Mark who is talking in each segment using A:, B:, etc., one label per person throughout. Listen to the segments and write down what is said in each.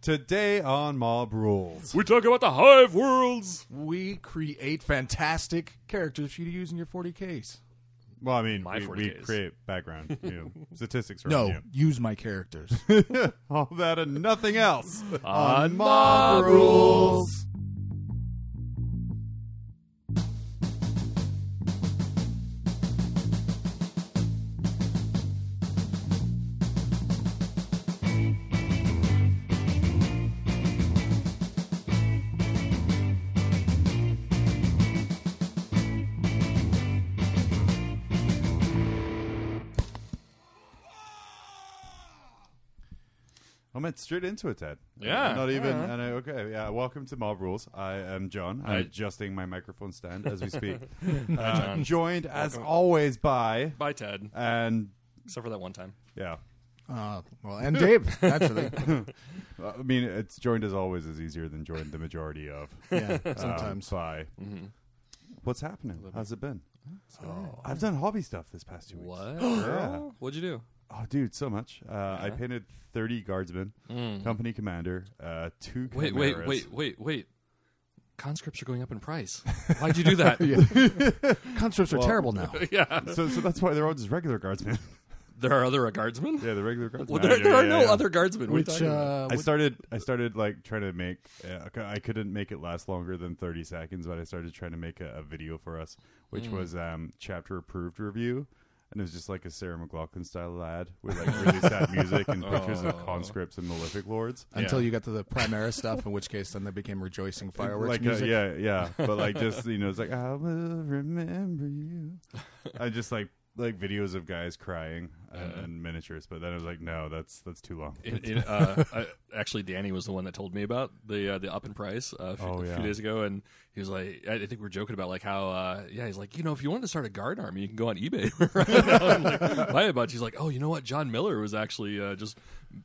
A: Today on Mob Rules.
B: We talk about the hive worlds.
C: We create fantastic characters for you to use in your 40Ks.
A: Well, I mean,
B: My
A: we,
B: 40
A: we
B: Ks.
A: create background, you know, statistics around
C: No,
A: you.
C: use my characters.
A: All that and nothing else
B: On Mob Rules.
A: I went straight into it, Ted.
B: Yeah.
A: Not even.
B: Yeah.
A: And I, okay. Yeah. Welcome to Mob Rules. I am John. I'm
B: Hi.
A: adjusting my microphone stand as we speak. uh,
B: John.
A: joined as always by
B: Bye, Ted.
A: and
B: Except for that one time.
A: yeah.
C: uh, well, and Dave, actually.
A: I mean, it's joined as always is easier than joined the majority of.
C: Yeah,
A: um,
C: sometimes.
A: by.
B: Mm-hmm.
A: What's happening? How's it been? I've done hobby stuff this past two weeks.
B: What? Girl? What'd you do?
A: Oh, dude, so much. Uh, I painted 30 guardsmen, company commander, uh, two
B: Mm. Wait, wait,
A: chimeras.
B: wait, wait, wait. Conscripts are going up in price. Why'd you do that?
C: Conscripts are terrible now.
A: So, so that's why they're all just regular guardsmen.
B: There are other guardsmen?
A: yeah, the regular guardsmen.
B: Well, there, there
A: Yeah,
B: are
A: yeah,
B: no
A: yeah.
B: other guardsmen. What are you
C: Which,
B: talking about?
C: uh,
A: I
C: which-
A: started. I started like trying to make. Uh, okay, I couldn't make it last longer than thirty seconds, but I started trying to make a, a video for us, which
B: Mm.
A: was um, chapter approved review, and it was just like a Sarah McLaughlin style lad with like really sad music and pictures of conscripts and malefic lords.
C: until you got to the Primera stuff, in which case then they became rejoicing fireworks
A: like uh,
C: music.
A: yeah, yeah, but like just you know, it's like I will remember you. I just like like videos of guys crying and, and miniatures, but then I was like, no, that's that's too long.
B: It- it, uh, I- actually, Danny was the one that told me about the uh, the up in price uh, a, few,
A: Oh,
B: a
A: yeah.
B: few days ago, and he was like, I I think we are joking about like how, uh, yeah, he's like, you know, if you wanted to start a guard army, you can go on eBay, right now and, like, buy a bunch. He's like, oh, you know what? John Miller was actually uh, just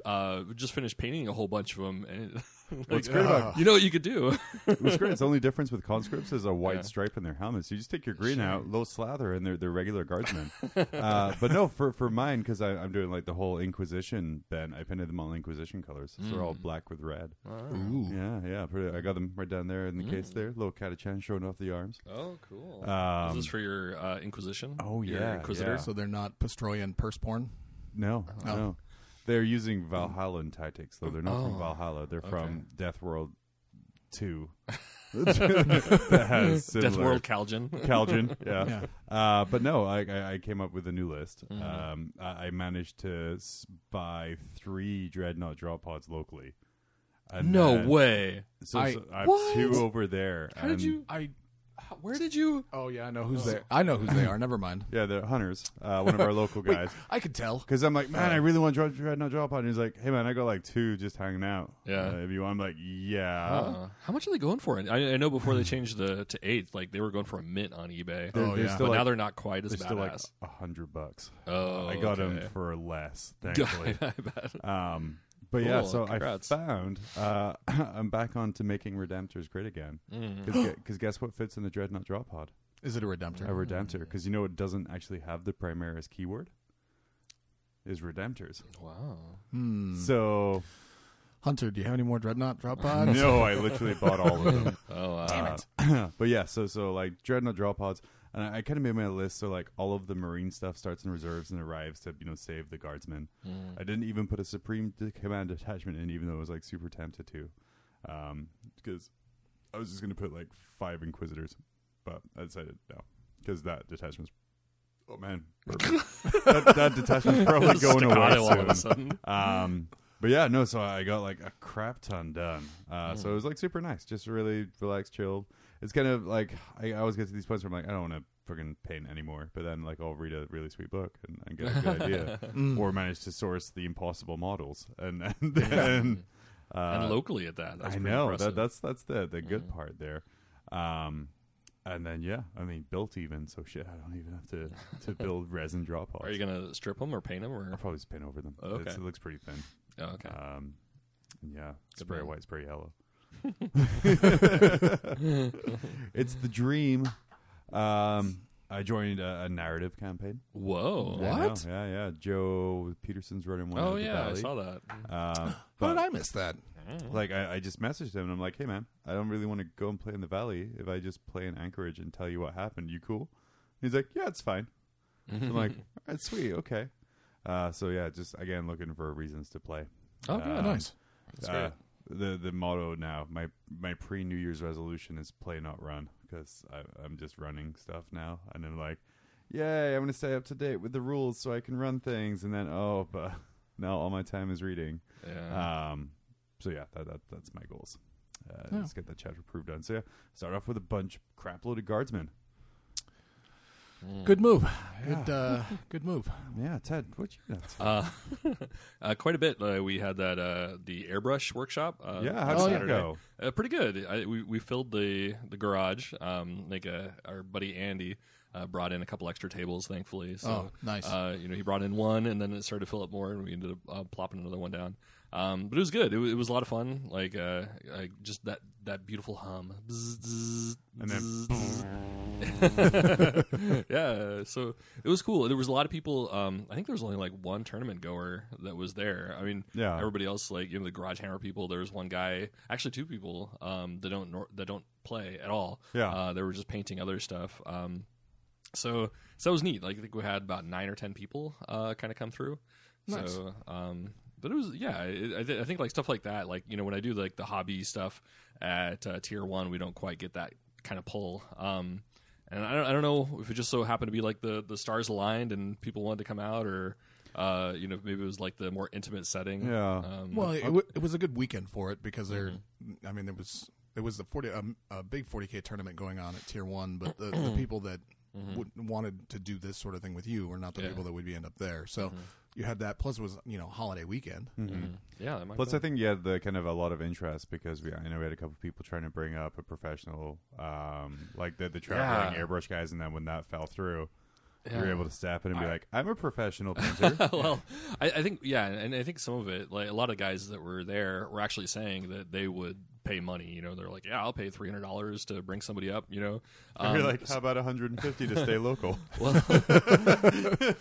B: uh, just finished painting a whole bunch of them, and like,
A: What's great about
B: you know what you could do?
A: It's great. It's the only difference with conscripts is a white
B: Yeah.
A: stripe in their helmets. You just take your green out, low slather, and they're they're regular guardsmen. uh, but no, for for mine because I'm doing like the whole Inquisition bent. I painted them all Inquisition colors. So they're all
B: Mm.
A: black with red.
B: Oh.
C: Ooh.
A: Yeah, yeah. Pretty, I got them right down there in the case there. Little catachan showing off the arms.
B: Mm. oh, cool.
A: Um,
B: Is this for your uh, Inquisition?
A: Oh,
B: Your
A: yeah,
B: Inquisitors.
C: So they're not Pestroian purse porn.
A: No,
C: Oh.
A: no. They're using Valhallan tactics, though. They're not
B: Oh,
A: from Valhalla. They're
B: okay.
A: from Death World 2. that has similar.
B: Death World Calgen.
A: Calgin, yeah.
C: Yeah.
A: Uh, but no, I, I, I came up with a new list.
B: Mm-hmm.
A: Um, I, I managed to s- buy three Dreadnought drop pods locally. And
B: No
A: then-
B: way.
A: So,
C: I-
A: so I have
B: What?
A: two over there.
B: How did
A: and-
B: you?
C: I
B: how- Where did you?
C: oh yeah, I know who's they. I know who they are. Never mind.
A: Yeah, they're hunters. Uh, one of our local
C: Wait,
A: guys.
C: I could tell.
A: Because I'm like, man, I really want Dra- Dreadnought drop pod. And he's like, hey, man, I got like two just hanging out.
B: Yeah.
A: Uh, if you want, I'm like, yeah.
B: Uh, how much are they going for? I, I know before they changed the to eighth, like they were going for a mint on eBay.
A: They're-
C: Oh,
A: they're
C: yeah.
A: still
B: but now
A: like-
B: they're not quite as
A: They're still like
B: badass.
A: a hundred bucks.
B: oh,
A: I got
B: okay.
A: them for less, thankfully.
B: I bet.
A: um, but yeah,
B: Cool,
A: so
B: congrats.
A: I found uh, I'm back on to making Redemptors great again.
B: Mm.
A: Because guess what fits in the Dreadnought drop pod?
C: Is it a
A: A
C: redemptor?
B: Mm.
A: Redemptor. Because you know it doesn't actually have the Primaris keyword? Is Redemptors.
B: Wow. Mm.
A: So,
C: Hmm. Hunter, do you have any more dreadnought drop pods?
A: no, I literally bought all of them.
B: Oh, wow.
A: Uh, but yeah, so so like dreadnought draw pods, and I, I kind of made my list so like all of the marine stuff starts in reserves and arrives to you know save the guardsmen.
B: Mm.
A: I didn't even put a supreme D- command detachment in, even though I was like super tempted to, because I was just gonna put like five inquisitors, but I decided no, because that detachment's oh man, burping. that, that detachment's probably going
B: Staccato all of
A: away soon.
B: a sudden.
A: Um, but yeah, no. So I got like a crap ton done. Uh, So it was like super nice, just really relaxed, chilled. It's kind of like I, I always get to these points where I'm like, I don't want to freaking paint anymore. But then like I'll read a really sweet book and, and get a good idea,
C: Hmm.
A: or manage to source the impossible models, and and, then, uh,
B: and locally at that. That's
A: I
B: pretty
A: know
B: Impressive.
A: that that's that's the the good part there. Um, and then yeah, I mean built even so shit. I don't even have to to build resin drop offs.
B: Are you gonna strip them or paint them or?
A: I'll probably just paint over them.
B: Okay.
A: It's- it looks pretty thin.
B: Oh, okay.
A: Um, yeah,
B: Good
A: spray
B: man.
A: white, spray yellow. it's the dream. Um, I joined a, a narrative campaign.
B: Whoa.
A: I know, Yeah, yeah. Joe Peterson's running one.
B: Oh
A: out of the
B: yeah, I
A: valley.
B: saw that.
A: Um,
C: How
A: but
C: did I miss that?
A: Like I, I just messaged him and I'm like, hey man, I don't really want to go and play in the valley. If I just play in Anchorage and tell you what happened, you cool? He's like, yeah, it's fine. So I'm like, all right, sweet, okay. Uh, so yeah, just again looking for reasons to play.
B: Oh,
A: Um,
C: nice.
B: That's
A: uh, the the motto now. My my pre New Year's resolution is play not run because I'm just running stuff now, and I'm like, yay, I'm gonna stay up to date with the rules so I can run things, and then oh, but now all my time is reading.
B: great. Yeah. Oh.
A: Um, so yeah, that, that that's my goals. Uh,
C: Yeah.
A: Let's get that chapter proof done. So yeah, start off with a bunch of crap loaded guardsmen.
B: Mm.
C: Good move. Good, uh, good move.
A: Yeah, Ted, what you got?
B: Uh, uh, quite a bit. Uh, we had that uh, the airbrush workshop. Uh,
A: yeah,
B: on
A: how did that
B: Saturday.
A: go?
B: Uh, pretty good. I, we we filled the the garage. Um, like uh, our buddy Andy uh, brought in a couple extra tables, thankfully. So,
C: Oh, nice.
B: Uh, you know, he brought in one, and then it started to fill up more, and we ended up uh, plopping another one down. Um, but it was good. It, wa- it was a lot of fun. Like, uh, like just that that beautiful hum. Bzz, bzz,
A: And then
B: bzz, bzz yeah, so it was cool. There was a lot of people. Um, I think there was only like one tournament goer that was there. I mean,
A: Yeah.
B: everybody else like you know the Garage Hammer people. There was one guy, actually two people um, that don't nor- that don't play at all.
A: Yeah.
B: uh, they were just painting other stuff. Um, so so that was neat. Like I think we had about nine or ten people uh, kind of come through.
C: Nice.
B: So, um, but it was yeah. It, I, thi- I think like stuff like that. Like you know when I do like the hobby stuff at uh, tier one, we don't quite get that kind of pull. Um, and I don't I don't know if it just so happened to be like the the stars aligned and people wanted to come out or. Uh, you know, maybe it was like the more intimate setting.
A: Yeah.
B: Um,
C: Well, it, w- it was a good weekend for it because there.
B: Mm-hmm.
C: I mean, there was it was the forty um, a big forty k tournament going on at tier one, but the, the people that would, wanted to do this sort of thing with you were not the
B: Mm-hmm. Yeah. Mm-hmm.
C: people that would be end up there. So you had that. Plus, it was you know holiday weekend.
B: yeah. That might
A: Plus,
B: be.
A: I think yeah, the kind of a lot of interest because we I know we had a couple people trying to bring up a professional, um, like the the traveling
B: Yeah.
A: airbrush guys, and then when that fell through, we
B: Yeah.
A: were able to step in and be like, "I'm a professional painter."
B: well, I, I think yeah, and I think some of it, like a lot of guys that were there, were actually saying that they would pay money. You know, they're like, yeah, I'll pay three hundred dollars to bring somebody up. You know,
A: And
B: Um,
A: You're like, "How about 150 to stay local?"
B: well,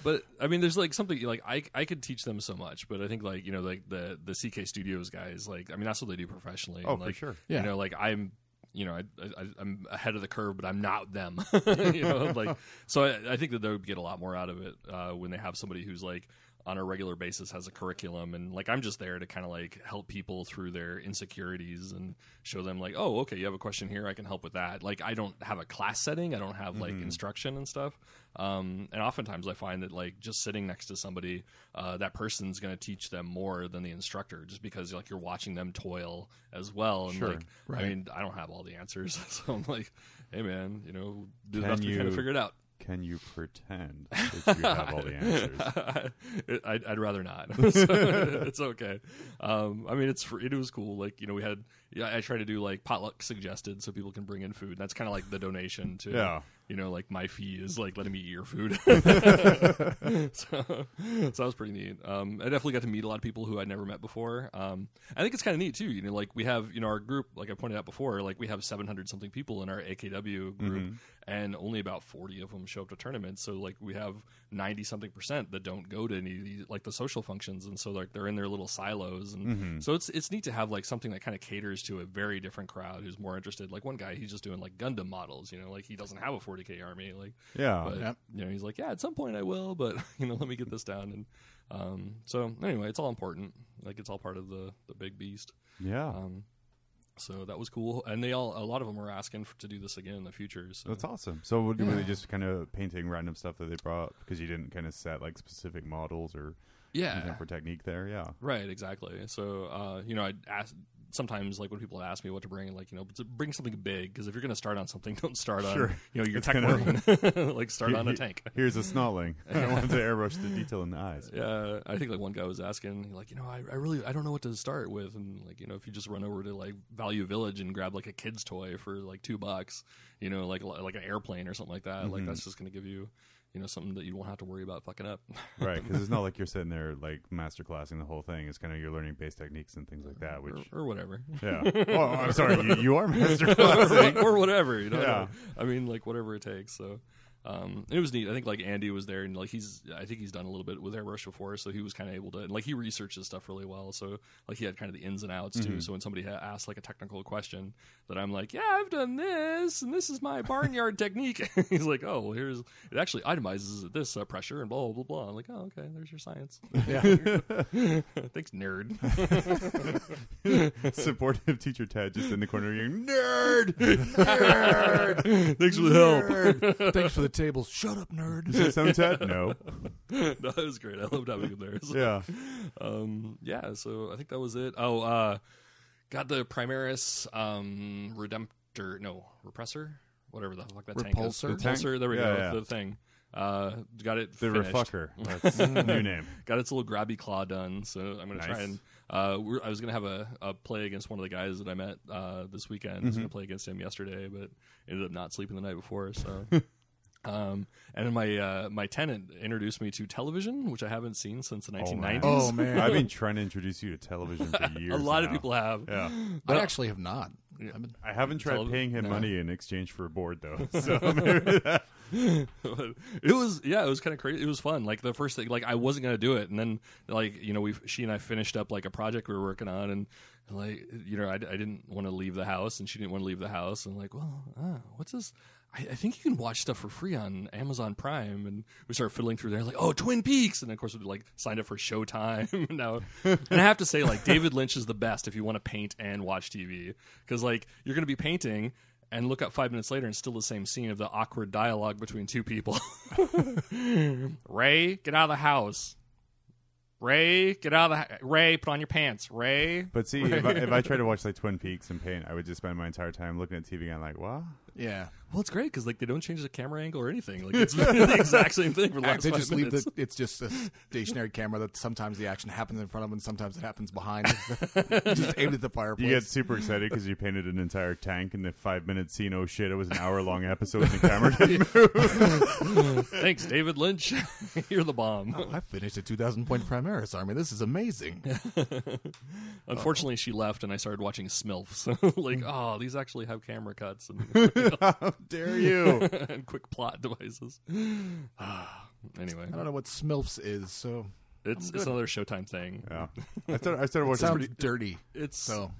B: but I mean, there's like something like I I could teach them so much, but I think like you know like the the CK Studios guys, like I mean that's what they do professionally.
A: Oh,
B: And,
A: for
B: like,
A: sure.
C: Yeah.
B: You know, like I'm. You know, I, I, I'm ahead of the curve, but I'm not them. you know, like so. I, I think that they would get a lot more out of it uh, when they have somebody who's like on a regular basis has a curriculum, and like I'm just there to kind of like help people through their insecurities and show them like, oh, okay, you have a question here, I can help with that. Like I don't have a class setting, I don't have like instruction and stuff. Um, and oftentimes I find that like just sitting next to somebody, uh, that person's going to teach them more than the instructor, just because like you're watching them toil as well. And
A: Sure.
B: like, I
C: Right.
B: mean, I don't have all the answers, so I'm like, hey man, you know, do the
A: Can
B: best we can to
A: you-
B: figure it out.
A: Can you pretend that you have all the answers?
B: I'd, I'd rather not. So, it's okay. Um, I mean, it's free, it was cool. Like you know, we had yeah, I try to do like potluck suggested so people can bring in food. That's kind of like the donation to
A: Yeah.
B: You know, like my fee is like letting me eat your food. so, so that was pretty neat. Um, I definitely got to meet a lot of people who I'd never met before. Um, I think it's kind of neat too. You know, like we have you know our group, like I pointed out before, like we have 700 something people in our AKW group, and only about 40 of them show up to tournaments. So like we have 90 something percent that don't go to any of these, like the social functions, and so like they're in their little silos. And
A: Hmm. Mm-hmm.
B: so it's it's neat to have like something that kind of caters to a very different crowd who's more interested. Like one guy, he's just doing like Gundam models. You know, like he doesn't have a 40k army. Like
A: Oh, Yeah,
B: but
C: Yep.
B: you know, he's like, yeah, at some point I will, but you know, let me get this down. And um, so anyway, it's all important. Like it's all part of the the big beast.
A: yeah,
B: Um, so that was cool. And they all a lot of them were asking for, to do this again in the future. So
A: that's awesome. So were were they just kind of painting random stuff that they brought because you didn't kind of set like specific models or anything
B: yeah,
A: for technique there? Yeah,
B: right, exactly. So uh, you know, I ask sometimes like when people ask me what to bring, like you know, to bring something big because if you're going to start on something, don't start on
A: Sure.
B: you know your
A: It's
B: tech
A: kinda-
B: marine. like start on a
A: He-
B: tank.
A: Here's a snotling. I wanted to airbrush the detail in the eyes.
B: Yeah, I think like one guy was asking, like, you know, I, I really I don't know what to start with, and like, you know, if you just run over to like Value Village and grab like a kid's toy for like two bucks, you know, like like an airplane or something like that,
A: Mm-hmm.
B: like that's just gonna give you, you know, something that you won't have to worry about fucking up.
A: right because it's not like you're sitting there like masterclassing the whole thing it's kind of you're learning base techniques and things like that which
B: or, or whatever,
A: yeah oh i'm sorry you, you are masterclassing
B: or whatever, you know.
A: Yeah.
B: I mean, like whatever it takes. So, Um, it was neat. I think like Andy was there, and like he's, I think he's done a little bit with Airbrush before, so he was kind of able to, and like he researched his stuff really well. So like he had kind of the ins and outs too. So when somebody ha- asked like a technical question, that I'm like, yeah, I've done this, and this is my barnyard technique. he's like, oh, well, here's it actually itemizes at this uh, pressure and blah blah blah. blah. I'm like, oh, okay, there's your science. Thanks, nerd.
A: Supportive teacher Ted just in the corner, you nerd.
B: Thanks for the help.
C: Nerd. Thanks for the tables. Shut up, nerd.
A: Is there some Ted? No.
B: no, it was great. I loved having him there. So,
A: Yeah.
B: um, yeah, so I think that was it. Oh, uh, got the Primaris um, Redemptor, no, Repressor, whatever the fuck that tank is.
C: Repulsor? The
A: tank?
B: Repulsor, there we
A: Yeah,
B: go,
A: yeah.
B: the thing. Uh, got it
A: The
B: finished.
A: refucker. That's a new name.
B: Got its little grabby claw done, so I'm gonna try
A: Nice.
B: and. Uh, we're, I was gonna have a, a play against one of the guys that I met uh, this weekend. I was
A: Mm-hmm.
B: gonna play against him yesterday, but ended up not sleeping the night before. So,
A: Hmm.
B: um, and then my uh, my tenant introduced me to television, which I haven't seen since the 1990s.
A: man.
C: Oh man,
A: I've been trying to introduce you to television for years.
B: a lot of
A: now.
B: people have.
A: Yeah.
C: I actually have not. I've been,
A: I haven't tried
B: Telev-
A: paying him
B: no.
A: money in exchange for a board though. So
B: it was yeah, it was kind of crazy. It was fun. Like the first thing, like I wasn't gonna do it, and then like you know we she and I finished up like a project we were working on, and like you know I, I didn't want to leave the house, and she didn't want to leave the house, and like well uh, what's this? I, I think you can watch stuff for free on Amazon Prime, and we started fiddling through there, like oh Twin Peaks, and of course we like signed up for Showtime now, and I have to say like David Lynch is the best if you want to paint and watch TV because like you're gonna be painting and look up five minutes later and still the same scene of the awkward dialogue between two people. Ray, get out of the house. Ray, get out of the ho- Ray, put on your pants. Ray.
A: But see, if I, if I tried to watch like Twin Peaks and paint, I would just spend my entire time looking at TV and like, what?
C: yeah,
B: Well, it's great because like they don't change the camera angle or anything. Like it's the exact same thing for the last
C: they
B: five
C: just leave
B: minutes.
C: the. It's just a stationary camera that sometimes the action happens in front of, and sometimes it happens behind. just aimed at
A: You
C: the fireplace.
A: get super excited because you painted an entire tank in the five minute scene. Oh shit, it was an hour long episode and the camera didn't move.
B: Thanks, David Lynch. You're the bomb.
C: I finished a 2,000 point Primaris army. This is amazing.
B: Unfortunately, she left and I started watching Smilf. So like, oh, these actually have camera cuts and,
A: How dare you?
B: and quick plot devices. anyway,
C: I don't know what Smilfs is, so
B: it's it's another Showtime thing.
A: Yeah. I started, I started watching.
C: sounds dirty.
B: It's
C: So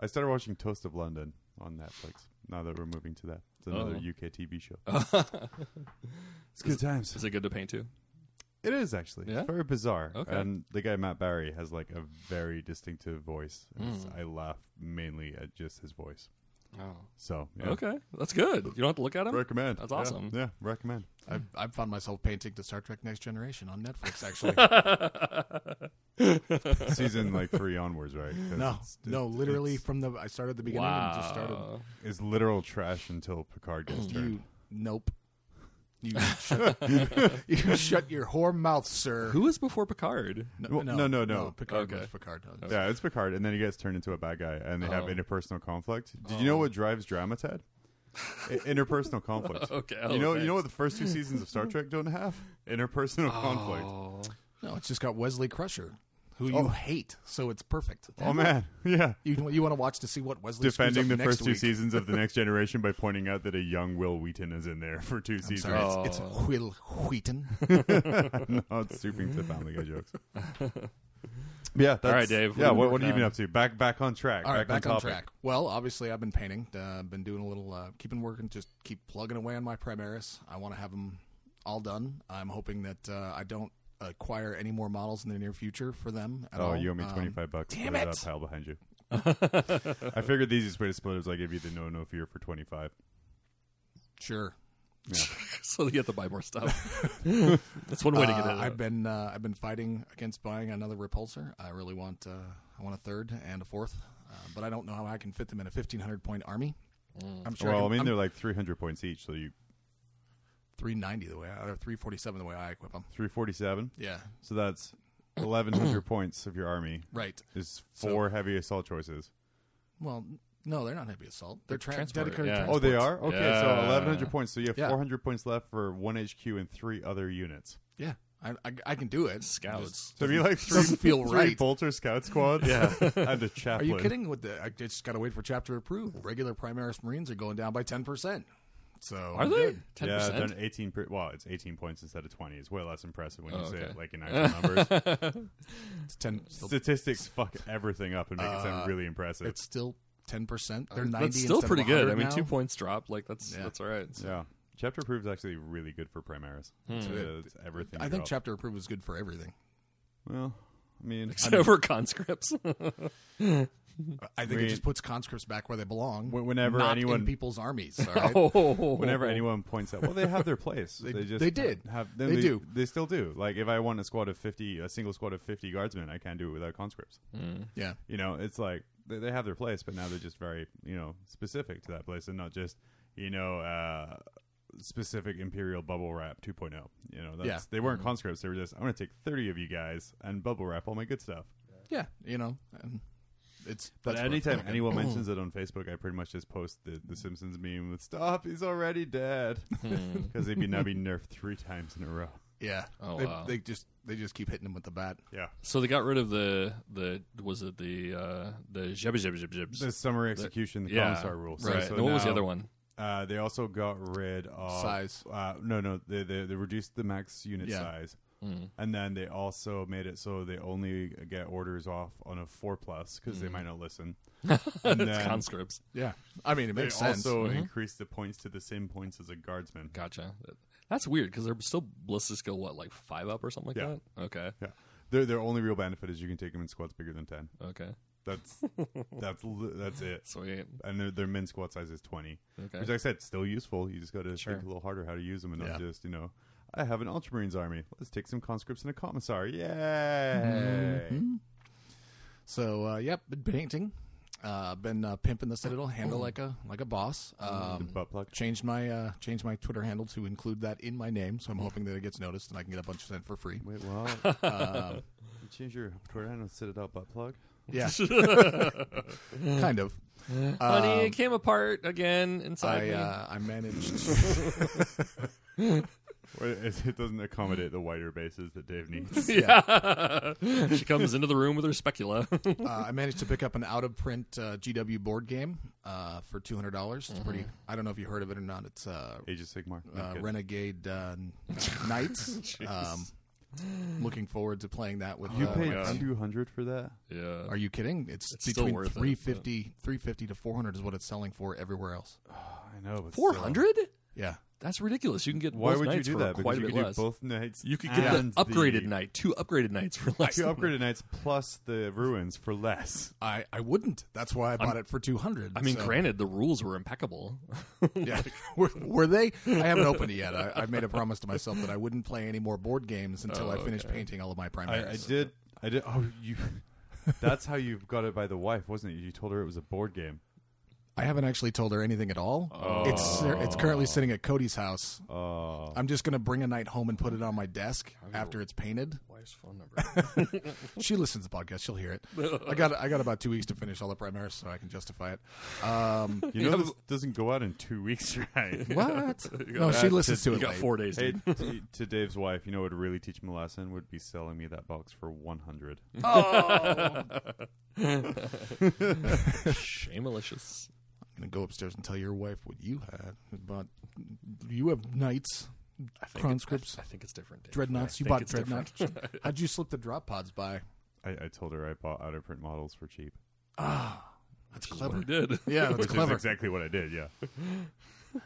A: I started watching Toast of London on Netflix. Now that we're moving to that, it's another
B: Oh.
A: UK TV show. it's good times.
B: is it good to paint too?
A: It is actually
B: Yeah?
A: It's very bizarre.
B: Okay.
A: And the guy Matt Barry has like a very distinctive voice. It's-
B: Hmm.
A: I laugh mainly at just his voice.
B: Oh.
A: So yeah.
B: Okay, that's good. You don't have to look at him.
A: Recommend.
B: That's
A: Yeah.
B: awesome.
A: Yeah, recommend.
C: I, I found myself painting to Star Trek Next Generation on Netflix, actually.
A: Season like three onwards, right? 'Cause
C: no,
A: it's,
C: no, literally
A: it's-
C: from the. I started at the beginning and just started.
B: Wow.
A: it's literal trash until Picard gets turned.
C: You, nope. You shut, you shut your whore mouth, sir.
B: Who was before Picard?
A: Well, no, no, no.
C: Picard
B: Okay.
C: was Picard.
A: Yeah, it's Picard, and then he gets turned into a bad guy, and they have
B: Oh.
A: interpersonal conflict. Did you know what drives drama, Ted? I- interpersonal conflict.
B: Okay,
A: you know,
B: oh,
A: you know
B: thanks.
A: what the first two seasons of Star Trek don't have interpersonal conflict.
B: Oh.
C: No, it's just got Wesley Crusher, who you hate, so it's perfect.
A: Oh man, yeah.
C: You, you want to watch to see what Wesley screws
A: Defending
C: up
A: the
C: next
A: first two
C: week.
A: seasons of the Next Generation by pointing out that a young Will Wheaton is in there for two
C: I'm
A: seasons.
C: sorry, it's,
A: Oh.
C: it's Will Wheaton.
A: no, it's stooping to Family Guy jokes. yeah, that's,
B: right,
A: Yeah, what,
B: Dave, what have you been
A: what have you
B: working
A: been
B: on?
A: up to? Back back on track.
C: All right,
A: back,
C: back on,
A: topic.
C: track. Well, obviously, I've been painting. Uh, been doing a little, uh, keeping working, just keep plugging away on my Primaris. I want to have them all done. I'm hoping that uh, I don't acquire any more models in the near future for them. At
A: Oh,
C: all.
A: you owe me
C: Um,
A: twenty five bucks.
C: damn
A: Put
C: it.
A: That pile behind you. I figured the easiest way to split it was I give you the no no fear for twenty five.
C: sure.
B: so you have to buy more stuff. that's one way to get it.
C: Uh,
B: out.
C: I've been uh, I've been fighting against buying another repulsor. I really want uh, I want a third and a fourth, uh, but I don't know how I can fit them in a 1500 point army. I'm sure. I
A: well, I
C: can-
A: mean
C: I'm
A: they're like three hundred points each, so you
C: 390 the way I, or 347 the way I equip them.
A: three forty seven.
C: Yeah,
A: So that's eleven hundred points of your army
C: right.
A: is
C: So-
A: four heavy assault choices.
C: Well, no, they're not heavy assault. They're, tra-
B: transport,
C: dedicated.
B: yeah.
A: Oh,
C: transport.
A: they are okay. So
B: Yeah.
A: eleven hundred points. So you have
C: Yeah.
A: four hundred points left for one HQ and three other units.
C: Yeah, I, I, I can do it.
B: Scouts.
A: So it'd be like three,
C: doesn't feel
A: three
C: right.
A: bolter scout squads. Yeah, and a
C: Are
A: chaplain.
C: you kidding? With the I just gotta wait for chapter approval. Regular Primaris Marines are going down by ten percent. So
B: Are
C: I'm
B: they
C: good.
B: ten
A: yeah, they're
B: percent?
A: an eighteen. Per- well, it's eighteen points instead of twenty. It's way less impressive when you
B: Oh,
A: say
B: okay.
A: it like in actual numbers.
C: It's ten. Still,
A: Statistics fuck everything up and make it sound really impressive.
C: it's still ten percent. They're ninety.
B: That's still
C: instead of
B: pretty good. I
C: 100
B: mean,
C: now.
B: two points drop. Like that's
C: Yeah.
B: that's all right. So-
A: yeah, chapter proof is actually really good for Primaris. So
C: It-
A: it's everything.
C: Hmm. I think
A: dropped.
C: chapter approved is good for everything.
A: Well, I mean, I
B: Except
A: mean,
B: for conscripts.
C: I think
A: Read.
C: it just puts conscripts back where they belong.
A: Wh- whenever
C: not
A: anyone-
C: in people's armies, all right?
B: oh,
A: whenever anyone points out, well, they have their place. they,
C: Uh-huh. They-
A: just
C: they did.
A: have.
C: They do.
A: They still do. Like if I want a squad of fifty, a single squad of fifty guardsmen, I can't do it without conscripts.
C: Mm-hmm. yeah.
A: You know, it's like they, they have their place, but now they're just very you know specific to that place and not just you know. uh specific imperial bubble wrap 2.0 you know that's
C: Yeah. Mm-hmm.
A: they weren't conscripts they were just i'm gonna take 30 of you guys and bubble wrap all my good stuff
C: Yeah, you know, and it's
A: But
C: that's where
A: anytime
C: it's-
A: anyone mentions it on Facebook, I pretty much just post the, the Simpsons meme with "Stop, he's already dead"
B: Hmm.
A: because he'd be now be nerfed three times in a row.
C: yeah,
B: Oh,
C: they,
B: wow.
C: they just they just keep hitting them with the bat.
A: Yeah,
B: So they got rid of the the was it the uh the jibba jibba jib jibs.
A: the summary execution, the
B: yeah,
A: commissar rule. So-
B: Right.
A: so
B: and what was the
A: now,
B: other one?
A: Uh, they also got rid of
C: Size.
A: Uh, no, no, they, they they reduced the max unit
C: Yeah.
A: size,
B: Hmm.
A: and then they also made it so they only get orders off on a four plus because they might not listen. and
B: Hmm. It's
A: then
B: conscripts.
C: Yeah, I mean it
A: they
C: makes sense.
A: also
B: Mm-hmm.
A: increased the points to the same points as a guardsman.
B: Gotcha. That's weird because they're still ballistic skill what like five up or something like
A: Yeah.
B: that. Okay.
A: Yeah. Their their only real benefit is you can take them in squads bigger than ten.
B: Okay.
A: That's that's li- that's it.
B: Sweet.
A: And their, their min squad size is twenty,
B: Okay.
A: which like I said, still useful. You just got to
B: Sure.
A: think a little harder how to use them, and
C: Yeah.
A: not just you know, I have an Ultramarines army. Let's take some conscripts and a commissar. Yay!
C: So uh, yep, been painting, uh, been uh, pimping the citadel,
A: Oh.
C: handle like a like a boss. Um,
A: Butt plug.
C: changed my uh, changed my Twitter handle to include that in my name,
A: Mm.
C: so I'm hoping that it gets noticed and I can get a bunch sent for free.
A: Wait, what?
C: Um,
A: you change your Twitter handle, sit it up, butt plug.
C: yeah, kind of.
B: Honey, it came apart again inside
C: I
B: me.
C: uh, I managed.
A: Well, It, it doesn't accommodate the wider bases that Dave needs.
B: yeah. she comes into the room with her specula.
C: uh, I managed to pick up an out of print uh, GW board game uh, for two hundred dollars. It's pretty. I don't know if you heard of it or not. It's uh,
A: Age of Sigmar. No,
C: uh,
A: kidding.
C: Renegade uh, Knights. um, looking forward to playing that with
A: you
C: uh,
A: paid
B: God.
A: two hundred for that.
B: yeah.
C: Are you kidding? It's,
B: It's still
C: between
B: worth it, but-
C: 350, 350 to four hundred is what it's selling for everywhere else.
A: I know, but still.
B: Four hundred?
C: Yeah,
B: That's ridiculous. You can get
A: Why
B: both
A: would you
B: nights
A: do
B: for
A: that?
B: Quite
A: because you
B: a
A: could
B: bit
A: do
B: less.
A: both nights.
B: You could get
A: and
B: the upgraded
A: the-
B: night, two upgraded nights for less.
A: two
B: than-
A: upgraded nights plus the ruins for less.
C: I, I wouldn't. That's why I bought it for two hundred.
B: I mean, granted, the rules were impeccable.
C: yeah. were, were they? I haven't opened it yet. I, I made a promise to myself that I wouldn't play any more board games until I finished painting all of my
A: I, I
C: primaries.
A: did. I did. Oh, you. That's how you got it by the wife, wasn't it? You told her it was a board game.
C: I haven't actually told her anything at all. It's it's currently sitting at Cody's house.
A: Oh,
C: I'm just gonna bring a night home and put it on my desk after it's painted.
B: Wife's phone number.
C: She listens to the podcast. She'll hear it. I got I got about two weeks to finish all the primaries, so I can justify it. Um,
A: you know this doesn't go out in two weeks, right?
C: what? No, she listens to
B: you
C: it.
B: got
C: late.
B: four days.
A: Hey,
B: Dude.
A: t- to Dave's wife, you know what would really teach him a lesson? Would be selling me that box for one hundred.
B: Shamelicious.
C: I'm gonna go upstairs and tell your wife what you had. But you have knights, conscripts,
B: I think it's different. Dave.
C: dreadnoughts.
B: I
C: You
B: think
C: bought
B: it's different.
C: dreadnoughts. How'd you slip the drop pods by?
A: I, I told her I bought out of print models for cheap,
C: That's
B: What
C: clever.
B: we did.
C: Yeah, that's
A: which
C: clever.
A: is exactly what I did. Yeah,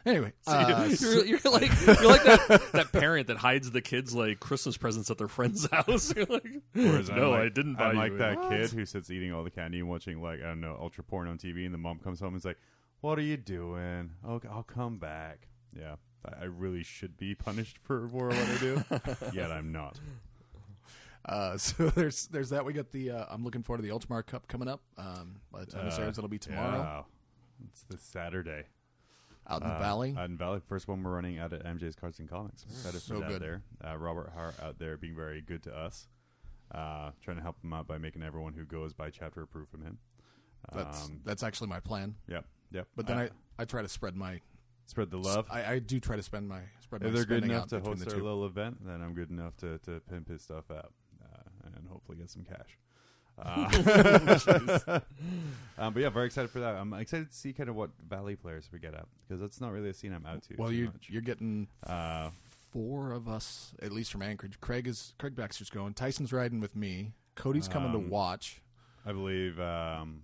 C: Anyway, uh,
B: you're, you're like you're like that, that parent that hides the kids like Christmas presents at their friend's house. You're like,
A: Whereas I'm
B: no,
A: like-
B: I didn't buy
A: I'm
B: you
A: like
B: it."
A: that kid who sits eating all the candy and watching like I don't know ultra porn on TV, and the mom comes home and's like, "What are you doing? Okay, I'll come back." Yeah, I, I really should be punished for for what I do, yet I'm not.
C: Uh, so there's there's that. We got the. Uh, I'm looking forward to the Ultramar Cup coming up. Um, by the time this
A: Uh,
C: airs, it'll be tomorrow
A: Yeah. It's this Saturday.
C: out in
A: Uh,
C: the valley. Mm,
A: Out in Valley. First one we're running out at MJ's Cards and Comics. Excited
C: So
A: for that
C: good.
A: there. Uh, Robert Hart out there being very good to us. Uh, trying to help him out by making everyone who goes by chapter approve from him.
C: that's
A: Um,
C: that's actually my plan.
A: yep, yep.
C: But then
A: Uh,
C: I, I try to spread my
A: spread the love.
C: I, I do try to spend my spread
A: if
C: my
A: they're good
C: spending
A: enough
C: out
A: to
C: between
A: host
C: the
A: their
C: two.
A: little event, then I'm good enough to, to pimp his stuff out uh, and hopefully get some cash. Uh, um, but yeah, very excited for that. I'm excited to see kind of what Valley players we get up because that's not really a scene I'm out to.
C: well,
A: too
C: you
A: much.
C: you're getting
A: Uh,
C: four of us at least from Anchorage. Craig is Craig Baxter's going. Tyson's riding with me. Cody's coming to
A: Um,
C: watch,
A: I believe um,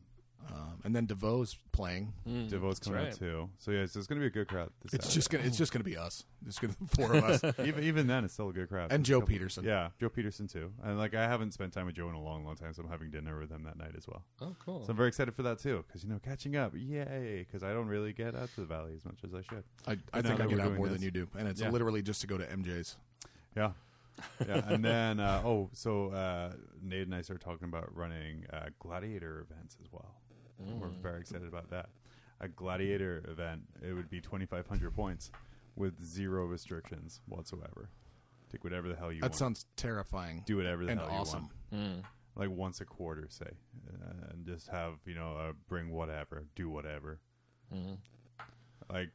C: um, and then DeVoe's playing.
B: Hmm,
A: Devo's coming
B: Mm, right.
A: out too. So yeah, so it's going to be a good crowd. This
C: It's
A: Saturday.
C: just gonna it's just gonna be us. It's gonna be four of us
A: even even then, it's still a good crowd.
C: and
A: It's
C: Joe
A: couple-
C: Peterson.
A: Yeah, Joe Peterson too. And like I haven't spent time with Joe in a long, long time, so I'm having dinner with him that night as well.
B: Oh, cool.
A: So I'm very excited for that too, because you know, catching up, yay! Because I don't really get out to the valley as much as I should.
C: I, I
A: But now
C: think I
A: that
C: get
A: we're
C: out
A: doing
C: more
A: this-
C: than you do, and it's
A: Yeah.
C: literally just to go to MJ's.
A: Yeah, yeah. and then uh, oh, so uh, Nate and I started talking about running uh, gladiator events as well. We're
C: Mm.
A: very excited about that. A gladiator event, it would be 2,500 points with zero restrictions whatsoever. Take whatever the hell you
C: that
A: want.
C: sounds terrifying
A: Do whatever the
C: and
A: hell you
C: awesome.
A: want.
B: Hmm,
A: like once a quarter, say, uh, and just have you know uh, bring whatever, do whatever.
B: hmm.
A: Like,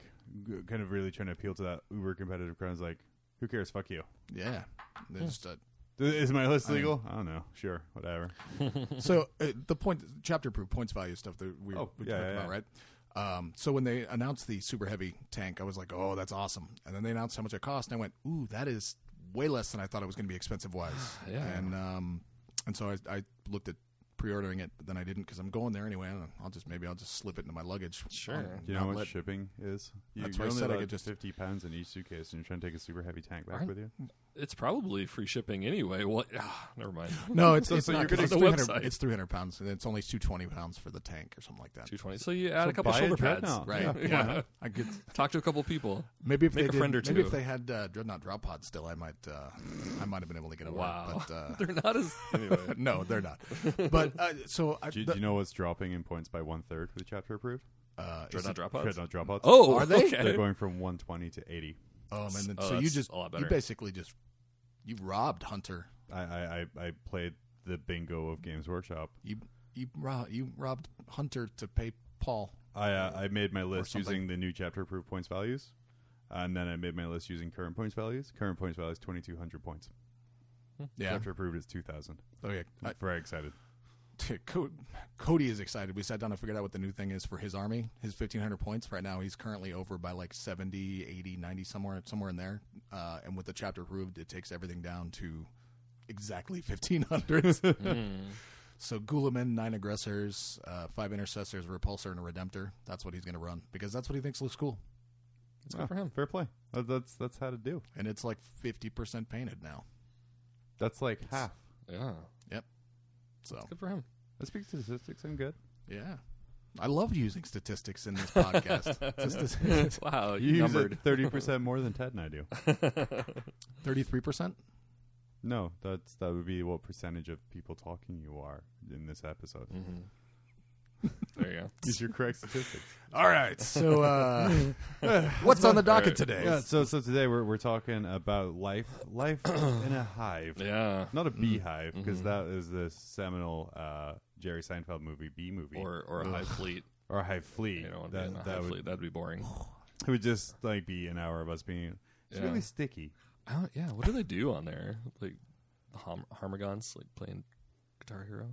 A: g- kind of really trying to appeal to that uber competitive crowd. Is like, who cares? Fuck you.
C: Yeah. They're just, uh,
A: Th- Is my list
C: I mean-
A: legal? I, don't know. Sure, whatever.
C: so uh, the point chapter proof points value stuff that we,
A: Oh,
C: we
A: yeah,
C: talked
A: yeah,
C: about, right? Um, so when they announced the super heavy tank, I was like, "Oh, that's awesome!" And then they announced how much it cost, and I went, "Ooh, that is way less than I thought it was going to be expensive wise."
B: Yeah.
C: And um, and so I, I looked at pre-ordering it, but then I didn't because I'm going there anyway. And I'll just maybe I'll just slip it into my luggage. Um,
B: Sure.
C: on
A: Do you know
C: outlet.
A: what shipping is? You,
C: That's
A: you're
C: why I
A: only
C: said I
A: allowed
C: could just-
A: fifty pounds in each suitcase, and you're trying to take a super heavy tank back
B: Aren't-
A: with you.
B: It's probably free shipping anyway. What? ah, never mind.
C: No, it's,
A: So-
C: it's
A: so
C: not,
A: you're
B: gonna-
C: 'cause it's
B: the
C: 300
B: website.
C: It's 300 pounds, and it's only 220 pounds for the tank or something like that.
B: Two twenty. So you add
A: So
B: a couple
A: buy a
B: shoulder pads,
A: dreadnought.
C: Right?
A: Yeah.
C: Yeah. I could
B: Talk to a couple people.
C: maybe if
B: Make
C: they
B: a
C: did-
B: friend or
C: Maybe
B: two.
C: if they had uh, dreadnought drop pods still, I might uh, I might have been able to get over.
B: Wow.
C: It, but,
B: They're not as
C: uh, no, they're not. But uh, so I,
A: Do, you-
C: the-
A: do you know what's dropping in points by one third for the chapter approved?
C: uh, is
B: dreadnought
C: it-
B: dropouts.
A: Dreadnought dropouts.
B: Oh,
C: Are they?
B: okay.
A: they're going from one twenty to eighty.
C: oh man, then,
B: Oh,
C: so you
B: that's
C: just
B: a lot
C: you
B: better.
C: basically just you robbed Hunter.
A: I I, I, I played the bingo of Games Workshop
C: You you rob, you robbed Hunter to pay Paul.
A: I uh, I made my list
C: something.
A: using the new chapter proof points values, and then I made my list using current points values. Current points values twenty two hundred points.
C: Yeah.
A: Chapter approved is two thousand.
C: Oh yeah. I,
A: I'm very excited.
C: Co- Cody is excited. We sat down and figured out what the new thing is for his army. His 1500 points right now, he's currently over by like 70, 80, 90 somewhere somewhere in there. Uh, and with the chapter approved, it takes everything down to exactly 1500.
B: Hmm.
C: So Gulaman, nine aggressors, uh, five intercessors, a repulsor and a redemptor. That's what he's going to run because that's what he thinks looks cool.
B: It's good for him.
A: Fair play. That- That's that's how to do.
C: And it's like 50% painted now.
A: That's like half.
B: Yeah,
C: So,
B: good for him.
A: I speak statistics. I'm good.
C: yeah. I love using statistics in this podcast. Just-
B: Wow, you,
A: You use
B: numbered.
A: it thirty percent more than Ted and I do.
C: 33%?
A: No, that's that would be what percentage of people talking you are in this episode.
B: Mm-hmm. There you go.
A: Use your correct statistics.
C: All right. So, uh, what's on the docket today?
A: Yeah. So so today we're we're talking about life life in a hive.
B: Yeah,
A: Not a beehive, because is the seminal uh, Jerry Seinfeld movie, Bee Movie,
B: or or a high fleet.
A: or High Flea.
B: You know,
A: that
B: that, Oh,
A: that
B: high
A: would,
B: fleet. That'd be boring.
A: it would just like be an hour of us being. It's
B: Yeah.
A: really sticky.
B: I don't, yeah, what do they do on there? Like the Harm- Harmagons, like playing Guitar Hero.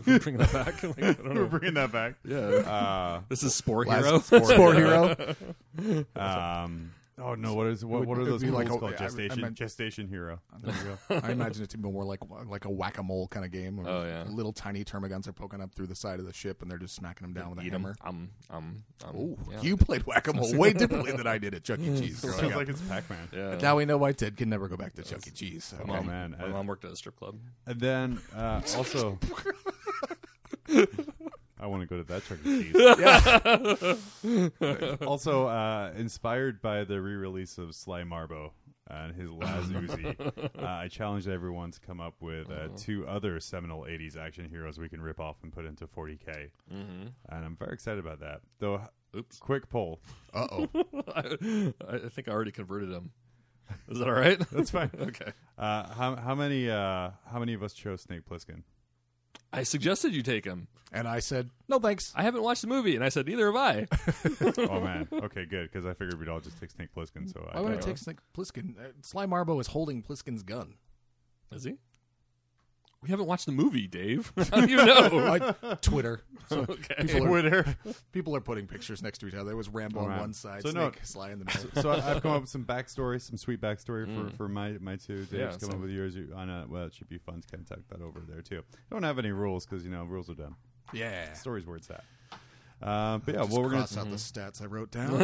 B: If We're bringing that back. Like, I don't
A: We're
B: know.
A: bringing that back.
B: Yeah,
A: Uh,
B: this is Spore
C: Last
B: Hero.
C: Sport, hero.
A: um, oh no! What is what?
C: would-
A: What are
C: it would
A: those
C: be
A: movies
C: like a-
A: called?
C: I- I
A: gestation,
C: meant-
A: gestation hero. There you go.
C: I imagine it to be more like like a whack a mole kind of game. where
B: Oh, yeah.
C: Little tiny termagants are poking up through the side of the ship, and they're just smacking them down with a
B: Eat 'em.
C: hammer.
B: Um, um, um.
C: Ooh,
B: yeah.
C: you played whack a mole way differently than I did at Chuck E. Cheese. growing
A: Sounds
C: up.
A: like it's Pac Man.
B: Yeah.
C: now we know why Ted can never go back to Chuck E. Cheese.
B: My
C: Okay.
A: on.
B: mom,
A: man.
B: my
A: I-
B: mom worked at a strip club.
A: And then uh, also, I want to go to that Chuck E. Cheese. also, uh, inspired by the re-release of Sly Marbo and his Laz Uzi, uh, I challenged everyone to come up with
C: Uh-huh.
A: uh, two other seminal '80s action heroes we can rip off and put into 40k. Mm-hmm. And I'm very excited about that. Though, oops, quick poll.
C: Uh oh.
B: I, I think I already converted him. Is that all right?
A: That's fine.
B: okay.
A: Uh, how how many uh, how many of us chose Snake Plissken?
B: I suggested you take him.
C: And I said, no thanks.
B: I haven't watched the movie, and I said neither have I.
A: oh man. Okay, good because I figured we'd all just take Snake Plissken. So
C: Why would I take Snake Plissken? Uh, Sly Marbo is holding Pliskin's gun.
B: Is he? We haven't watched the movie, Dave. How do you know?
C: Like Twitter. So people, are,
A: Twitter.
C: people are putting pictures next to each other. There was Rambo on
A: Alright.
C: one side,
A: So no-
C: Snake Sly in the middle.
A: so I, I've come up with some backstory, some sweet backstory for, for my my two. Dave's
B: Mm. Yeah,
A: come
B: same.
A: up with yours. You, on a, well, it should be fun to kind of tuck that over there too. Don't have any rules because you know rules are dumb.
C: Yeah.
A: Stories where it's at. Uh, but yeah,
C: Just
A: well, we're gonna.
C: cross out the stats I wrote down.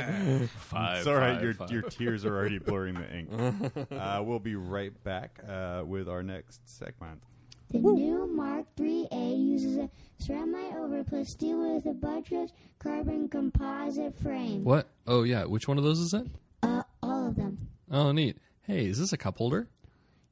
B: Five.
A: It's all right.
B: five,
A: your
B: five.
A: your tears are already blurring the ink. uh, we'll be right back uh, with our next segment.
D: The new Mark IIIA uses a ceramide overplus steel with a buttress carbon composite frame.
B: What? Oh yeah. Which one of those is it?
D: Uh, all of them.
B: Oh neat. Hey, is this a cup holder?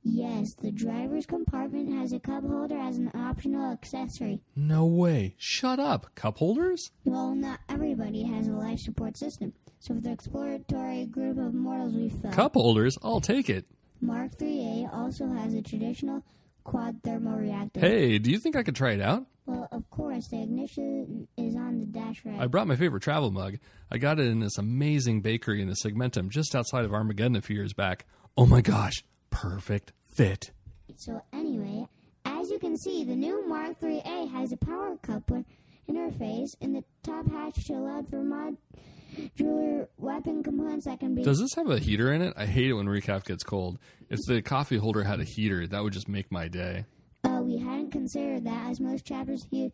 D: Yes, the driver's compartment has a cup holder as an optional accessory.
B: No way. Shut up. Cup holders?
D: Well, not everybody has a life support system, so for the exploratory group of mortals we found,
B: Cup holders? I'll take it.
D: Mark IIIA also has a traditional quad thermoreactor.
B: Hey, do you think I could try it out?
D: Well, of course, the ignition is on the dash rack.
B: I brought my favorite travel mug. I got it in this amazing bakery in the Segmentum just outside of Armageddon a few years back. Oh my gosh, perfect fit.
D: So anyway, as you can see, the new Mark IIIA has a power coupler interface in the top hatch to allow for modular weapon components that can be
B: Does this have a heater in it? I hate it when recap gets cold. If the coffee holder had a heater, that would just make my day.
D: Uh, we hadn't considered that as most chapters use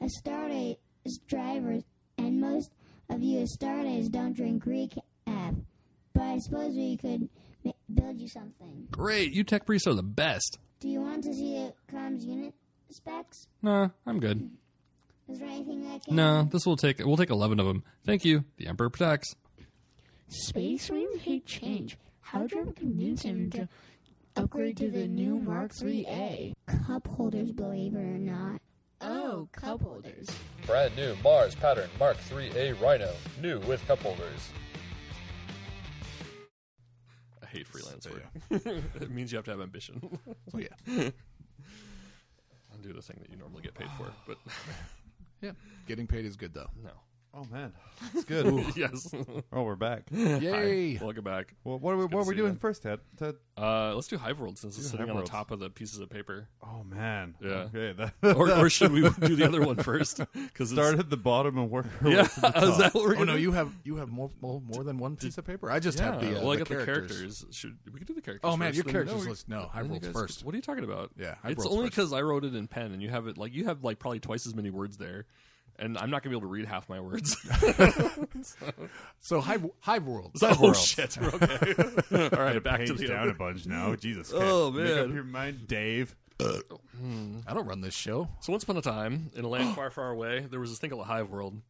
D: a Stardate as drivers, and most of you as Stardates don't drink Greek app. But I suppose we could ma- build you something.
B: Great, you tech priests are the best.
D: Do you want to see the comms unit specs?
B: Nah, I'm good.
D: Is there anything that can
B: Nah, this will take. We'll take eleven of them. Thank you. The Emperor protects.
E: Space Marines hate change. How do you convince him to upgrade to the new Mark IIIA?
D: cup holders believe it or not?
E: Oh, cup holders.
F: Brand new Mars pattern Mark 3A Rhino, new with cup holders.
B: I hate freelance work. it means you have to have ambition.
C: so oh, yeah.
B: and do the thing that you normally get paid for. But
C: Yeah. Getting paid is good though.
B: no.
A: Oh man, it's good.
B: yes.
A: oh, we're back.
C: Yay.
B: Welcome back.
A: Well, what are we, what are
B: see
A: we
B: you,
A: doing
B: man.
A: first, Ted? Ted?
B: Uh, let's do Hive World since it's sitting on
A: Hiveworlds.
B: the top of the pieces of paper.
A: Oh man.
B: Yeah.
A: Okay. That,
B: Or, or should we do the other one first? Because
A: start at the bottom and work our
B: Yeah,
A: way to the top.
B: is that what we're
C: Oh
B: gonna
C: no,
B: do?
C: you have you have more more, more than one piece of paper. I just
B: Yeah.
C: have the uh,
B: well, I
C: the
B: got
C: characters.
B: the characters. Should we could do the characters?
C: Oh man,
B: first,
C: your
B: then-
C: characters
B: we-
C: list. No, I
B: then you
C: rolled
B: guys-
C: first.
B: What are you talking about?
C: Yeah, I
B: it's
C: rolled
B: only
C: first.
B: because I wrote it in pen, and you have it like you have like probably twice as many words there, and I'm not gonna be able to read half my words.
C: So Hive, Hive World.
B: So, oh shit! we're Okay. All right, back
A: Page
B: to the
A: down
B: other.
A: a bunch now. Jesus. okay.
B: Oh,
A: Make up
B: man.
A: your mind, Dave.
C: I don't run this show.
B: So once upon a time, in a land far, far away, there was this thing called a Hive World.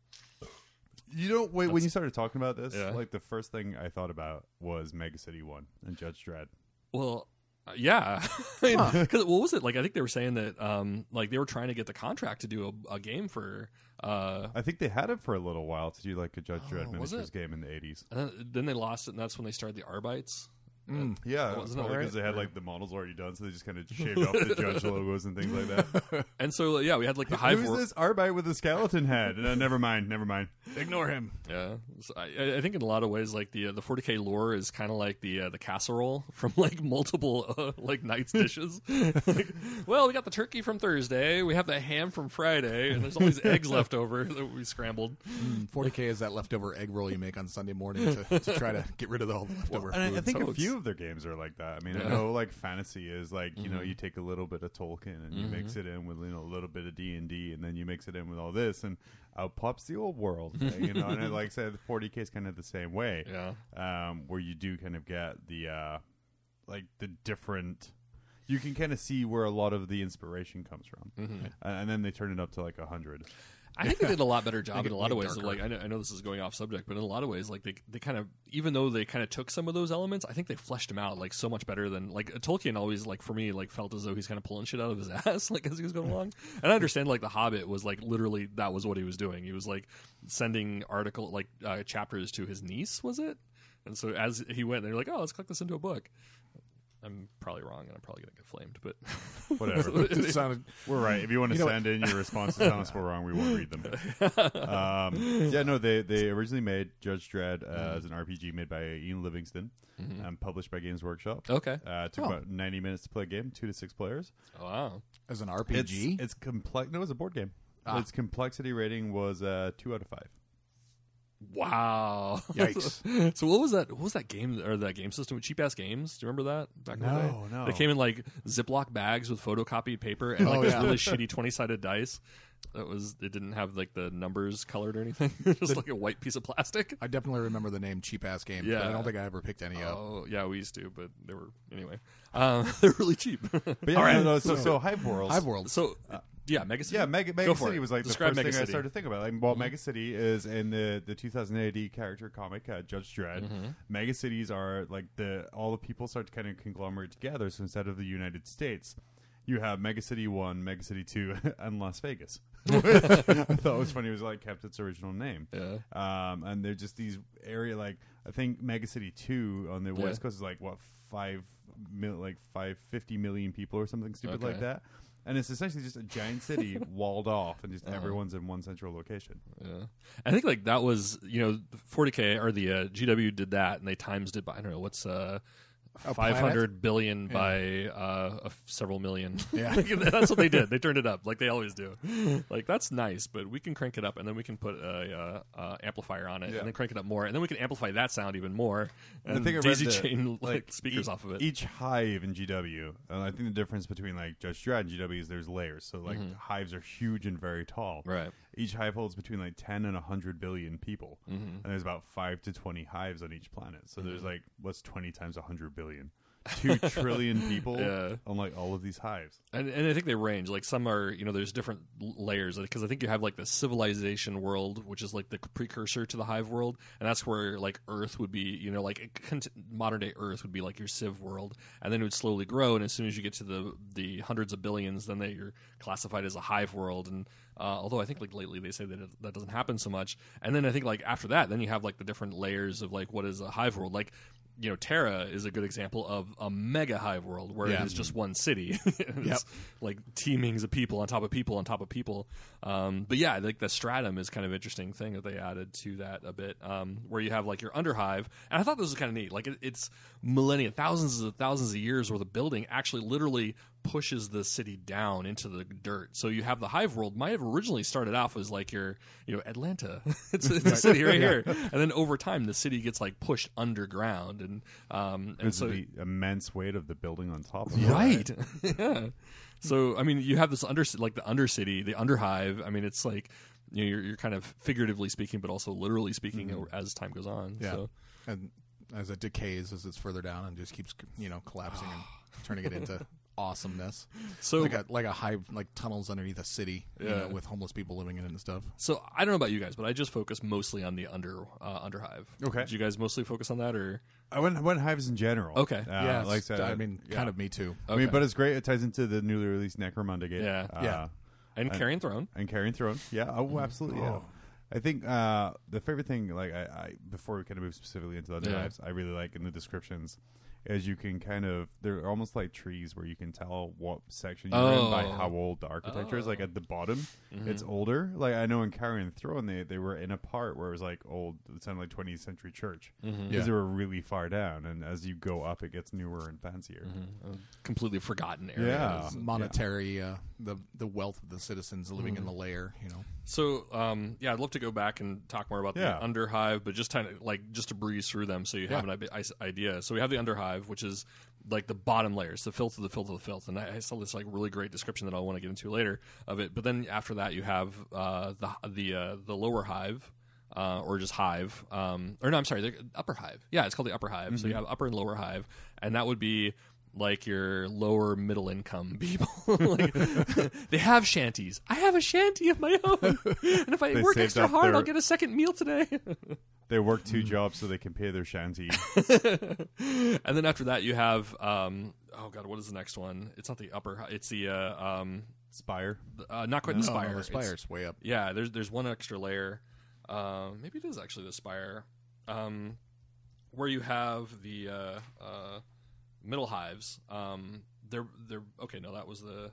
A: You know, wait, when you started talking about this,
B: Yeah.
A: like the first thing I thought about was Mega City One and Judge Dredd.
B: Well, uh, yeah. I mean, 'cause what was it like? I think they were saying that um, like they were trying to get the contract to do a, a game for. Uh,
A: I think they had it for a little while to do like a Judge Dredd
B: Oh, was
A: miniatures
B: it?
A: game in the eighties.
B: and then, then they lost it, and that's when they started the Arbites.
A: Yeah,
B: Wasn't that
A: because
B: right?
A: they had like the models already done, so they just kind of shaved off the Judge logos and things like that.
B: And so yeah, we had like the Hive
A: Who's
B: World.
A: this Arbite with a skeleton head? Uh, never mind, never mind.
C: Ignore him.
B: Yeah, So I, I think in a lot of ways, like the uh, the 40k lore is kind of like the uh, the casserole from like multiple uh, like nights dishes. like, well, we got the turkey from Thursday, we have the ham from Friday, and there's all these eggs left over that we scrambled.
C: 40k is that leftover egg roll you make on Sunday morning to, to try to get rid of the whole leftover.
A: And I, I
C: food.
A: think a
B: totes.
A: few of their games are like that. I mean, I know like fantasy is like you know you take a little bit of Tolkien and you mix it in with you know a little bit of D and D, and then you mix it in with all this, and out pops the old world. eh, you know, and I, like I said, the 40k is kind of the same way.
B: Yeah.
A: um, where you do kind of get the uh, like the different. You can kind of see where a lot of the inspiration comes from, Uh, and then they turn it up to like hundred.
B: I think they did a lot better job
C: Make
B: in
C: it
B: a lot of
C: way
B: ways. Of
C: darker.
B: like I know, I know this is going off subject, but in a lot of ways, like they they kind of even though they kind of took some of those elements, I think they fleshed them out like so much better than like Tolkien always like for me like felt as though he's kind of pulling shit out of his ass like as he was going along. And I understand like the Hobbit was like literally that was what he was doing. He was like sending article like uh, chapters to his niece, was it? And so as he went, they're like, oh, let's click this into a book. I'm probably wrong, and I'm probably gonna get flamed. But
A: Whatever.
C: It sounded
A: We're right. If you want to
C: You know
A: send in your responses, tell us we're wrong. We won't read them. Um, yeah, no, they they originally made Judge Dredd uh, as an RPG made by Ian Livingston and published by Games Workshop.
B: okay,
A: Uh, it took
C: Mm-hmm. Oh.
A: about 90 minutes to play a game, two to six players.
B: wow,
C: as an
A: It's,
C: RPG.
A: it's complex. No, it was a board game.
C: Ah.
A: Its complexity rating was uh, two out of five.
B: wow,
C: Yikes.
B: so what was that? What was that game or that game system? Cheap ass games. Do you remember that back in the day?
A: No, no.
B: They came in like Ziploc bags with photocopied paper and like
C: Oh,
B: this
C: yeah.
B: really shitty twenty sided dice. That was it. Didn't have like the numbers colored or anything. Just like a white piece of plastic.
C: I definitely remember the name Cheap Ass Games, but I
B: Yeah.
C: don't think I ever picked any up.
B: Oh yeah, we used to, but they were anyway. Um, they're really cheap.
A: But yeah, no, no, so, so Hive Worlds.
C: Hive World.
B: Oh, so yeah, Mega City.
A: Uh, Yeah, Mega,
B: Go
A: Mega
B: for
A: City
B: it.
A: was like
B: Describe
A: the first
B: Mega
A: thing I
B: City. Mm-hmm.
A: started to think about. Like, well, Mega City is in the the 2008 character comic uh, Judge Dredd.
B: Mm-hmm.
A: Mega cities are like the all the people start to kind of conglomerate together. So instead of the United States, you have Mega City One, Mega City Two, and Las Vegas. Which I thought was funny. It was like kept its original name.
B: Yeah.
A: Um, and they're just these area like I think Mega City Two on the West
B: Yeah.
A: Coast is like what five mil, like five fifty million people or something stupid
B: Okay.
A: like that. And it's essentially just a giant city walled off, and just everyone's in one central location.
B: Yeah. I think like that was you know 40k or the uh, GW did that and they timesed it by I don't know what's uh. five
C: A planet?
B: hundred billion by uh, a f- several million.
C: Yeah.
B: Like, that's what they did. They turned it up like they always do. Like that's nice, but we can crank it up and then we can put a uh, uh, amplifier on it
A: Yeah.
B: and then crank it up more and then we can amplify that sound even more
A: And
B: and
A: I think I read
B: daisy
A: that, e
B: chain like speakers
A: each,
B: off of it.
A: Each hive in GW, and I think the difference between like Judge Dredd and GW is there's layers. So like hives are huge and very tall.
B: Mm-hmm. Right.
A: Each hive holds between like ten and hundred billion people,
B: Mm-hmm.
A: and there's about five to twenty hives on each planet. So there's like what's twenty times hundred billion. Two trillion people
B: Yeah.
A: on like all of these hives.
B: And, and I think they range. Like some are, you know, there's different l- layers because I think you have like the civilization world, which is like the precursor to the hive world, and that's where like Earth would be, you know, like a cont- modern day Earth would be like your civ world, and then it would slowly grow. And as soon as you get to the the hundreds of billions, then they are classified as a hive world. And uh, although I think like lately they say that it, that doesn't happen so much, and then I think like after that, then you have like the different layers of like what is a hive world, like. You know, Terra is a good example of a mega hive world where
C: Yeah.
B: it is just one city. And it's like teamings of people on top of people on top of people. Um, but yeah, like the stratum is kind of interesting thing that they added to that a bit, um, where you have like your underhive, and I thought this was kind of neat. Like it, it's millennia, thousands of thousands of years where the building actually literally pushes the city down into the dirt. So you have the hive world might have originally started off as like your you know Atlanta, it's, it's a city right here, and then over time the city gets like pushed underground, and um, and
A: It's
B: so
A: the immense weight of the building on top of it.
B: right yeah so i mean you have this under like the undercity the underhive i mean it's like you know, you're, you're kind of figuratively speaking but also literally speaking
A: Mm-hmm.
B: as time goes on
C: Yeah.
B: so
C: And as it decays, as it's further down, and just keeps you know collapsing and turning it into awesomeness,
B: so
C: like a like a hive, like tunnels underneath a city, you
B: Yeah.
C: know, with homeless people living in it and stuff.
B: so i don't know about you guys but i just focus mostly on the under uh, underhive
A: Okay.
B: did you guys mostly focus on that or
A: I went, I went hives in general.
B: Okay.
A: Uh,
C: yeah,
A: like I
C: it's-
A: said,
C: I mean, kind of me too.
A: I mean,
B: Okay.
A: but it's great. It ties into the newly released Necromunda game.
B: Yeah.
A: Uh,
C: Yeah.
B: and carrying throne
A: And carrying throne. Yeah. Oh, absolutely. Yeah. I think uh, the favorite thing, like I, I before we kind of move specifically into the other
B: Yeah.
A: knives, I really like in the descriptions is you can kind of they're almost like trees where you can tell what section you're in by
B: Oh.
A: how old the architecture is. Like at the bottom, it's older. Like I know in Carrion Throne, they they were in a part where it was like old. It sounded like 20th century church because
C: Yeah.
A: they were really far down, and as you go up, it gets newer and fancier.
B: completely forgotten area
A: Yeah.
C: Monetary, uh, the the wealth of the citizens living
B: Mm.
C: in the layer, you know.
B: So um, yeah, I'd love to go back and talk more about
A: Yeah.
B: the underhive, but just kind of like just to breeze through them so you have an i- i- idea. So we have the underhive, which is like the bottom layers, the filth of the filth of the filth, and I, I saw this like really great description that I want to get into later of it. But then after that, you have uh, the the uh, the lower hive. Uh, or just hive, um, or no, I'm sorry, the upper hive. Yeah, it's called the upper hive. So
A: Mm-hmm.
B: you have upper and lower hive, and that would be like your lower middle income people. like, they have shanties. I have a shanty of my own, and if I
A: They
B: work
A: saved
B: extra
A: up
B: hard,
A: their-
B: I'll get a second meal today.
A: They work two jobs so they can pay their shanty.
B: and then after that, you have um, oh god, what is the next one? It's not the upper. hi- It's the uh, um,
A: Spire.
B: uh, not quite the
C: Oh, no,
B: spire.
C: the
B: It's-
C: spires way up.
B: yeah, there's there's one extra layer. Um, maybe it is actually the spire, um, where you have the uh, uh, middle hives. Um, they're they're okay. No, that was the.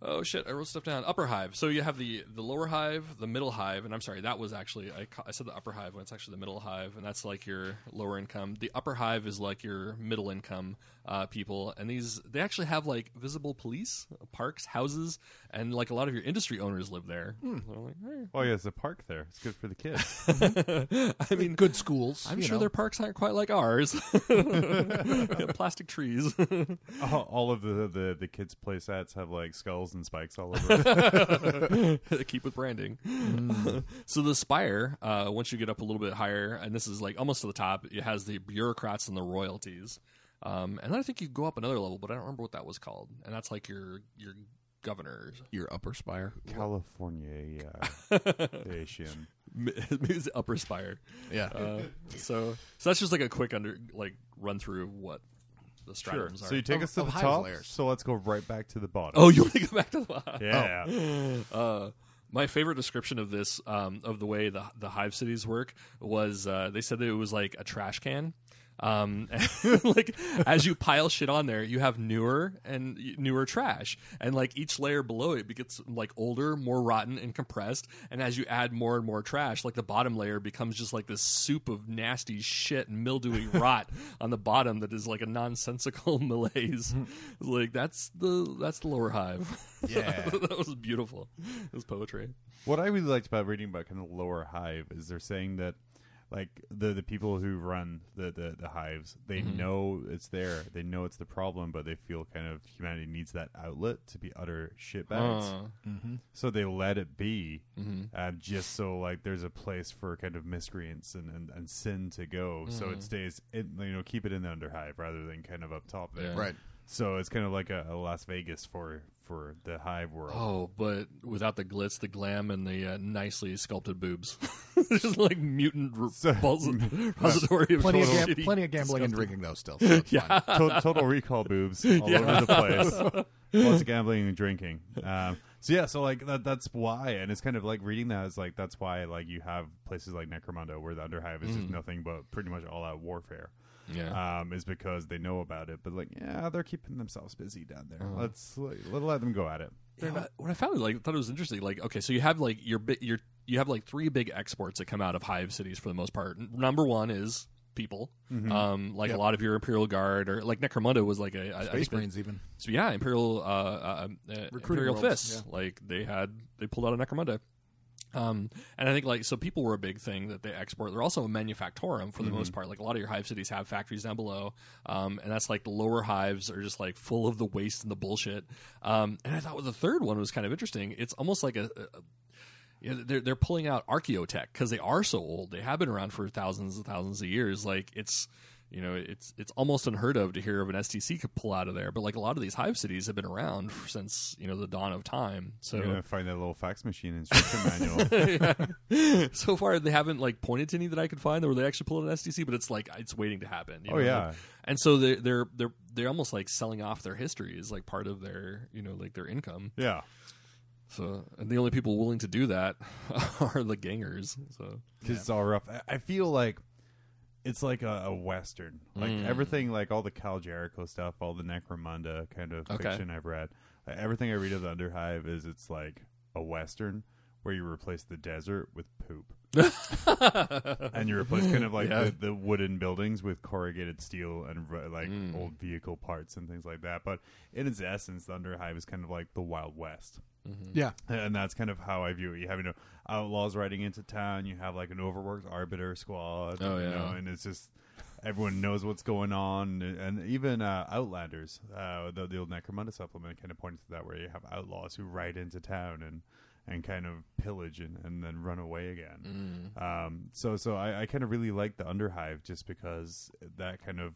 B: Oh shit! I wrote stuff down. Upper hive. So you have the the lower hive, the middle hive, and I'm sorry, that was actually I, ca- I said the upper hive when it's actually the middle hive, and that's like your lower income. The upper hive is like your middle income uh, people, and these they actually have like visible police, parks, houses, and like a lot of your industry owners live there.
C: Hmm.
B: So I'm like, eh.
A: Oh yeah, it's a park there. It's good for the kids.
B: I mean,
C: good schools.
B: I'm
C: you
B: sure
C: know.
B: their parks aren't quite like ours. Plastic trees.
A: all, Oh, all of the, the the kids' play sets have like skulls and spikes all over. it.
B: Keep with branding. so the spire, uh, once you get up a little bit higher, and this is like almost to the top, it has the bureaucrats and the royalties. Um, and I think you go up another level, but I don't remember what that was called. And that's like your your governors.
C: your upper spire.
A: California, Asian.
B: Maybe it's the upper spire.
C: Yeah.
B: Uh, so so that's just like a quick under like run through of what the
A: Sure.
B: stratums are.
A: So you take
C: Of-
A: us to
C: of
A: the
C: highest
A: top.
C: layers.
A: So let's go right back to the bottom.
B: oh, you want to go back to the
A: yeah.
B: Uh, my favorite description of this, um, of the way the the hive cities work, was uh, they said that it was like a trash can. Um, like as you pile shit on there, you have newer and newer trash, and like each layer below it gets like older, more rotten, and compressed. And as you add more and more trash, like the bottom layer becomes just like this soup of nasty shit and mildewy rot on the bottom that is like a nonsensical malaise. like that's the that's the lower hive.
C: Yeah.
B: that was beautiful. It was poetry.
A: What I really liked about reading about kind of the lower hive is they're saying that like the the people who run the the, the hives, they know it's there, they know it's the problem, but they feel kind of humanity needs that outlet to be utter shitbags. So they let it be, uh, just so like there's a place for kind of miscreants and, and, and sin to go. So it stays, in, you know, keep it in the underhive rather than kind of up top there.
B: Yeah.
C: Right.
A: So it's kind of like a, a Las Vegas for for the hive world.
B: Oh, but without the glitz, the glam, and the uh, nicely sculpted boobs. It's just like mutant re-
A: So-
B: balls- repository of
C: Plenty of, gam-
B: shitty-
C: plenty of gambling and drinking though. Still, so it's fine.
A: to- total recall boobs all over the place. Lots of gambling and drinking. Um, so yeah, so like that, that's why, and it's kind of like reading that is like that's why like you have places like Necromunda where the Underhive is just nothing but pretty much all out warfare.
B: Yeah.
A: Um, is because they know about it, but like yeah, they're keeping themselves busy down there. Let's like, let, let them go at it.
B: Yeah, what- what I found, like, thought it was interesting. Like, okay, so you have like your bi- your you have like three big exports that come out of hive cities for the most part. N- Number one is people, um, like a lot of your Imperial Guard or like Necromunda was like a I- I
C: Space
B: think they-
C: Marines even.
B: So yeah, Imperial uh, uh, uh,
C: Recruiting
B: Imperial
C: worlds,
B: Fists. Like they had, they pulled out a Necromunda. Um, and I think like so, people were a big thing that they export. They're also a manufactorum for the
C: Mm-hmm.
B: most part. Like a lot of your hive cities have factories down below, um, and that's like the lower hives are just like full of the waste and the bullshit. Um, and I thought the third one was kind of interesting. It's almost like a, a yeah, they're they're pulling out Archaeotech because they are so old. They have been around for thousands and thousands of years. Like it's you know it's it's almost unheard of to hear of an STC could pull out of there. But like a lot of these hive cities have been around f- since you know the dawn of time.
A: You're
B: So
A: gonna find that little fax machine instruction manual.
B: so far they haven't like pointed to any that I could find where they actually pulled an STC. But it's like it's waiting to happen. you
A: Oh,
B: know?
A: yeah.
B: and so they're they're they're they're almost like selling off their history is like part of their you know like their income.
A: Yeah,
B: So and the only people willing to do that are the gangers. So.
A: because it's all rough. I, I feel like it's like a, a western, like
B: Mm.
A: everything, like all the Cal Jericho stuff, all the Necromunda kind of
B: Okay.
A: fiction I've read. Like, everything I read of the Underhive is it's like a western where you replace the desert with poop. and you replace kind of like
B: Yeah.
A: the, the wooden buildings with corrugated steel and re- like
B: Mm.
A: old vehicle parts and things like that. But in its essence, the Underhive is kind of like the Wild West
C: Yeah.
A: and that's kind of how I view it. You have you know outlaws riding into town. You have like an overworked arbiter squad.
B: Oh,
A: you
B: yeah.
A: know, and it's just everyone knows what's going on. And, and even uh, Outlanders, uh, the, the old Necromunda supplement, kind of pointed to that, where you have outlaws who ride into town and and kind of pillage and, and then run away again.
B: Mm.
A: Um, so so I, I kind of really like the Underhive just because that kind of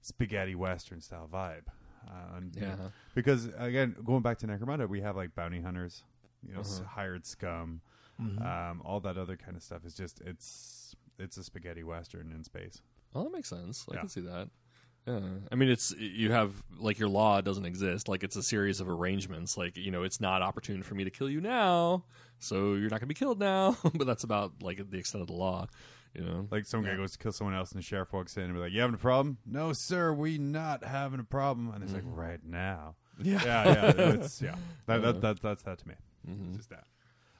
A: spaghetti western style vibe. Uh, and, you know,
B: Yeah.
A: because again, going back to Necromunda, we have like bounty hunters, you know, s
C: Uh-huh.
A: hired scum,
C: Mm-hmm.
A: um, all that other kind of stuff. Is just it's it's a spaghetti western in space.
B: Well, that makes sense. I
A: Yeah.
B: can see that. Yeah. I mean, it's you have like your law doesn't exist. Like it's a series of arrangements. Like you know, it's not opportune for me to kill you now, so you're not going to be killed now. but that's about like the extent of the law. You know,
A: Like some guy goes to kill someone else, and the sheriff walks in and be like, "You having a problem?" No, sir, we not having a problem. And it's
C: Mm-hmm.
A: like, right now. Yeah, yeah, yeah. It's, yeah. That,
C: Uh-huh.
A: that, that, that's that to me.
C: Mm-hmm.
A: It's just that.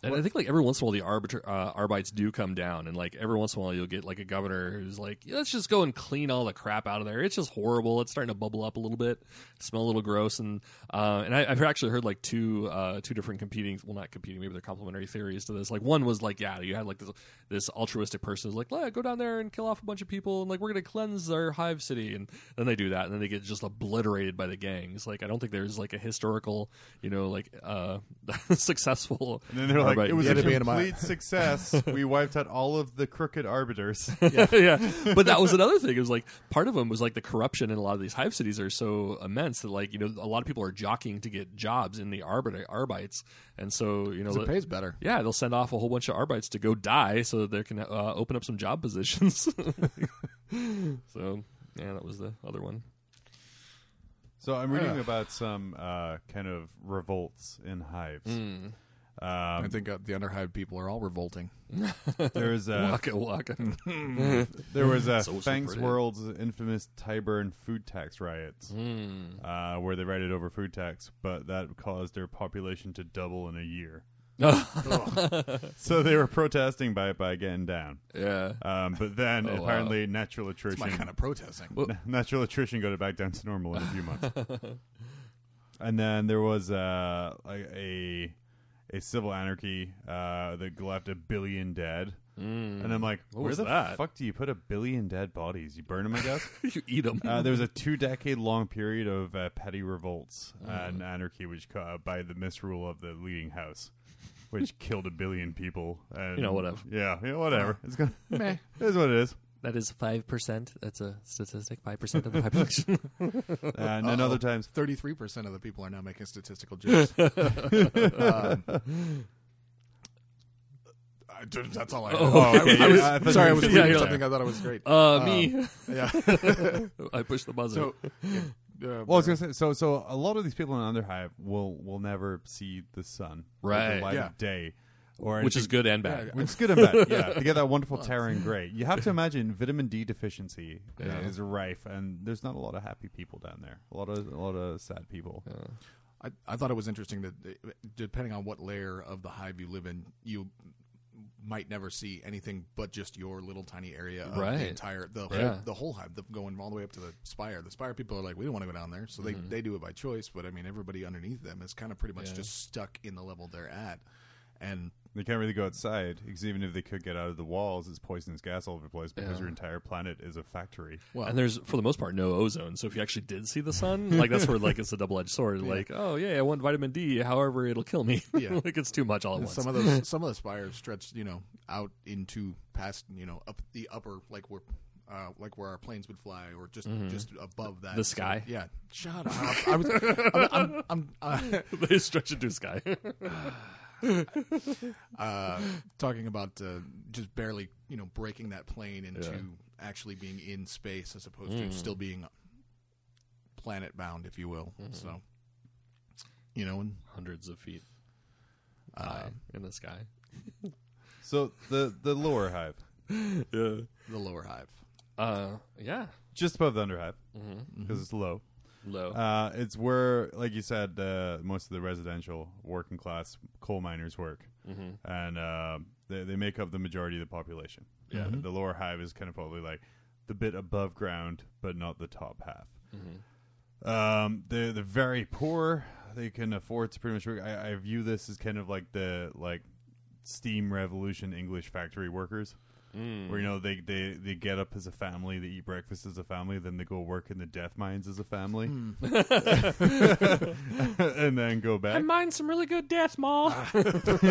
B: And I think like every once in a while the arbiter uh, arbites do come down, and like every once in a while you'll get like a governor who's like, "Yeah, let's just go and clean all the crap out of there. It's just horrible. It's starting to bubble up a little bit, smell a little gross, and uh, and I, I've actually heard like two uh, two different competing, well not competing, maybe they're complementary theories to this. Like one was like, yeah, you had like this this altruistic person who's like, "Let go down there and kill off a bunch of people, and like we're gonna cleanse their hive city, and then they do that, and then they get just obliterated by the gangs. Like I don't think there's like a historical, you know, like uh, successful.
A: And then they're like,
B: Arbite.
A: "It was
C: Yeah,
A: a
C: to be in my-
A: complete success. We wiped out all of the crooked arbiters."
B: yeah. But that was another thing. It was like part of them was like the corruption in a lot of these hive cities are so immense that like you know a lot of people are jockeying to get jobs in the arbiter arbites, and so you know.
C: Because it
B: the-
C: pays better.
B: yeah, they'll send off a whole bunch of arbites to go die so that they can uh, open up some job positions. so, yeah, that was the other one.
A: So I'm reading about some uh, kind of revolts in hives.
C: Mm.
A: Um,
C: I think uh, the underhive people are all revolting.
A: There was a
B: Waka waka.
A: there was a
B: So
A: Fangs
B: secretive.
A: World's infamous Tyburn food tax riots,
B: Hmm.
A: uh, where they rioted over food tax, but that caused their population to double in a year. so they were protesting by by getting down,
B: yeah.
A: um, but then
B: Oh, wow.
A: apparently natural attrition.
C: My kind of protesting.
A: Na- natural attrition go to back down to normal in a few months. and then there was uh, like a a civil anarchy uh, that left a billion dead. And I'm like, where
B: Mm. was
A: the
B: that?
A: fuck do you put a billion dead bodies? You burn them, I guess.
B: you eat them.
A: Uh, there was a two decade long period of uh, petty revolts
B: Mm.
A: and anarchy, which ca- uh, by the misrule of the leading house, which killed a billion people. And,
B: You know, whatever. Uh.
A: Yeah, yeah, whatever. It's gonna.
C: Meh.
A: it is what it is.
B: that is 5%. That's a statistic 5% of the population.
A: And then other times,
C: 33% of the people are now making statistical jokes. um, I- that's all I
A: Oh, okay.
C: I, I was,
A: Yeah, Oh. I thought
C: sorry, I
A: you
C: was
A: were-
C: reading
B: yeah.
C: something I thought it was great.
B: uh,
A: Um,
B: me.
C: yeah.
B: I pushed the buzzer.
C: So, yeah, uh,
A: Well, I was gonna say so. So a lot of these people in Underhive will will never see the sun, or
B: Right.
A: The light
C: Yeah.
A: of day, or
B: which is
A: anything-
B: good and bad.
A: Which is good and bad. Yeah, they get that wonderful Terran gray. You have to imagine vitamin D deficiency uh,
B: Yeah.
A: is rife, and there's not a lot of happy people down there. A lot of a lot of sad people.
C: I, I thought it was interesting that uh, depending on what layer of the hive you live in, you might never see anything but just your little tiny area of
B: Right.
C: the entire the
B: Yeah.
C: whole, the whole hive the, going all the way up to the spire the spire people are like we don't want to go down there so
B: Mm-hmm.
C: they, they do it by choice but i mean everybody underneath them is kind of pretty much just stuck in the level they're at and
A: They can't really go outside because even if they could get out of the walls, it's poisonous gas all over the place because your entire planet is a factory.
C: Well-
B: and there's for the most part no ozone. So if you actually did see the sun, like that's where like it's a double edged sword. Like oh yeah, I want vitamin D. However, it'll kill me.
C: Yeah.
B: like it's too much all at once.
C: some of those some of the spires stretch you know out into past you know up the upper like where uh, like where our planes would fly, or just just above
B: Mm-hmm.
C: that,
B: The
C: So,
B: sky?
C: yeah, shut up. I was, I'm, I'm, I'm uh,
B: they stretch into the sky.
C: uh, talking about uh, just barely, you know, breaking that plane into actually being in space as opposed to
B: Mm.
C: still being planet bound, if you will.
B: Mm-hmm.
C: So, you know, and
B: Hundreds of feet high in the sky.
A: So the the lower hive,
B: Yeah.
C: the lower hive.
B: Uh. Yeah.
A: just above the underhive,
B: Mm-hmm.
A: because it's low.
B: Low.
A: Uh, it's where, like you said, uh, most of the residential working class coal miners work, and uh, they, they make up the majority of the population. Yeah, the lower hive is kind of probably like the bit above ground, but not the top half. Um, they're they're very poor. They can afford to pretty much work. I, I view this as kind of like the like steam revolution English factory workers. Where you know they, they, they get up as a family, they eat breakfast as a family, then they go work in the death mines as a family, and then go back.
B: mine some really good death mall.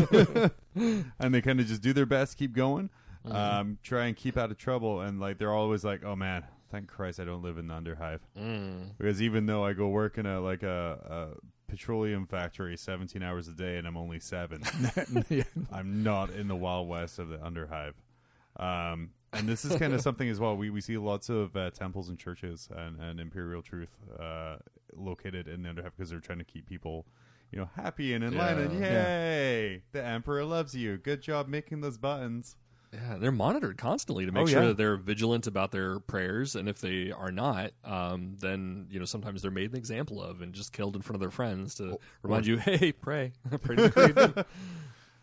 A: and they kind of just do their best, keep going, um, try and keep out of trouble, and like they're always like, "Oh man, thank Christ I don't live in the underhive," because even though I go work in a like a, a petroleum factory seventeen hours a day and I'm only seven, I'm not in the wild west of the underhive. Um, and this is kind of something as well. We we see lots of uh, temples and churches and, and imperial truth uh, located in the underhive because they're trying to keep people, you know, happy and in line. And
B: Yeah.
A: yay, the emperor loves you. Good job making those buttons.
B: Yeah, they're monitored constantly to make
A: Oh,
B: sure
A: yeah.
B: that they're vigilant about their prayers, and if they are not, um, then you know sometimes they're made an example of and just killed in front of their friends to remind you, hey, pray, pray to the creator."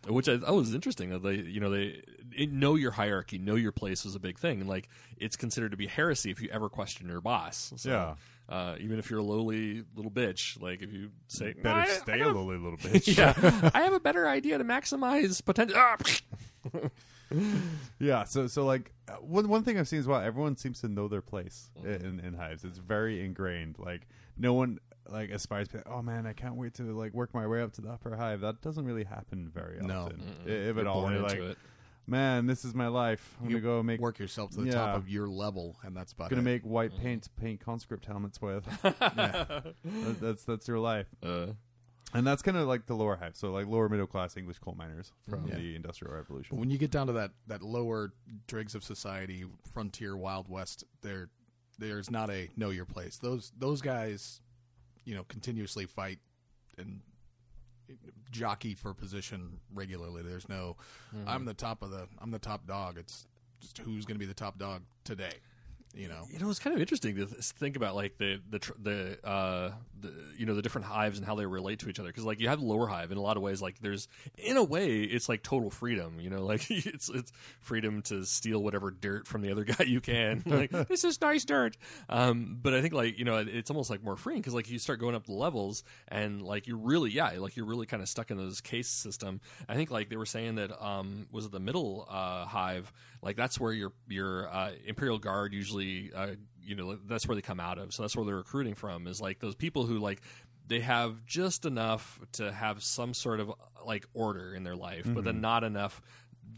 B: Which I thought was interesting. That they, you know, they it, know your hierarchy, know your place was a big thing, and like it's considered to be heresy if you ever question your boss. So,
A: Yeah.
B: uh, even if you're a lowly little bitch, like if you say, "No,
A: Better
B: I- I
A: stay
B: don't-
A: a lowly little bitch.
B: yeah, I have a better idea to maximize potential. Ah,
A: Yeah, so so like uh, one one thing I've seen as well, everyone seems to know their place i- in, in hives. It's very ingrained. Like no one like aspires to. be like, Oh man, I can't wait to like work my way up to the upper hive. That doesn't really happen very
C: No.
A: often, i- if at
B: You're
A: all.
B: born
A: You're
B: into
A: like,
B: it.
A: man, this is my life. I'm
C: You
A: gonna go make
C: Work yourself to the
A: Yeah.
C: top of your level, and that's about
A: gonna
C: it.
A: make white paint paint conscript helmets with. That- that's that's your life,
B: Uh,
A: and that's kind of like the lower hive. So like lower middle class English coal miners from
C: Yeah.
A: the Industrial Revolution.
C: But when you get down to that that lower dregs of society, frontier, wild west, there there's not a know your place. Those those guys, you know, continuously fight and jockey for position regularly. There's no I'm the top of the I'm the top dog. It's just who's going to be the top dog today, you know.
B: you know, it's kind of interesting to th- think about like the the tr- the, uh, the you know the different hives and how they relate to each other. Because like you have the lower hive in a lot of ways. Like there's in a way it's like total freedom. You know, like it's it's freedom to steal whatever dirt from the other guy you can. like this is nice dirt. Um, but I think like you know it- it's almost like more freeing because like you start going up the levels and like you really yeah like you're really kind of stuck in those case system. I think like they were saying that um, was it the middle uh, hive like that's where your your uh, imperial guard usually uh, you know that's where they come out of so that's where they're recruiting from is like those people who like they have just enough to have some sort of like order in their life but then not enough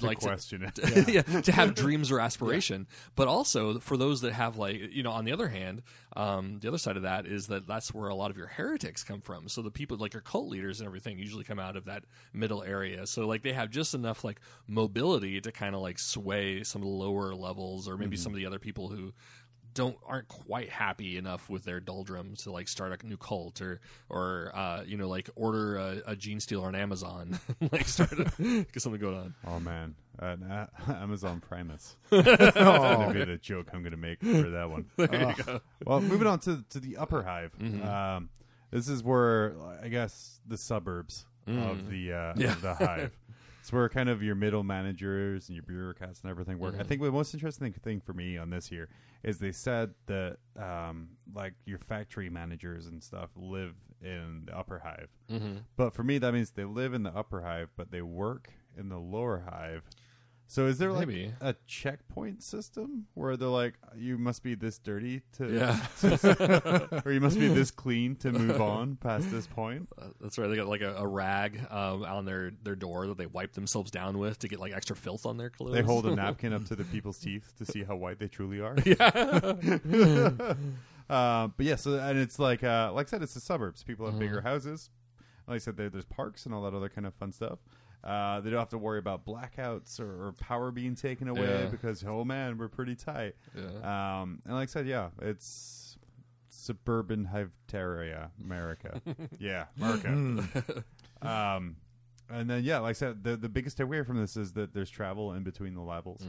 B: like to,
A: question it.
B: yeah. to have dreams or aspiration. But also for those that have like you know, on the other hand, um, the other side of that is that that's where a lot of your heretics come from. So the people like your cult leaders and everything usually come out of that middle area. So like they have just enough like mobility to kind of like sway some of the lower levels or maybe some of the other people who don't aren't quite happy enough with their doldrums to like start a new cult or or uh, you know like order a, a gene stealer on Amazon like start a, get something going on.
A: Oh man, an a- Amazon Primus. That's gonna be the joke I'm gonna make for that one. Ugh. Well, moving on to to the upper hive.
B: Mm-hmm.
A: Um, this is where I guess the suburbs of the uh,
B: Mm. Yeah.
A: of the hive. It's where kind of your middle managers and your bureaucrats and everything
B: Mm-hmm.
A: work. I think the most interesting thing for me on this here is they said that um, like your factory managers and stuff live in the upper hive,
B: Mm-hmm.
A: but for me that means they live in the upper hive, but they work in the lower hive. So is there
B: Maybe.
A: like a checkpoint system where they're like, you must be this dirty to,
B: Yeah.
A: or you must be this clean to move on past this point?
B: Uh, That's right. They got like a, a rag um, on their, their door that they wipe themselves down with to get like extra filth on their clothes.
A: They hold a napkin up to the people's teeth to see how white they truly are. Uh, but yeah, so and it's like uh, like I said, it's the suburbs. People have
B: Uh-huh.
A: bigger houses. Like I said, there, there's parks and all that other kind of fun stuff. Uh, they don't have to worry about blackouts or, or power being taken away
B: Yeah.
A: because oh man, we're pretty tight.
B: Yeah.
A: Um, and like I said, yeah, it's suburban hive terria America. yeah, America. um, and then yeah, like I said, the the biggest takeaway from this is that there's travel in between the levels,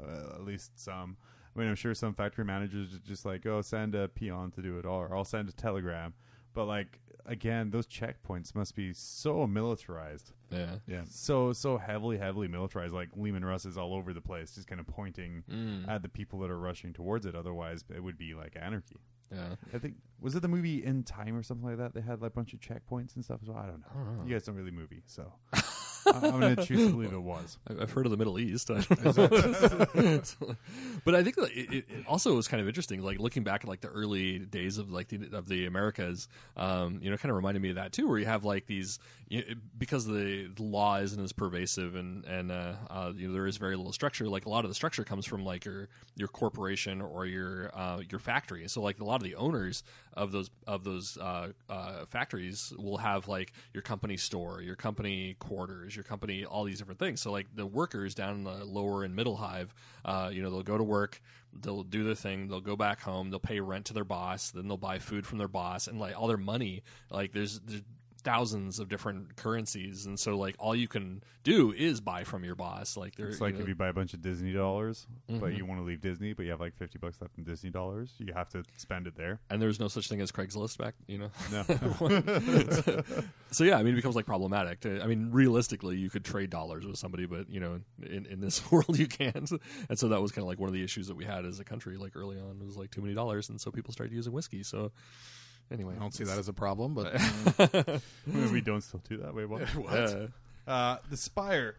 A: uh, at least some. I mean, I'm sure some factory managers are just like, oh, send a peon to do it, all, or I'll send a telegram. But like again, those checkpoints must be so militarized,
B: Yeah.
C: Yeah.
A: so so heavily, heavily militarized. Like Lehman Russ is all over the place, just kind of pointing at the people that are rushing towards it. Otherwise, it would be like anarchy.
B: Yeah.
A: I think was it the movie In Time or something like that? They had like a bunch of checkpoints and stuff as well. I don't know. You guys don't really movie, so I- I'm gonna choose to believe it was.
B: I- I've heard of the Middle East. I don't know. but I think that it, it it also was kind of interesting, like looking back at like the early days of like the, of the Americas. Um, you know, kind of reminded me of that too, where you have like these you because the law isn't as pervasive and and uh, uh, you know there is very little structure. Like a lot of the structure comes from like your your corporation or your uh, your factory. So like a lot of the owners of those of those uh, uh, factories will have like your company store, your company quarters, your company all these different things. So like the workers down in the lower and middle hive, uh, you know, they'll go to work, they'll do their thing, they'll go back home, they'll pay rent to their boss, then they'll buy food from their boss, and like all their money, like there's, there's thousands of different currencies, and so like all you can do is buy from your boss. Like there,
A: It's like
B: you know,
A: if you buy a bunch of Disney dollars, but you want to leave Disney, but you have like fifty bucks left in Disney dollars, you have to spend it there.
B: and there was no such thing as Craigslist back, you know.
A: No,
B: so, so, yeah, I mean, it becomes like problematic. To, I mean, realistically, you could trade dollars with somebody, but you know, in, in this world, you can't. And so that was kind of like one of the issues that we had as a country, like early on, it was like too many dollars, and so people started using whiskey. So anyway,
C: I don't see that as a problem, but
A: we don't still do that. Wait, what?
B: uh,
A: Mm-hmm. Uh, the spire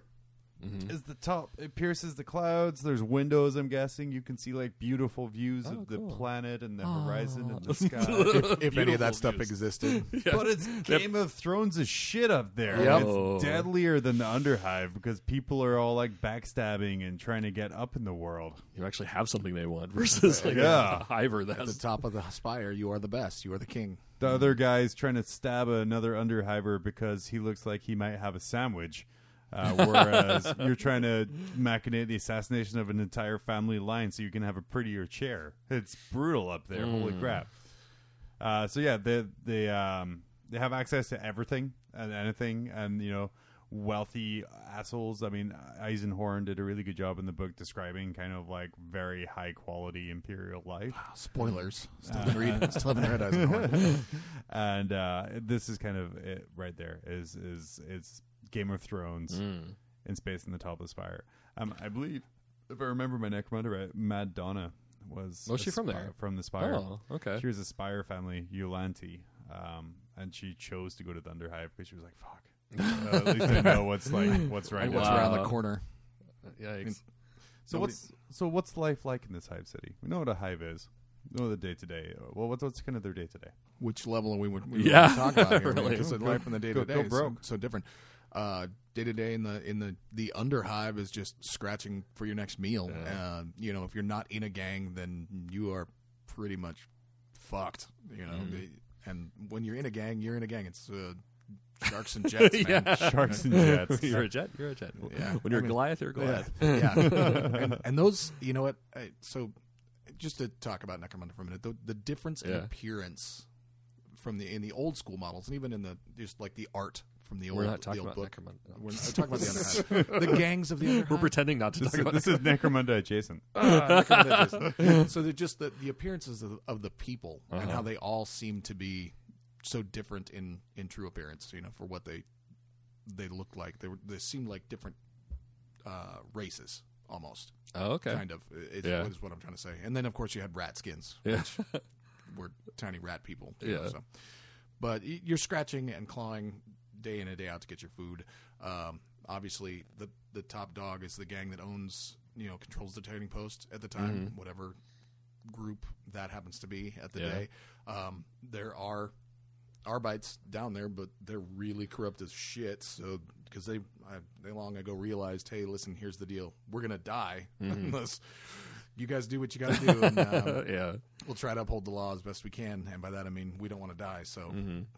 A: is the top. It pierces the clouds. There's windows. I'm guessing you can see like beautiful views of the planet and the horizon and the sky.
C: if, if any of that
B: Beautiful
C: stuff
B: views.
C: existed,
A: But it's Game of Thrones is shit up there.
C: Yep.
A: It's deadlier than the Underhive because people are all like backstabbing and trying to get up in the world.
B: you actually have something they want versus like
A: Yeah.
B: a hiver
C: at the
B: that's
C: top of the spire, you are the best. You are the king.
A: The other guy's trying to stab another Underhiver because he looks like he might have a sandwich. Uh, whereas you're trying to machinate the assassination of an entire family line so you can have a prettier chair. It's brutal up there. Holy crap. Uh, so yeah, they they um they have access to everything and anything, and you know, wealthy assholes. I mean, Eisenhorn did a really good job in the book describing kind of like very high quality imperial life.
C: Spoilers. Still haven't read. Still haven't read Eisenhower.
A: and uh, this is kind of it right there is is it's Game of Thrones
B: Mm.
A: in space in the top of the spire. Um, I believe if I remember my necromunda right, Mad Donna was
B: Was
A: a
B: Oh, she from
A: spi-
B: there?
A: from the spire.
B: Oh, okay.
A: She was a spire family, Yulanti, um, and she chose to go to Thunderhive because she was like, "Fuck." uh, at least I know what's like what's right.
C: What's
A: now.
C: around the
B: Wow.
C: corner?
B: yikes.
A: So what's so what's life like in this hive city? We know what a hive is. We know the day to day. Well, what's what's kind of their day to day?
C: Which level are we would we
B: Yeah,
C: yeah, talk about here?
B: really.
C: Because life in the day
A: go
C: to day is so,
A: broke.
C: so different. Day to day in the in the the underhive is just scratching for your next meal. Uh, you know, if you're not in a gang, then you are pretty much fucked. You know,
B: Mm-hmm.
C: and when you're in a gang, you're in a gang. It's uh, sharks and jets, man.
A: Sharks and jets.
B: You're a jet. You're a jet.
C: Yeah.
B: When you're
C: I mean-
B: Goliath, you're Goliath.
C: Yeah. yeah. and, and those, you know what? I, so just to talk about Necromunda for a minute, the, the difference in
B: Yeah.
C: appearance from the in the old school models and even in the just like the art from the old,
B: We're not
C: the
B: talking
C: old
B: about
C: book.
B: Necromunda. No.
C: We're not talking about the Underhive. the gangs of the Underhive.
B: We're pretending not to
A: This,
B: talk
A: is,
B: about Uh-huh.
A: this is Necromunda adjacent.
C: so they're just the, the appearances of, of the people and
B: Uh-huh.
C: how they all seem to be so different in in true appearance you know for what they they look like they were they seem like different uh races almost
B: Oh, okay.
C: kind of is,
B: Yeah.
C: is what i'm trying to say and then of course you had rat skins
B: Yeah.
C: were tiny rat people you know,
B: Yeah.
C: so. but y- you're scratching and clawing day in and day out to get your food um obviously the the top dog is the gang that owns you know controls the trading post at the time whatever group that happens to be at the
B: Mm-hmm. Yeah.
C: day. Um, there are Arbites down there, but they're really corrupt as shit. So because they I, they long ago realized, hey, listen, here's the deal: we're gonna die
B: Mm-hmm.
C: unless you guys do what you got to do. And, um,
B: yeah.
C: we'll try to uphold the law as best we can, and by that I mean we don't want to die. So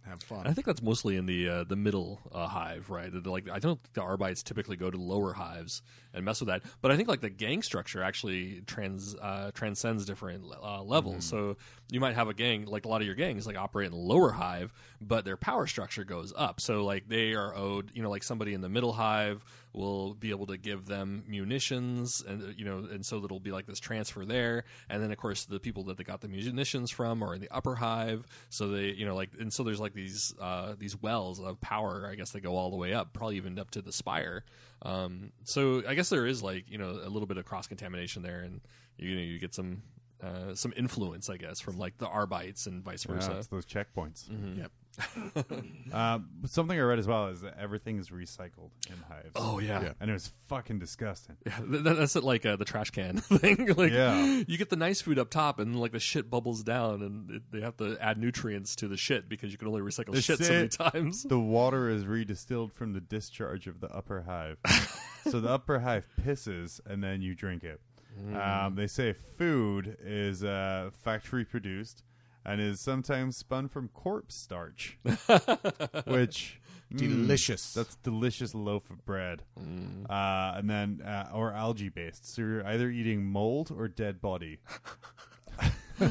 C: have fun.
B: And I think Mm-hmm. that's mostly in the uh, the middle uh, hive, right? That, Like I don't think the arbites typically go to lower hives and mess with that, but I think like the gang structure actually trans uh, transcends different uh, levels.
A: Mm-hmm.
B: So you might have a gang, like a lot of your gangs, like operate in the lower hive, but their power structure goes up. So like they are owed, you know, like somebody in the middle hive will be able to give them munitions, and uh, you know, and so there'll be like this transfer there, and then of course the people that they got the munitions from are in the upper hive, so they, you know, like and so there's like these uh, these wells of power. I guess they go all the way up, probably even up to the spire. Um, so I guess there is like you know a little bit of cross contamination there, and you know you get some. Uh, some influence, I guess, from like the Arbites and vice
A: Yeah,
B: versa.
A: it's those checkpoints.
B: Mm-hmm.
C: Yep.
A: Uh, something I read as well is that everything is recycled in hives.
B: Oh yeah,
A: and it was fucking disgusting.
B: Th- th- that's it, like uh, the trash can thing. like,
A: Yeah.
B: you get the nice food up top, and like the shit bubbles down, and it, they have to add nutrients to the shit because you can only recycle
A: The
B: shit, so many
A: shit.
B: times.
A: The water is redistilled from the discharge of the upper hive, so the upper hive pisses, and then you drink it.
B: Mm.
A: Um, they say food is uh, factory produced and is sometimes spun from corpse starch, which mm,
C: Delicious.
A: That's delicious loaf of bread, uh, and then uh, or algae based. So you're either eating mold or dead body.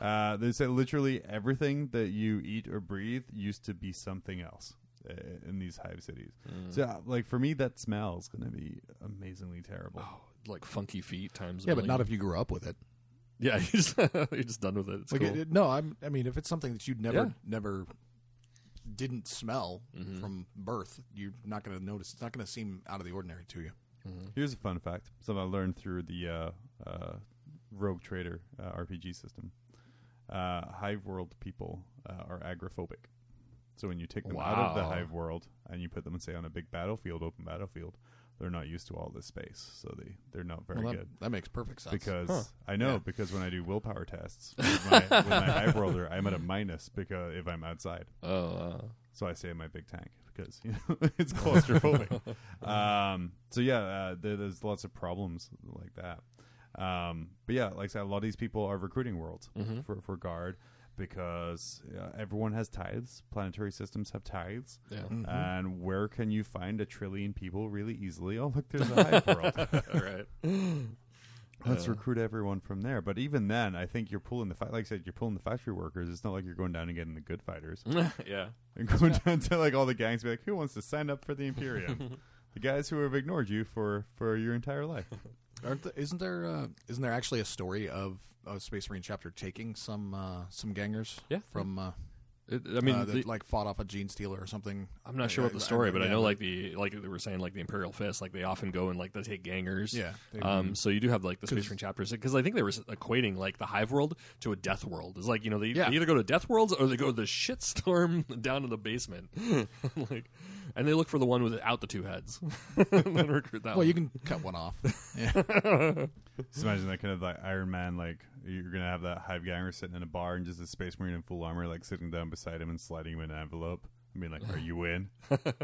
A: Uh, they said literally everything that you eat or breathe used to be something else uh, in these hive cities. So, uh, like for me, that smell is going to be amazingly terrible.
B: like funky feet times. a
C: Yeah, but
B: million.
C: not if you grew up with it.
B: Yeah, you're just, you're just done with it. It's
C: Like,
B: cool.
C: it- it- no, I'm, I mean, if it's something that you never,
B: Yeah. Mm-hmm.
C: never didn't smell from birth, you're not going to notice. It's not going to seem out of the ordinary to you.
A: Here's a fun fact: something I learned through the uh, uh, Rogue Trader uh, RPG system. Uh, hive world people uh, are agoraphobic. So when you take them out of the
B: Wow.
A: hive world and you put them, say, on a big battlefield, open battlefield, they're not used to all this space, so they they're not very
C: Well, that,
A: good.
C: that makes perfect sense.
A: because I know because when I do willpower tests with my, with my hive roller, I'm at a minus because if I'm outside,
B: oh, wow.
A: so I stay in my big tank because you know it's claustrophobic. um, so yeah, uh, there, there's lots of problems like that. Um, but yeah, like I said, a lot of these people are recruiting worlds for for guard because uh, everyone has tithes. Planetary systems have tithes.
B: yeah.
A: And where can you find a trillion people really easily? Oh, look, there's a hive world.
B: All right.
A: Let's recruit everyone from there. But even then, I think you're pulling the fa- like I said, you're pulling the factory workers. It's not like you're going down and getting the good fighters.
B: yeah.
A: and going down to like all the gangs, be like, who wants to sign up for the Imperium? the guys who have ignored you for for your entire life.
C: Aren't the- isn't there uh, isn't there actually a story of a Space Marine chapter taking some uh, some gangers
B: Yeah.
C: from uh,
B: It- I mean,
C: uh, that,
B: the-
C: like fought off a gene stealer or something?
B: I'm not sure
C: I-
B: about
C: I-
B: the story, but I
C: yeah,
B: know like the like they were saying like the Imperial Fist, like they often go and like they take gangers.
C: Yeah, they-
B: Um. So you do have like the Space
C: 'Cause-
B: Marine chapters because I think they were s- equating like the Hive World to a Death World. It's like you know they,
C: Yeah.
B: they either go to Death Worlds or they go to the shitstorm down in the basement, like, and they look for the one without the two heads. and then recruit that.
C: Well, you
B: one.
C: can cut one off.
A: Just imagine that kind of like Iron Man, like you're gonna have that hive ganger sitting in a bar and just a space marine in full armor, like sitting down beside him and sliding him an envelope. I mean, like, are you in? but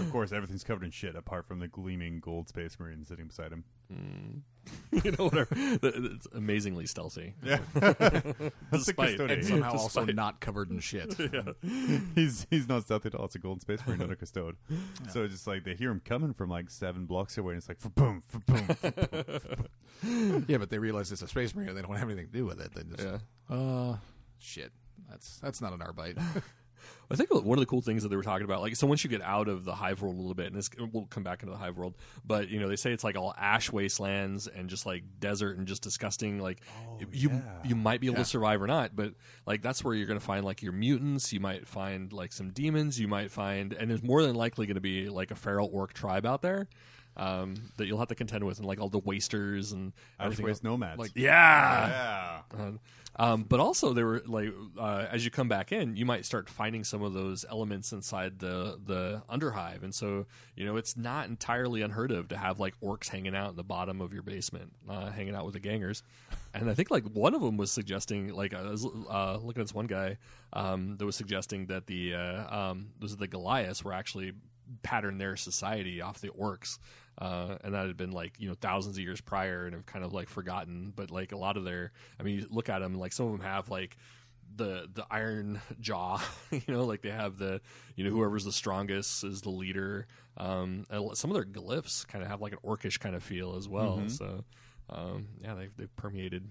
A: of course, everything's covered in shit apart from the gleaming gold space marine sitting beside him.
B: you know whatever. It's amazingly stealthy.
A: Yeah. That's a
B: Despite-
A: custodian.
B: and
A: He-
C: Somehow also
B: Despite-
C: not covered in shit.
A: he's he's not stealthy at all. It's a golden space marine, not a custode. So it's just like they hear him coming from like seven blocks away, and it's like boom, boom.
C: yeah, but they realize it's a Space Marine. and They don't have anything to do with it. They just,
B: Yeah.
C: uh, shit. That's that's not an arbite.
B: I think one of the cool things that they were talking about, like, so once you get out of the hive world a little bit, and this we'll come back into the hive world, but you know, they say it's like all ash wastelands and just like desert and just disgusting. Like, you you might be able to survive or not, but like that's where you're going to find like your mutants. You might find like some demons. You might find, and there's more than likely going to be like a feral orc tribe out there um, that you'll have to contend with, and like all the wasters and
A: Ash
B: everything
A: waste
B: else.
A: nomads.
B: Like, yeah,
A: yeah.
B: um, but also, they were like, uh, as you come back in, you might start finding some of those elements inside the the underhive, and so you know it's not entirely unheard of to have like orcs hanging out in the bottom of your basement, uh, hanging out with the gangers. And I think like one of them was suggesting, like I was uh, looking at this one guy um, that was suggesting that the uh, um, those the Goliaths were actually patterned their society off the orcs uh, and that had been like you know thousands of years prior and have kind of like forgotten but like a lot of their i mean you look at them like some of them have like the the iron jaw you know like they have the you know whoever's the strongest is the leader um and a lot- some of their glyphs kind of have like an orcish kind of feel as well so um yeah they've, they've permeated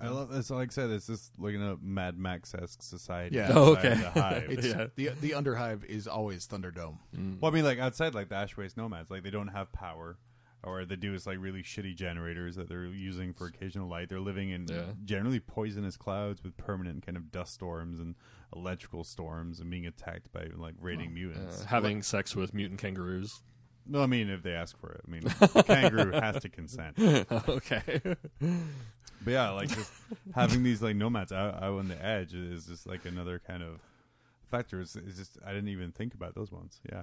A: I love this. Like I said, it's just looking at Mad Max esque society.
C: Yeah.
A: outside
B: Oh, okay.
A: The hive.
C: It's,
B: Yeah.
C: The the underhive is always Thunderdome.
A: well, I mean, like outside, like the ash waste nomads, like they don't have power. Or they do is like really shitty generators that they're using for occasional light. They're living in
B: Yeah.
A: generally poisonous clouds with permanent kind of dust storms and electrical storms and being attacked by like raiding mutants.
B: uh, having sex with mutant kangaroos
A: No, I mean if they ask for it. I mean, the kangaroo has to consent. But
B: okay
A: yeah, like just having these like nomads out, out on the edge is just like another kind of factor. It's, it's just I didn't even think about those ones. Yeah,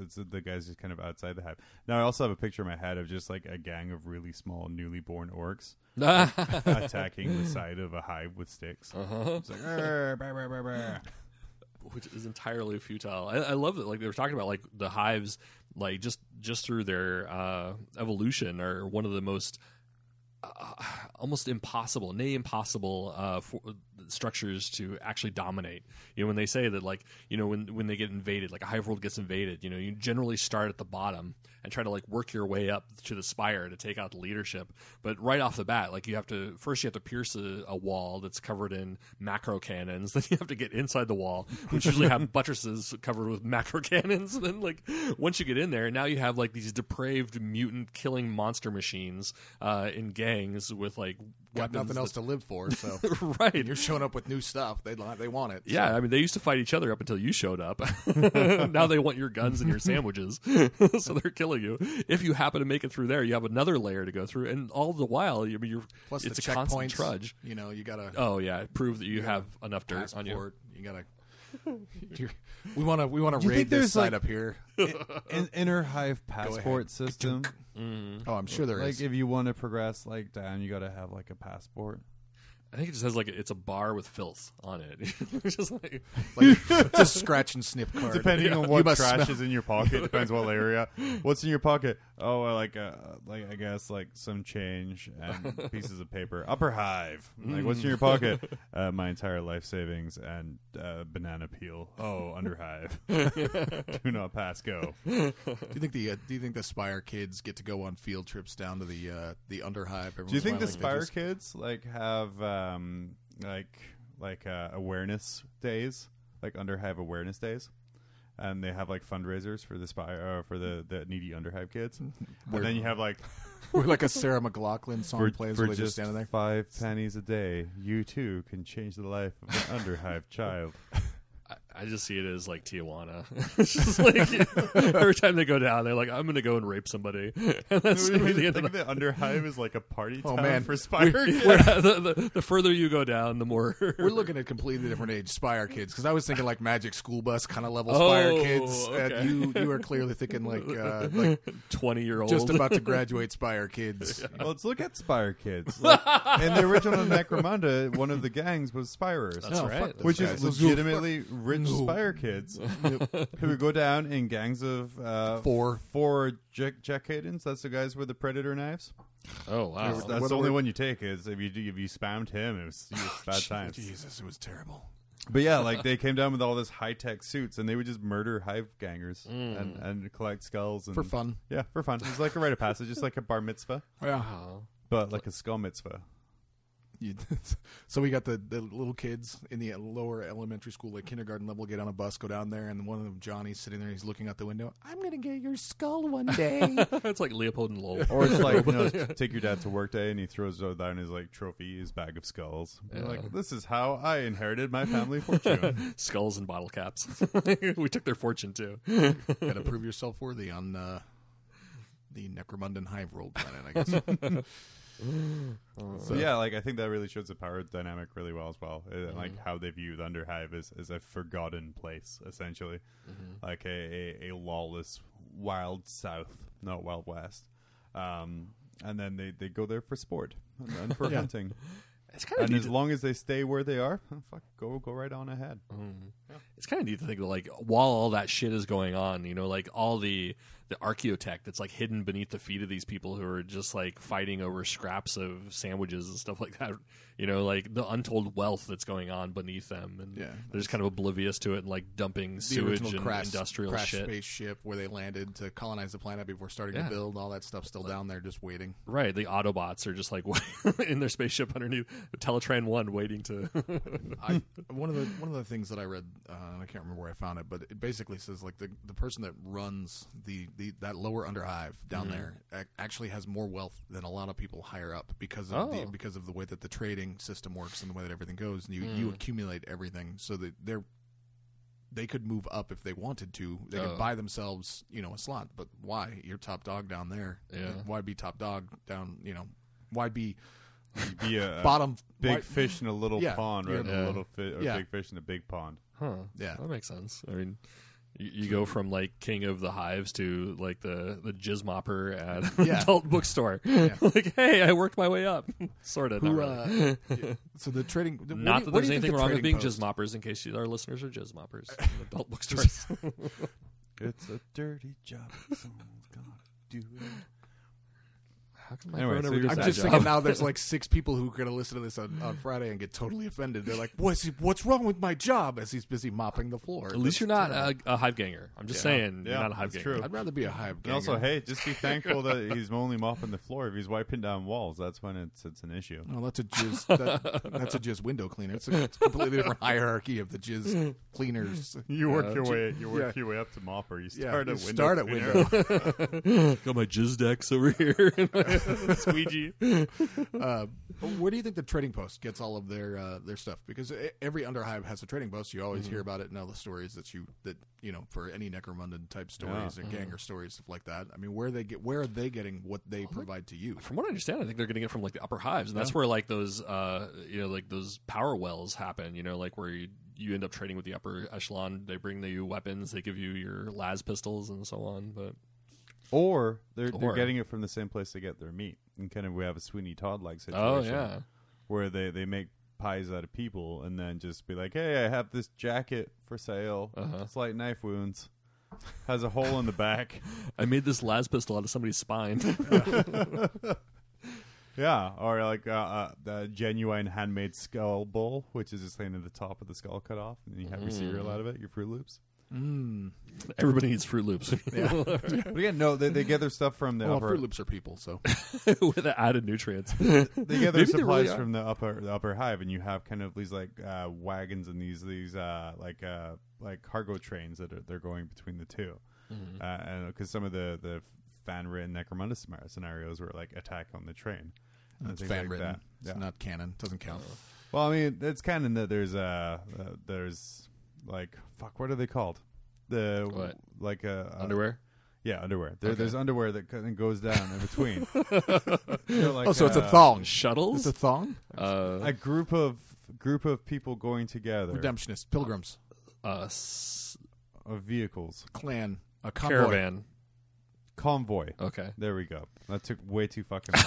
A: it's, it's the guys just kind of outside the hive. Now I also have a picture in my head of just like a gang of really small, newly born orcs attacking the side of a hive with sticks. It's like, "Arr, brr, brr, brr, brr."
B: which is entirely futile. I, I love that, like they were talking about, like the hives, like just just through their uh, evolution, are one of the most almost impossible, nay impossible uh, for, structures to actually dominate. You know, when they say that, like, you know, when when they get invaded, like a hive world gets invaded, you know, you generally start at the bottom and try to like work your way up to the spire to take out the leadership. But right off the bat, like you have to first you have to pierce a, a wall that's covered in macro cannons. Then you have to get inside the wall, which usually have buttresses covered with macro cannons. And then like once you get in there, now you have like these depraved mutant killing monster machines uh, in gangs with like
C: Got
B: weapons.
C: nothing
B: that-
C: else to live for, so
B: right.
C: you're showing up with new stuff. They li- they want it. so.
B: Yeah, I mean, they used to fight each other up until you showed up. now they want your guns and your sandwiches, so they're killing you. If you happen to make it through there, you have another layer to go through, and all the while, you I mean, you're
C: Plus
B: it's
C: the
B: a constant
C: checkpoints.
B: trudge.
C: You know, you got to
B: Oh yeah, prove that you have enough dirt
C: passport.
B: on you.
C: You got to. We want to. We want to
A: you
C: raid
A: think
C: this
A: there's,
C: side
A: like-
C: up here.
A: An inner hive passport system.
C: Oh, I'm sure there is.
A: Like if you want to progress like down, you got to have like a passport.
B: I think it just has like it's a bar with filth on it. It's just like,
C: like just scratch and sniff card.
A: Depending
C: You
A: on what
C: must
A: trash
C: smell-
A: is in your pocket, depends what area. What's in your pocket? Oh, well, like uh, like I guess like some change and pieces of paper. Upper hive. Like what's in your pocket? Uh, my entire life savings and uh, banana peel. Oh, under hive. Do not pass go.
C: Do you think the uh, Do you think the Spire kids get to go on field trips down to the uh, the Underhive?
A: Do you think the Spire kids like have um like like uh, awareness days, like Underhive awareness days? And they have like fundraisers for the Spire uh, for the, the needy Underhive kids. and then you have like
C: We're like a Sarah McLaughlin song plays where they just standing there.
A: five pennies a day, you too can change the life of an Underhive child.
B: I, I just see it as like Tijuana. it's just like every time they go down, they're like, "I'm going to go and rape somebody," and that's gonna be the end of
A: think the Underhive is like a party
C: Oh,
A: town
C: man.
A: for Spire kids.
B: Yeah, uh, the, the, the further you go down, the more
C: We're looking at completely different age Spire kids because I was thinking like Magic School Bus kind of level
B: Oh,
C: Spire kids,
B: okay.
C: and you you are clearly thinking like uh, like
B: twenty year old.
C: just about to graduate Spire kids.
A: Well, let's look at Spire kids. Like, in the original Necromunda, one of the gangs was Spirers.
B: That's
C: Oh, fuck
B: right.
C: this
A: which
C: guy.
A: is
C: So-
A: legitimately rich
C: No.
A: spire kids who would go down in gangs of uh,
C: Four.
A: four jack jack cadens. That's the guys with the predator knives.
B: Oh wow!
A: That's
C: Whether
A: the only
C: we're-
A: one you take is if you do- if you spammed him, it was, it was
C: Oh,
A: bad times.
C: Jesus, it was terrible.
A: But yeah, like they came down with all this high tech suits and they would just murder hive gangers and, and collect skulls and,
C: Mm. For fun.
A: Yeah, for fun. It's like a rite of passage, just like a bar mitzvah,
C: Yeah.
A: but like a skull mitzvah.
C: You, so we got the, the little kids in the lower elementary school, like kindergarten level, get on a bus, go down there, and one of them, Johnny's sitting there, he's looking out the window. I'm gonna get your skull one day.
B: it's like Leopold and Lowell.
A: Or it's like, you know, take your dad to work day and he throws down his like trophy, his bag of skulls. You're Like, this is how I inherited my family fortune.
B: skulls and bottle caps. we took their fortune too.
C: Gotta prove yourself worthy on uh, the Necromundan Hive World planet, I guess.
A: so yeah, like I think that really shows the power dynamic really well as well. Uh, Like how they view the Underhive as, as a forgotten place, essentially. Like a, a, a lawless wild south, not wild west. Um and then they, they go there for sport and, and for hunting.
B: It's kind of
A: And
B: neat.
A: as
B: to-
A: long as they stay where they are, fuck, go go right on ahead.
B: It's kind of neat to think that, like, while all that shit is going on, you know, like all the the archaeotech that's like hidden beneath the feet of these people who are just like fighting over scraps of sandwiches and stuff like that. You know, like the untold wealth that's going on beneath them, and
C: Yeah.
B: they're just kind of oblivious to it and like dumping
C: the
B: sewage
C: original
B: and
C: crash,
B: industrial
C: crash
B: shit.
C: spaceship where they landed to colonize the planet before starting
B: Yeah.
C: to build, all that stuff still down there, just waiting.
B: Right, the Autobots are just like in their spaceship underneath Teletran One, waiting to.
C: I, one of the one of the things that I read, uh, and I can't remember where I found it, but it basically says like the, the person that runs the, the that lower underhive
B: Mm-hmm.
C: down there ac- actually has more wealth than a lot of people higher up because of the
B: Oh.
C: because of the way that the trading system works and the way that everything goes, and you,
B: Mm.
C: you accumulate everything so that they're they could move up if they wanted to. They
B: Oh.
C: could buy themselves, you know, a slot. But why? You're top dog down there.
B: Yeah.
C: Why be top dog down? You know, why be
A: Be
B: Uh,
A: a, a
C: bottom?
A: big
C: why-
A: fish in a little
C: Yeah,
A: pond rather than
B: yeah.
A: a little fi- or
C: Yeah.
A: big fish in a big pond.
B: Huh.
C: Yeah.
B: that makes sense. I mean, you, you go from like king of the hives to like the the jizz mopper at an
C: Yeah.
B: adult bookstore.
C: Yeah.
B: like, hey, I worked my way up, sort of. Not,
C: Who,
B: really.
C: uh, so the trading. the- what
B: Not
C: do
B: that there's
C: you- what do you think
B: anything
C: the
B: wrong with
C: trading
B: being
C: post-
B: jizz moppers. In case you, our listeners are jizz moppers, at adult bookstores.
A: It's a dirty job. Someone's gonna do it.
B: How come my
A: Anyway, so
B: phone never
A: you're
B: does
C: I'm
B: that
C: just
B: job?
C: thinking now there's like six people who are going to listen to this on, on Friday and get totally offended. They're like, what's, what's wrong with my job as he's busy mopping the floor?
B: At least you're not uh, a, a hive ganger. I'm just saying,
A: Yeah,
B: you're not a hive
A: that's
B: ganger.
A: true.
C: I'd rather be a hive
A: And
C: ganger.
A: also, hey, just be thankful that he's only mopping the floor. If he's wiping down walls, that's when it's it's an issue.
C: No, Oh, that's a jizz. That, that's a jizz window cleaner. It's a, it's a completely different hierarchy of the jizz cleaners.
A: You work
C: Uh,
A: your
C: ju-
A: way you work
C: yeah.
A: your way up to mopper. You
C: Yeah,
A: start
C: you
A: at window.
C: start at
A: cleaner.
C: window.
B: Got my jizz decks over here. Squeegee.
C: Uh, but where do you think the trading post gets all of their uh, their stuff? Because e- every underhive has a trading post. You always
A: Mm-hmm.
C: hear about it in all the stories that you that you know for any Necromundan type stories
A: Mm-hmm.
C: and ganger stories stuff like that. I mean, where they get where are they getting what they provide to you?
B: From what I understand, I think they're getting it from like the upper hives, and that's where like those, uh, you know, like those power wells happen. You know, like where you, you end up trading with the upper echelon. They bring you weapons. They give you your las pistols and so on. But
A: Or they're
B: Or-
A: they're getting it from the same place they get their meat. And kind of we have a Sweeney Todd like
B: oh
A: situation.
B: yeah,
A: Where they, they make pies out of people and then just be like, Hey, I have this jacket for sale.
B: Uh-huh.
A: Slight knife wounds. Has a hole in the back.
B: I made this las pistol out of somebody's spine.
A: Yeah, or like uh, uh, the genuine handmade skull bowl, which is just landing the top of the skull cut off, and you have your cereal out of it, your Fruit Loops.
B: Everybody needs Fruit Loops
A: But again, no, they, they get their stuff from the
C: Well,
A: upper.
C: Fruit Loops are people, so
B: with added nutrients.
A: They get their
B: Maybe they
A: supplies
B: really are.
A: from the upper the upper hive, and you have kind of these like uh, wagons and these these uh, like uh, like cargo trains that are, they're going between the 2
C: Mm-hmm.
A: Uh, and because some of the the fan written Necromunda scenario- scenarios were like attack on the train. and
C: it's
A: things like
C: fan written.
A: that.
C: It's
A: Yeah. Uh,
C: not canon. Doesn't count.
A: Well, I mean, it's kind of that there's uh, uh there's like fuck, what are they called? The
B: What?
A: like uh, uh,
B: Underwear.
A: Yeah, underwear. There, There's underwear that kind of goes down in between. They're like,
C: Oh, so it's a
A: uh,
C: thong. It's
B: Shuttles.
C: a thong.
B: Uh,
A: A group of group of people going together
C: Redemptionists, pilgrims,
B: uh, s-
A: of vehicles
C: clan, a convoy.
B: caravan.
A: convoy.
B: Okay.
A: There we go. That took way too fucking long.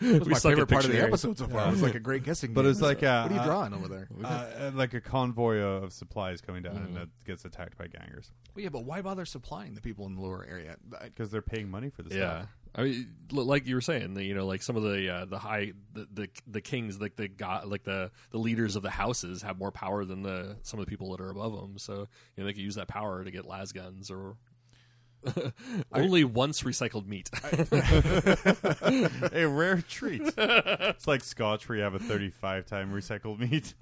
B: we
C: My
B: suck at
C: favorite part of the
B: Pictionary.
C: episode so far. It was like a great guessing.
A: But
C: game.
A: it's like, uh,
C: what are you
A: uh,
C: drawing over there?
A: uh, uh, like a convoy of of supplies coming down, and that gets attacked by gangers
C: Well, yeah, but why bother supplying the people in the lower area? I-
A: because they're paying money for this.
B: Yeah. I mean, l- like you were saying, the, you know, like some of the uh, the high the, the the kings, like the god, like the the leaders of the houses, have more power than the some of the people that are above them. So you know, they could use that power to get las guns or only once recycled meat.
A: stuff. a rare treat. it's like Scotch, where you have a 35 time recycled meat.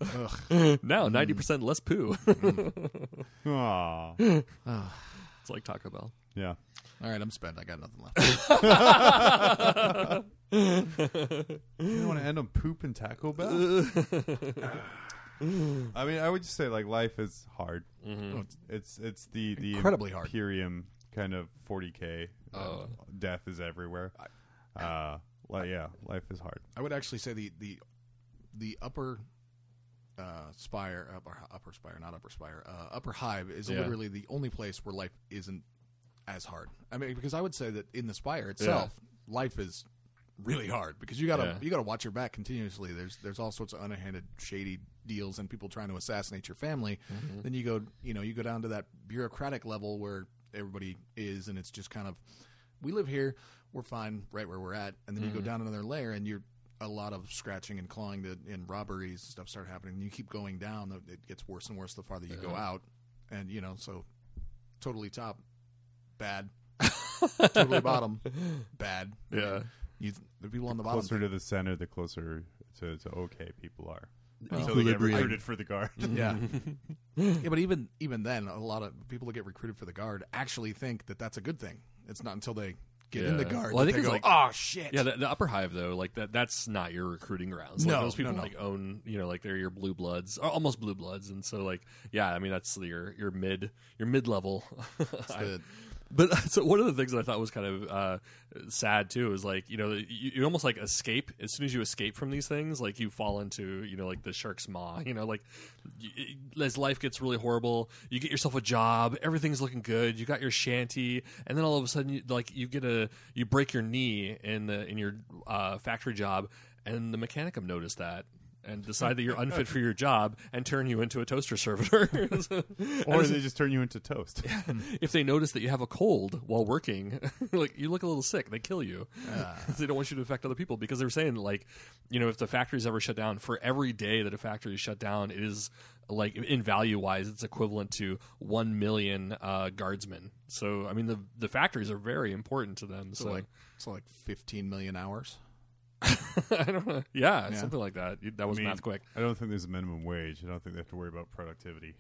B: now
C: Mm.
B: ninety percent less poo.
A: Aw.
B: it's like Taco Bell.
A: Yeah.
C: All right, I'm spent. I got nothing left.
A: You want to end on poop and Taco Bell? I mean, I would just say like life is hard.
C: Oh, it's-
A: It's it's the the
C: Incredibly hard.
A: Imperium kind of 40k. uh, Death is everywhere. uh, li- yeah, life is hard.
C: I would actually say the the the upper uh, spire, upper upper spire, not upper spire, uh, upper hive is
B: Yeah.
C: literally the only place where life isn't as hard. I mean, because I would say that in the spire itself, life is really hard because you gotta
B: Yeah.
C: you gotta watch your back continuously. There's there's all sorts of underhanded, shady deals and people trying to assassinate your family. Then you go you know you go down to that bureaucratic level where everybody is, and it's just kind of we live here, we're fine right where we're at, and then you go down another layer and you're a lot of scratching and clawing to, and robberies and stuff start happening. And you keep going down; it gets worse and worse the farther you go out, and you know so totally top bad. totally bottom, bad.
B: Yeah.
C: You, the people on the bottom.
A: Closer to the center, the closer to, to okay people are.
C: Well,
A: Until they get
B: equilibrium.
A: recruited for the guard.
C: yeah, yeah. But even even then, a lot of people that get recruited for the guard actually think that that's a good thing. It's not until they get in the
B: Yeah.
C: guard
B: Well, I
C: that
B: think
C: they
B: it's
C: go,
B: like-
C: "Oh shit!"
B: Yeah, the, the upper hive though, like that—that's not your recruiting grounds. Like,
C: No,
B: those people
C: no, no.
B: like own, you know, like they're your blue bloods, or almost blue bloods, and so like, yeah, I mean, that's your your mid your mid level.
C: the-
B: But so one of the things that I thought was kind of uh, sad too is like you know you, you almost like escape as soon as you escape from these things like you fall into you know like the shark's maw you know like you, as life gets really horrible you get yourself a job everything's looking good you got your shanty and then all of a sudden you, like you get a you break your knee in the in your uh, factory job and the mechanicum noticed that. and decide that you're unfit for your job and turn you into a toaster servitor.
A: Or they just turn you into toast.
B: if they notice that you have a cold while working, like you look a little sick, they kill you.
A: Ah.
B: 'Cause they don't want you to affect other people because they were saying like, you know, if the factory's ever shut down, for every day that a factory is shut down, it is like in value wise, it's equivalent to one million uh, guardsmen. So I mean, the the factories are very important to them. So,
C: So like, so like 15 million hours.
B: I don't know, yeah,
C: Yeah.
B: something like that. That was
A: I mean,
B: math quick.
A: I don't think there's a minimum wage. I don't think they have to worry about productivity.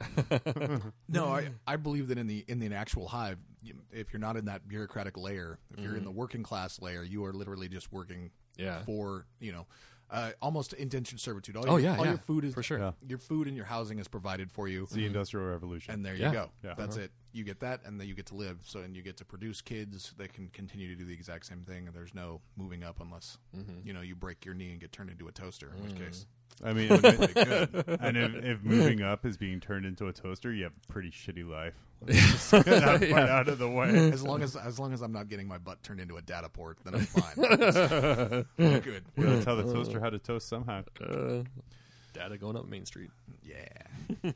C: No, I,
B: Mm.
C: I believe that in the in the actual hive, you- if you're not in that bureaucratic layer, if you're in the working class layer, you are literally just working
B: Mm-hmm. Yeah.
C: for you know. Uh, almost indentured servitude. All
B: Oh,
C: your,
B: yeah,
C: all
B: yeah,
C: your food is
B: for sure.
A: Yeah.
C: Your food and your housing is provided for you,
A: It's the Industrial Revolution.
C: and there
B: Yeah. Uh-huh.
C: you go.
A: Yeah.
C: That's it. You get that, and then you get to live. So, and you get to produce kids that can continue to do the exact same thing. And there's no moving up unless
B: Mm-hmm.
C: you know you break your knee and get turned into a toaster. In which
B: Mm.
C: case,
A: I mean, and if, if moving up is being turned into a toaster, you have a pretty shitty life. Just get that part out of the way.
C: as long as as long as I'm not getting my butt turned into a data port, then I'm fine. We're good.
A: You gotta tell the toaster how to toast somehow.
B: Uh, data going up Main Street.
C: Yeah.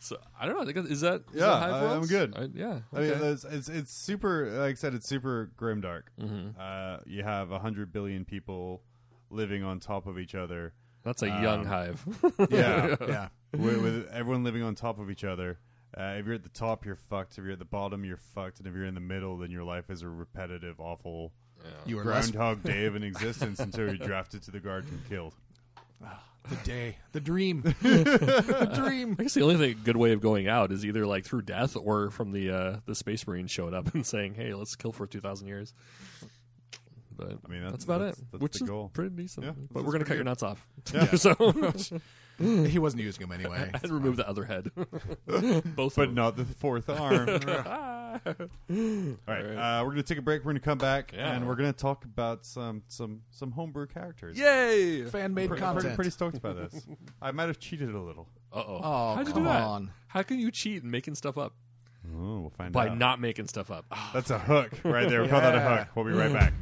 B: So I don't know. I think is that is
A: Yeah,
B: that Hive
A: I- I'm
B: Worlds?
A: good.
B: I- yeah.
A: I mean,
B: okay.
A: it's, it's it's super. Like I said, it's super grim dark. Uh, you have hundred billion people living on top of each other.
B: That's a
A: um,
B: young hive.
A: Yeah,
C: Yeah.
A: with, with everyone living on top of each other. Uh, if you're at the top, you're fucked. If you're at the bottom, you're fucked. And if you're in the middle, then your life is a repetitive, awful
C: You are less
A: groundhog day of an existence until you're drafted to the guard and killed.
C: the day, the dream, the dream.
B: I guess the only thing, good way of going out is either like through death or from the uh, the space marine showing up and saying, "Hey, let's kill for two thousand years." But
A: I mean, that's-
B: about
A: that's-
B: it,
A: that's
B: which
A: the
B: is
A: goal.
B: pretty decent.
A: Yeah,
B: but
A: that's
B: we're gonna
A: pretty
B: cut your
A: good.
B: nuts off, so
C: He wasn't using them anyway.
B: and remove the other head. Both,
A: But
B: of Ah. them.
A: not the fourth arm. All right, Uh, we're going to take a break. We're going to come back,
B: Yeah.
A: and we're going to talk about some some some homebrew characters.
B: Yay!
C: Fan made
A: Pre- I'm pretty,
C: content.
A: pretty stoked about this. I might have cheated a little.
B: Uh oh.
C: Oh,
B: How'd you do
C: come
B: that?
C: on.
B: How can you cheat in making stuff up
A: Oh, we'll find
B: by
A: out.
B: not making stuff up?
A: That's a hook right there. We call that a
C: Yeah.
A: hook. We'll be right back.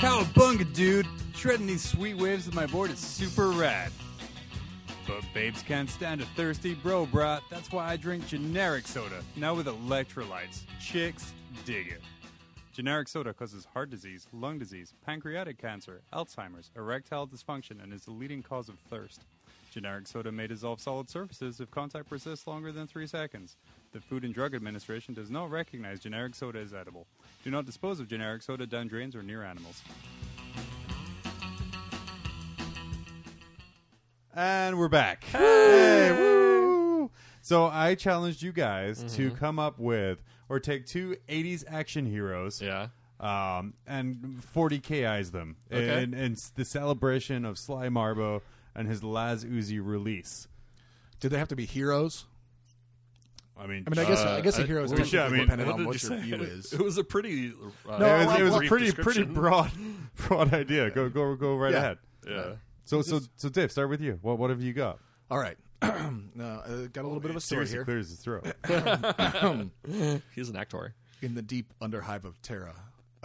G: Cowabunga, dude! Shredding these sweet waves with my board is super rad. But babes can't stand a thirsty bro brat. That's why I drink generic soda, now with electrolytes. Chicks dig it. Generic soda causes heart disease, lung disease, pancreatic cancer, Alzheimer's, erectile dysfunction, and is the leading cause of thirst. Generic soda may dissolve solid surfaces if contact persists longer than three seconds. The Food and Drug Administration does not recognize generic soda as edible. Do not dispose of generic soda down drains or near animals.
A: And we're back. Hey, woo! So I challenged you guys to come up with or take two 80s action heroes
B: Yeah.
A: um, and 40 KIs them
B: Okay.
A: in, in s- the celebration of Sly Marbo and his Laz Uzi release.
C: Did they have to be heroes?
A: I mean,
C: I mean, I guess I guess a
B: Uh,
C: hero is
B: we
A: should- I
C: technically
A: mean,
C: dependent
B: what
C: on
B: did
C: what
B: you
C: your
B: say?
C: view is.
B: It was a pretty. Uh,
A: it was, it was a
B: brief
A: pretty pretty
B: description.
A: broad broad idea. Go go go right
C: Yeah.
A: ahead.
B: Yeah.
A: So so so Dave, start with you. What what have you got?
C: All right, no, uh, got a little bit of a story
A: Seriously
C: here.
A: clears his throat.
B: He's an actor.
C: In the deep underhive of Terra,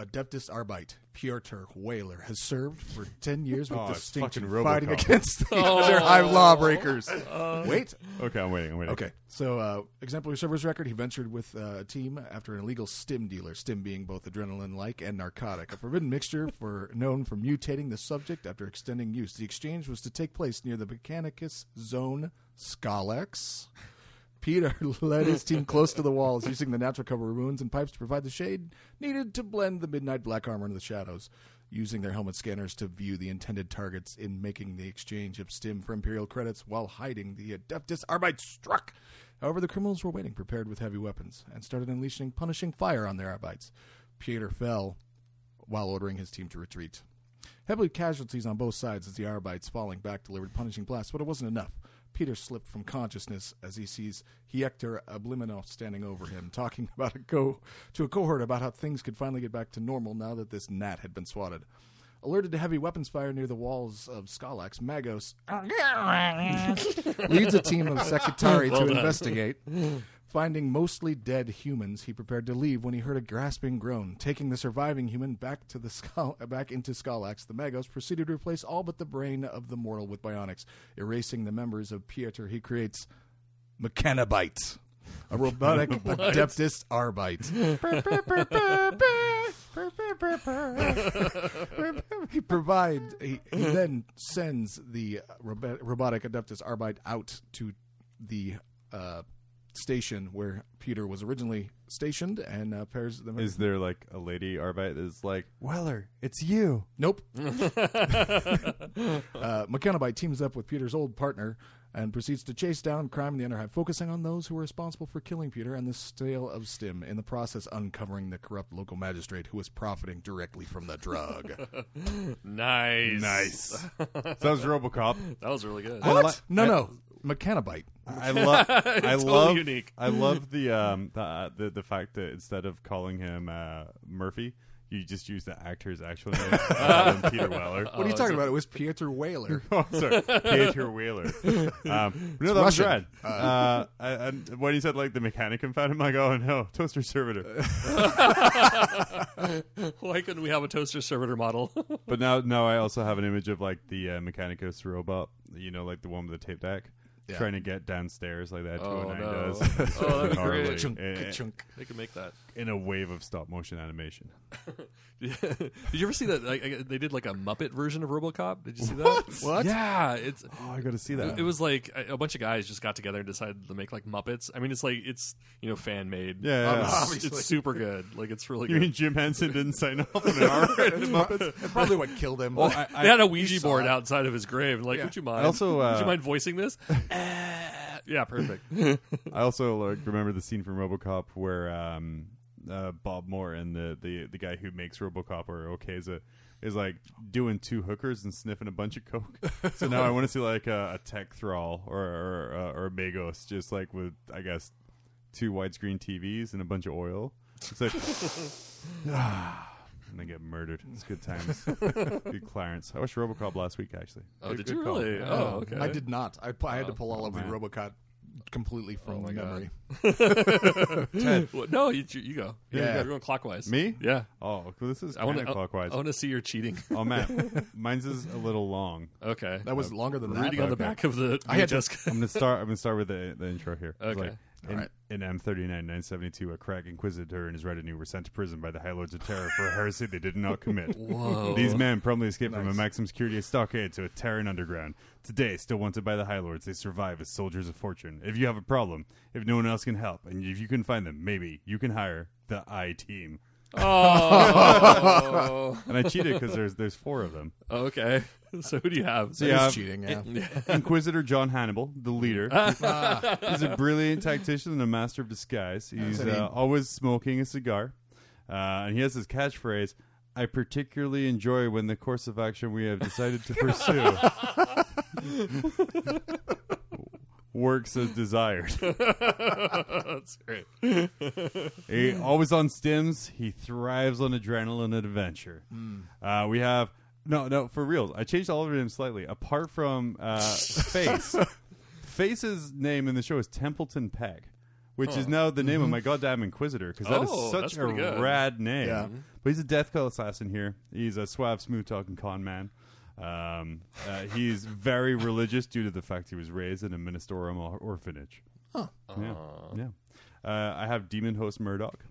C: Adeptus Arbeit Piotr Whaler has served for 10 years with
A: Oh, it's
C: distinction
A: fucking
C: fighting
A: Robocop.
C: against the underhive lawbreakers. Wait.
A: okay, I'm waiting. I'm waiting.
C: Okay. So, uh, exemplary service record, he ventured with uh, a team after an illegal stim dealer, stim being both adrenaline like and narcotic, a forbidden mixture for known for mutating the subject after extending use. The exchange was to take place near the Mechanicus Zone Scalex. Peter led his team close to the walls, using the natural cover of ruins and pipes to provide the shade needed to blend the midnight black armor into the shadows. Using their helmet scanners to view the intended targets in making the exchange of stim for Imperial credits while hiding, the Adeptus Arbeit struck. However, the criminals were waiting, prepared with heavy weapons, and started unleashing punishing fire on their Arbites. Peter fell while ordering his team to retreat. Heavily casualties on both sides as the Arbites falling back delivered punishing blasts, but it wasn't enough. Peter slipped from consciousness as he sees Hector Obliminov standing over him, talking about a go to a cohort about how things could finally get back to normal now that this gnat had been swatted. Alerted to heavy weapons fire near the walls of Skalax, Magos leads a team of Secretari to investigate. Finding mostly dead humans, he prepared to leave when he heard a grasping groan. Taking the surviving human back to the skull, back into Skalax, the Magos proceeded to replace all but the brain of the mortal with bionics, erasing the members of Pieter. He creates Mechanobite, a robotic Adeptus Arbite. he provides. He, he then sends the uh, robo- robotic Adeptus Arbite out to the uh, station where Peter was originally stationed, and uh, pairs them.
A: Is there like a lady Arbite that's like, Weller, it's you.
C: Nope. uh, McConaughey teams up with Peter's old partner and proceeds to chase down crime in the Underhive, focusing on those who were responsible for killing Peter and the sale of Stim, in the process uncovering the corrupt local magistrate who was profiting directly from the drug.
B: Nice.
A: Sounds Robocop.
B: That was really good.
A: What?
C: no, no. Mechanobite.
A: I love. I
B: totally
A: love.
B: unique.
A: I love the um the, uh, the the fact that instead of calling him uh, Murphy, you just use the actor's actual name, rather than Peter Weller.
C: What are you talking about? Oh, It was Pieter Whaler.
A: Oh, sorry, Peter Whaler. Um, but no, that was
C: Russian.
A: rad. Uh, I- and when he said like the mechanic and found him, like, oh no, toaster servitor.
B: Why couldn't we have a toaster servitor model?
A: But now, now I also have an image of like the uh, Mechanicus robot. You know, like the one with the tape deck.
C: Yeah.
A: Trying to get downstairs like that.
B: Oh,
A: 209
B: no.
A: does.
B: Oh, that'd be
A: Gnarly.
B: great.
C: Chunk,
A: Eh,
C: chunk.
B: they could make that.
A: in a wave of stop motion animation.
B: Did you ever see that? Like, I- they did like a Muppet version of RoboCop. Did you see that?
C: What?
B: Yeah, it's
A: Oh, I got to see
B: It was like a a bunch of guys just got together and decided to make like Muppets. I mean, it's like it's you know fan made.
A: Yeah, yeah.
B: It's- it's,
C: Obviously.
B: super good. Like it's really
A: You mean
B: good.
A: Jim Henson didn't sign off on an R-rated Muppets?
C: That's probably what killed him.
B: Oh, they had a
C: you
B: Ouija
C: saw
B: board
C: it.
B: outside of his grave. Like,
C: Yeah.
B: would you mind?
A: also, uh,
B: would you mind voicing this? Eh. yeah, perfect.
A: I also like, remember the scene from RoboCop where um, uh, Bob Moore and the, the the guy who makes RoboCop or Okeza is like doing two hookers and sniffing a bunch of coke. So now I want to see like a, a tech thrall or or, uh, or a Magos just like with I guess two widescreen TVs and a bunch of oil. It's like. And they get murdered. It's good times. good Clarence. I watched Robocop last week, actually.
B: Oh,
A: Good-
B: did
A: good
B: you
A: call.
B: really?
A: Yeah.
B: Oh, okay.
C: I did not. I, I had to pull all of the
A: man.
C: Robocop completely from
B: my God.
C: memory.
B: Well, no, you, you you go.
A: Yeah.
B: yeah, we're going clockwise.
A: Me?
B: Yeah.
A: Oh, this is
B: I uh, want to.
A: counterclockwise.
B: I want to see your cheating.
A: Oh man, mine's is a little long.
B: Okay.
C: That was longer than that.
B: reading on the back of the.
C: I had to-
B: Jessica.
A: I'm gonna start. I'm gonna start with the, the intro here. It's
B: Okay.
A: in,
C: Alright.
A: in M39 972, a crack inquisitor and his retinue were sent to prison by the High Lords of Terror for a heresy they did not commit.
B: Whoa.
A: These men promptly escaped from a
C: Nice.
A: maximum security stockade to a Terran underground. Today, still wanted by the High Lords, they survive as soldiers of fortune. If you have a problem, if no one else can help, and if you can find them, maybe you can hire the I team.
B: Oh.
A: And I cheated because there's there's four of them.
B: okay. So who do you have?
A: So you have-
C: cheating. Yeah.
A: Inquisitor John Hannibal, the leader. He's a brilliant tactician and a master of disguise. He's
C: what I
A: uh, always smoking a cigar. Uh, and he has his catchphrase I particularly enjoy when the course of action we have decided to pursue works as desired.
B: That's great.
A: He, always on stims, he thrives on adrenaline and adventure.
B: Hmm.
A: Uh, we have. No, no, for real. I changed all of them slightly. Apart from uh, Face, Face's name in the show is Templeton Peck, which is now the name of my goddamn Inquisitor because that
B: Mm-hmm. Oh,
A: is
B: that's
A: such a
B: pretty good.
A: rad name.
C: Yeah.
A: But he's a death cult assassin here. He's a suave, smooth talking con man. Um, uh, he's very religious due to the fact he was raised in a ministerium or- orphanage. Huh. Yeah. yeah. Uh, I have Demon Host Murdoch.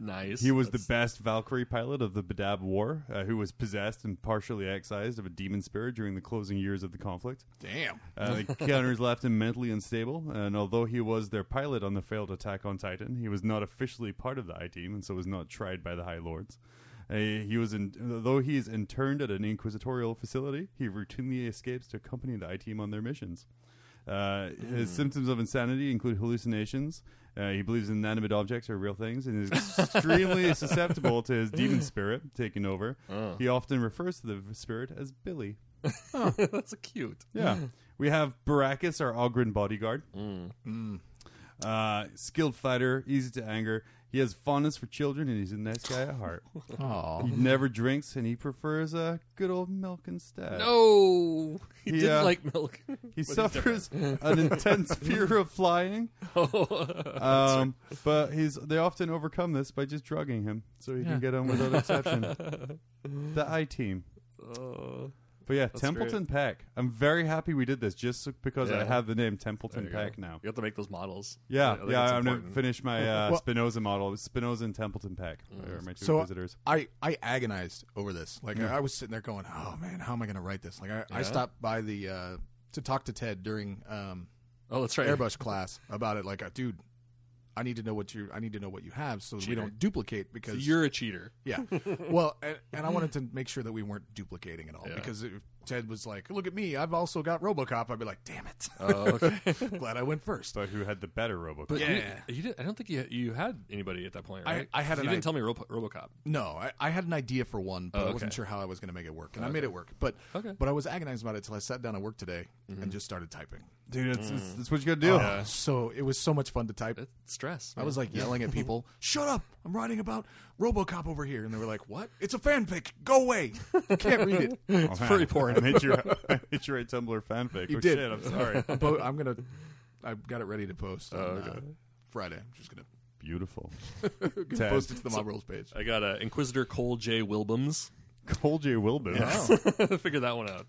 B: nice.
A: He was the best Valkyrie pilot of the Badab War, uh, who was possessed and partially excised of a demon spirit during the closing years of the conflict.
C: Damn.
A: Uh, the counters left him mentally unstable, and although he was their pilot on the failed attack on Titan, he was not officially part of the I Team, and so was not tried by the High Lords. Uh, he was, in, though he is interned at an inquisitorial facility, he routinely escapes to accompany the I Team on their missions. Uh, his symptoms of insanity include hallucinations. Uh, he believes inanimate objects are real things and is extremely susceptible to his demon spirit taking over. He often refers to the spirit as Billy.
B: That's cute.
A: Yeah. We have Baracus, our Ogryn bodyguard. Uh, skilled fighter, easy to anger. He has fondness for children, and he's a nice guy at heart.
C: Oh,
A: He never drinks, and he prefers uh, good old milk instead.
B: No, he
A: Yeah.
B: didn't like milk.
A: He suffers an intense fear of flying,
B: Oh.
A: um, but he's they often overcome this by just drugging him so he can get on without exception. the I team.
B: Oh,
A: But yeah, Templeton Peck. I'm very happy we did this just so- because I
B: Yeah.
A: have the name Templeton
B: There you
A: Peck
B: go.
A: now.
B: You have to make those models.
A: Yeah,
B: I think
A: yeah.
B: that's
A: I'm gonna
B: important.
A: finish my uh,
C: Well-
A: Spinoza model. Spinoza and Templeton Peck
B: Mm.
A: are my two
C: so uh,
A: visitors.
C: I, I agonized over this. Like I, I was sitting there going, "Oh man, how am I going to write this?" Like I, I stopped by the uh, to talk to Ted during um,
B: Oh, that's right.
C: Airbrush class about it. Like, uh, dude, I need to know what you I need to know what you have so that we don't duplicate
B: So
C: because
B: You're a cheater.
C: yeah. Well, and, and I wanted to make sure that we weren't duplicating at all
B: Yeah.
C: because if Ted was like, "Look at me, I've also got RoboCop," I'd be like, "Damn it,
B: Oh, okay.
C: glad I went first.
A: But who had the better Robocop?
B: But
C: Yeah.
B: you, you did, I don't think you, you had anybody at that point,
C: I-
B: right?
C: I had
B: You
C: an
B: didn't
C: idea.
B: tell me Robo- RoboCop.
C: No, I, I had an idea for one, but
B: Oh,
C: I wasn't
B: okay. Oh,
C: sure how I was going to make it work, and I made it work. But
B: Okay. Mm-hmm.
C: but I was agonized about it till I sat down at work today and just started typing.
B: Mm.
A: Dude, it's, it's, it's what you gotta do.
C: Oh, so it was so much fun to type.
B: That's stress.
C: I was like yelling at people, "Shut up! I'm writing about RoboCop over here," and they were like, "What? It's a fanfic. Go away. You can't read it."
A: it's
B: furry porn.
A: Oh, I made you, I made you write Tumblr fanfic.
C: You
A: oh,
C: did.
A: shit, I'm sorry.
C: I'm, po- I'm gonna. I've got it ready to post
B: Oh,
C: on uh, Friday. I'm just gonna,
A: Beautiful.
C: gonna
A: Ted.
C: post it to the mob rules page.
B: I got uh, Inquisitor Cole J. Wilbums.
A: Cole J. Wilbur.
B: Figure that one out.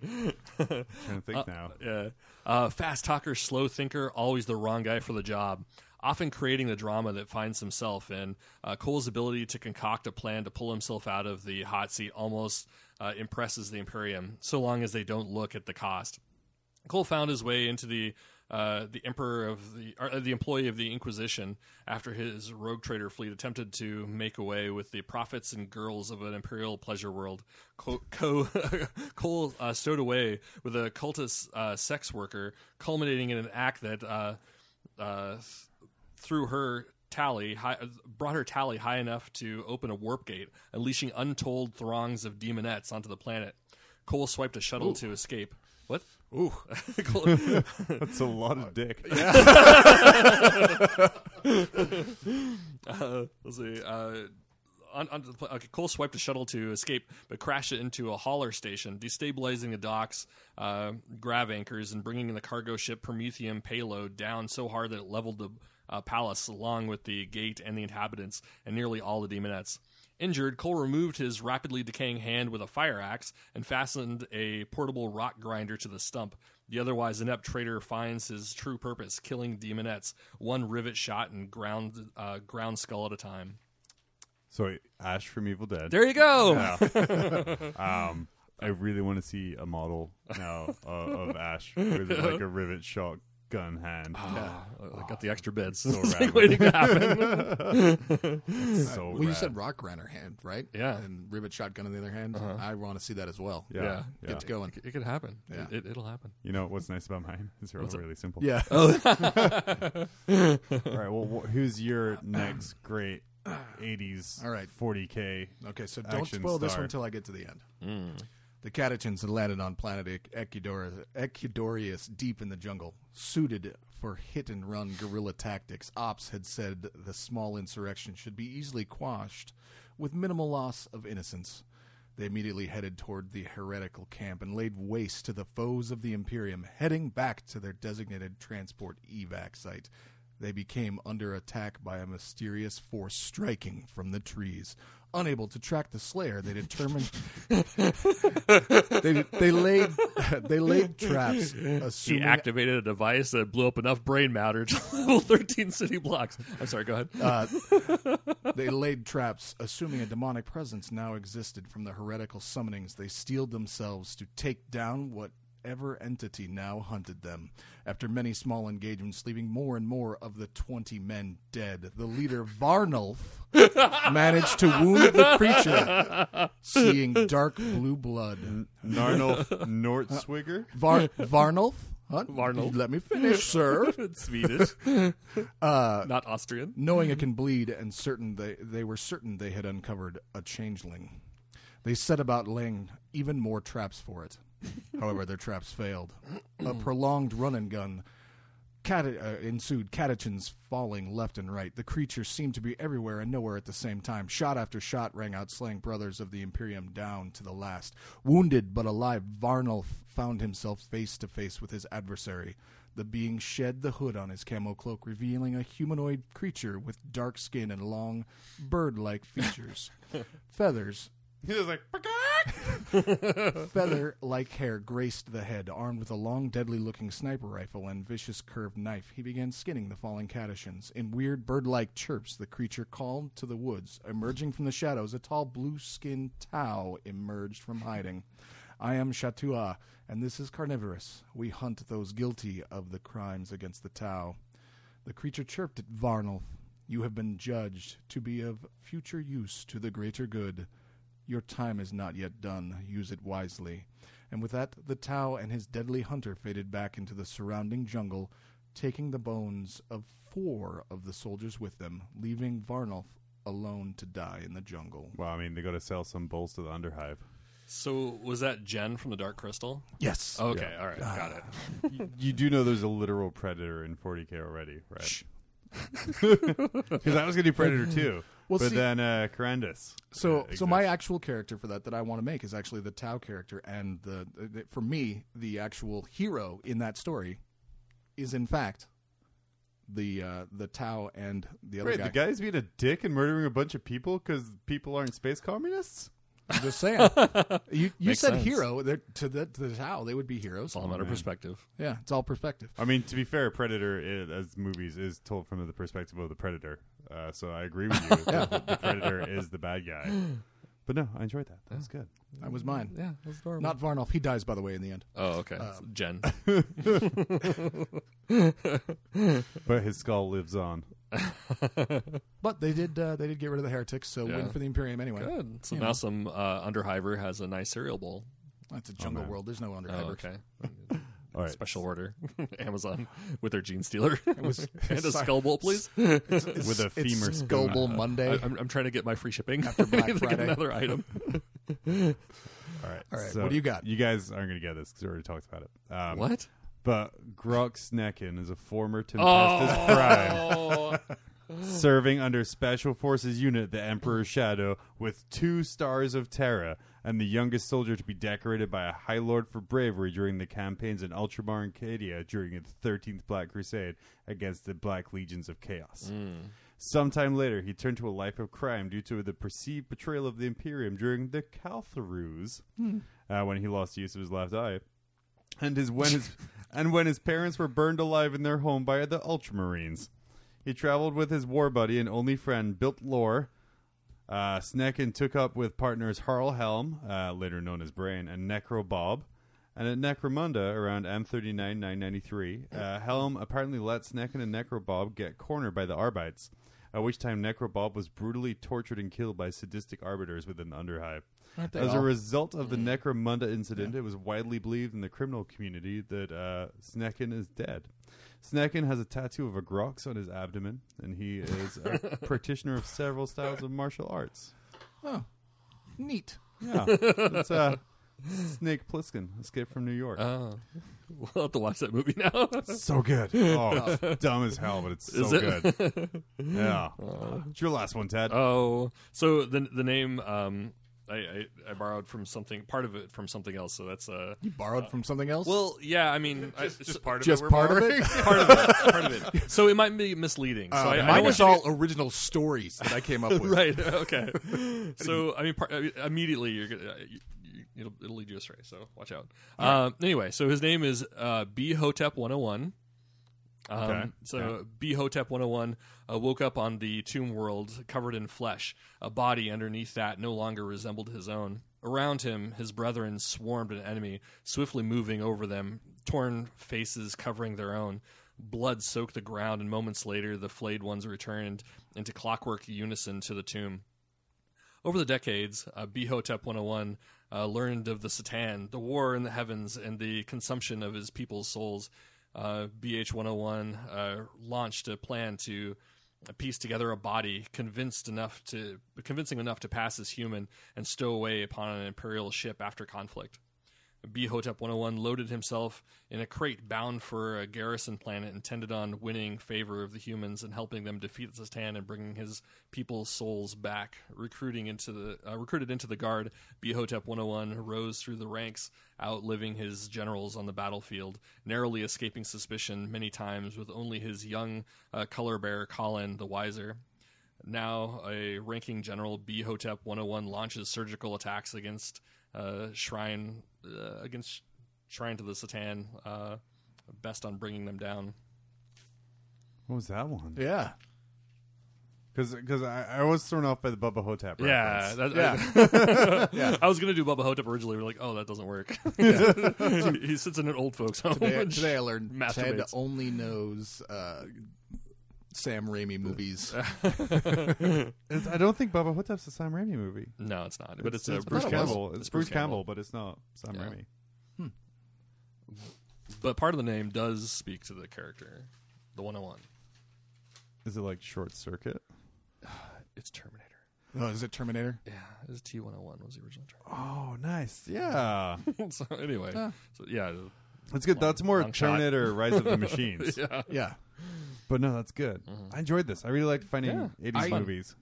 A: trying to think now.
B: Yeah. Uh, fast talker, slow thinker, always the wrong guy for the job. Often creating the drama that finds himself in. Uh, Cole's ability to concoct a plan to pull himself out of the hot seat almost uh, impresses the Imperium, so long as they don't look at the cost. Cole found his way into the uh, the emperor of the or, uh, the employee of the Inquisition after his rogue trader fleet attempted to make away with the profits and girls of an imperial pleasure world. Co- Co- Cole uh, stowed away with a cultist uh, sex worker, culminating in an act that. Uh, uh, th- through her tally high, brought her tally high enough to open a warp gate, unleashing untold throngs of demonettes onto the planet. Cole swiped a shuttle to escape. What? Ooh, Cole,
A: That's a lot of dick.
B: uh, let's see. Uh, on, on the, pla- okay, Cole swiped a shuttle to escape, but crashed it into a hauler station, destabilizing the docks, uh, grav anchors, and bringing the cargo ship Prometheum payload down so hard that it leveled the uh, palace along with the gate and the inhabitants and nearly all the demonettes. Injured, Cole removed his rapidly decaying hand with a fire axe and fastened a portable rock grinder to the stump. The otherwise inept traitor finds his true purpose, killing demonettes, one rivet shot and ground uh, ground skull at a time.
A: So Ash from Evil Dead.
B: There you go.
A: um, I really want to see a model now uh, of Ash with like a rivet shotgun hand.
C: Oh,
B: I got the extra bits.
A: So
B: It's
A: rad.
B: like waiting to happen.
A: It's so
C: Well, you
A: rad.
C: said rock grinder hand, right?
B: Yeah.
C: And rivet shotgun in the other hand. I want to see that as well.
A: Uh-huh. yeah, yeah.
B: yeah.
C: Get to going.
B: It could happen.
C: Yeah.
B: It, it, will happen.
A: You know what's nice about mine is they're all really simple.
C: Yeah.
B: Oh.
A: All right. Well, wh- who's your next great '80s?
C: All right.
A: 40k.
C: Okay, so don't
A: Action
C: spoil this
A: star.
C: one until I get to the end. The catechins had landed on planet Ec- Ecuador- Ecuadorius deep in the jungle. Suited for hit and run guerrilla tactics, ops had said the small insurrection should be easily quashed with minimal loss of innocence. They immediately headed toward the heretical camp and laid waste to the foes of the Imperium, heading back to their designated transport evac site. They became under attack by a mysterious force striking from the trees. Unable to track the slayer, they determined they, they laid they laid traps.
B: He
C: Assuming
B: activated a device that blew up enough brain matter to level 13 city blocks. I'm sorry, go ahead.
C: Uh, They laid traps, assuming a demonic presence now existed from the heretical summonings. They steeled themselves to take down whatever entity now hunted them. After many small engagements, leaving more and more of the 20 men dead, the leader, Varnulf, managed to wound the creature, seeing dark blue blood.
A: Narnolf Nortswigger.
C: Var- Varnulf? Huh?
B: Varnulf.
C: Let me finish, sir.
B: it's Swedish.
C: uh,
B: Not Austrian.
C: knowing it can bleed and certain they, they were certain they had uncovered a changeling they set about laying even more traps for it however their traps failed a prolonged run and gun Cata- uh, ensued catechins falling left and right. The creature seemed to be everywhere and nowhere at the same time. Shot after shot rang out, slaying brothers of the Imperium down to the last. Wounded but alive, Varnal f- found himself face to face with his adversary. The being shed the hood on his camo cloak, revealing a humanoid creature with dark skin and long, bird like features. Feathers
A: He was like,
C: feather like hair graced the head, armed with a long, deadly looking sniper rifle and vicious curved knife. He began skinning the falling catechins. In weird bird like chirps, the creature called to the woods. Emerging from the shadows, a tall blue skinned Tau emerged from hiding. I am Shatua, and this is Carnivorous. We hunt those guilty of the crimes against the Tau. The creature chirped at Varnal. You have been judged to be of future use to the greater good. Your time is not yet done. Use it wisely. And with that, the Tau and his deadly hunter faded back into the surrounding jungle, taking the bones of four of the soldiers with them, leaving Varnolf alone to die in the jungle.
A: well, I mean, they got to sell some bulls to the Underhive.
B: So was that Jen from the Dark Crystal?
C: Yes.
B: Oh, Okay, all right,
C: Ah,
B: got it.
A: you do know there's a literal predator in 40k already, right? Because I was gonna do predator too,
C: Well,
A: but
C: see-
A: then uh, Carandus.
C: So,
A: uh,
C: so my
A: exists.
C: actual character for that that I want to make is actually the Tau character, and the, the for me the actual hero in that story is in fact the uh, the Tau and the other
A: Wait,
C: guy.
A: the guy's being a dick and murdering a bunch of people because people aren't space communists.
C: I'm just saying. you you
B: Makes
C: said
B: sense.
C: hero they're- to the to the Tau, they would be heroes.
B: It's all a matter of perspective.
C: Yeah, it's all perspective.
A: I mean, to be fair, Predator i as movies is told from the perspective of the predator. Uh, so I agree with you. that the predator is the bad guy. But no, I enjoyed that. That was good.
C: That was mine.
B: Yeah, that's adorable.
C: Not Varnoff. He dies by the way in the end.
B: oh, okay,
C: Um,
B: Jen.
A: But his skull lives on.
C: But they did uh, they did get rid of the heretics, so
B: Yeah.
C: win for the Imperium anyway.
B: Good. So
C: You
B: now
C: know.
B: some uh, Underhiver has a nice cereal bowl.
C: That's a jungle world. There's no under
B: Oh, okay.
A: All right.
B: Special order, Amazon with their gene stealer
C: was-
B: and a
C: sorry.
B: skull bowl, please.
A: With a femur
C: it's
A: spoon.
C: Global Monday.
B: I, am I'm trying to get my free shipping
C: After Black
B: Get
C: Friday.
B: Another item.
A: All right.
C: All right, what do you got?
A: You guys aren't going to get this because we already talked about it. Um,
B: what?
A: But Grok Snekin is a former Tim Festus Prime
B: Oh,
A: serving under Special Forces Unit, the Emperor's Shadow, with two Stars of Terra, and the youngest soldier to be decorated by a High Lord for bravery during the campaigns in Ultramar and Cadia during the 13th Black Crusade against the Black Legions of Chaos. Sometime later, he turned to a life of crime due to the perceived betrayal of the Imperium during the Caltharus, uh, when he lost use of his left eye and his when his and when his parents were burned alive in their home by the Ultramarines. He traveled with his war buddy and only friend, Built Lore. Uh, Snekin took up with partners Harl Helm, uh, later known as Brain, and Necro Bob. And at Necromunda, around M39 993, uh, Helm apparently let Snekin and Necro Bob get cornered by the Arbites, at which time Necro Bob was brutally tortured and killed by sadistic arbiters within the Underhive. As a result of the Necromunda incident, it was widely believed in the criminal community that uh, Snekin is dead. Snekin has a tattoo of a grox on his abdomen, and he is a practitioner of several styles of martial arts.
C: Neat.
A: Yeah, it's uh, Snake Plissken, Escape from New York.
B: we'll have to watch that movie now.
A: so good. Oh, it's dumb as hell, but it's so
B: Is
A: good. Yeah. it's your last one, Ted.
B: Oh, so the the name um, I, I I borrowed from something part of it from something else. So that's uh,
C: You borrowed from something else.
B: well, yeah. I mean, just, part
C: just part of it.
B: part of it, part of it. So it might be misleading. so
C: Uh,
B: I, I
C: mine
B: want
C: was
B: you to-
C: all original stories that I came up with.
B: right. Okay. So I mean, par- I mean, immediately you're gonna. uh, You, you- It'll, it'll lead you astray, so watch out. Um, anyway, so his name is uh, B Hotep 101. Um,
A: Okay.
B: So B Hotep 101 uh, woke up on the tomb world covered in flesh, a body underneath that no longer resembled his own. Around him, his brethren swarmed an enemy, swiftly moving over them, torn faces covering their own. Blood soaked the ground, and moments later, the flayed ones returned into clockwork unison to the tomb. Over the decades, uh, Bihotep 101 uh, learned of the Satan, the war in the heavens, and the consumption of his people's souls. Uh, BH 101 uh, launched a plan to uh, piece together a body convinced enough to convincing enough to pass as human and stow away upon an imperial ship after conflict. B Hotep 101 loaded himself in a crate bound for a garrison planet intended on winning favor of the humans and helping them defeat the Stan and bringing his people's souls back. Recruiting into the uh, recruited into the guard, B Hotep 101 rose through the ranks, outliving his generals on the battlefield, narrowly escaping suspicion many times with only his young uh, color bearer Colin the wiser. Now, a ranking general, B Hotep 101, launches surgical attacks against uh, Shrine uh, against Shrine to the Satan, uh, best on bringing them down.
A: What was that one?
C: Yeah.
A: Because I, I was thrown off by the Bubba Hotep.
B: Yeah,
A: reference.
B: that, I, I was gonna do Bubba Hotep originally. We are like, oh, that doesn't work. he, he sits in an old folks' home.
C: Today,
B: and
C: today I learned Ted
B: masturbates.
C: only knows uh, Sam Raimi movies.
A: It's- I don't think Bubba Hotep's a Sam Raimi movie.
B: No, it's not. But it's,
A: it's
B: uh,
A: Bruce
C: not a-
A: Campbell. It's, Bruce Campbell, but it's not Sam
B: Yeah.
A: Raimi.
B: But part of the name does speak to the character, the 101.
A: Is it like Short Circuit?
B: It's Terminator.
C: oh, is it Terminator?
B: Yeah, it's T one hundred one was the original
A: Oh, nice. Yeah,
B: term. so anyway,
A: Ah.
B: so yeah,
A: that's good. That's more
B: long shot.
A: Terminator: Rise of the Machines.
C: Yeah. Mm-hmm.
A: But no, that's good. I enjoyed this. I really liked finding
B: Yeah.
A: 80s
C: I-
A: movies.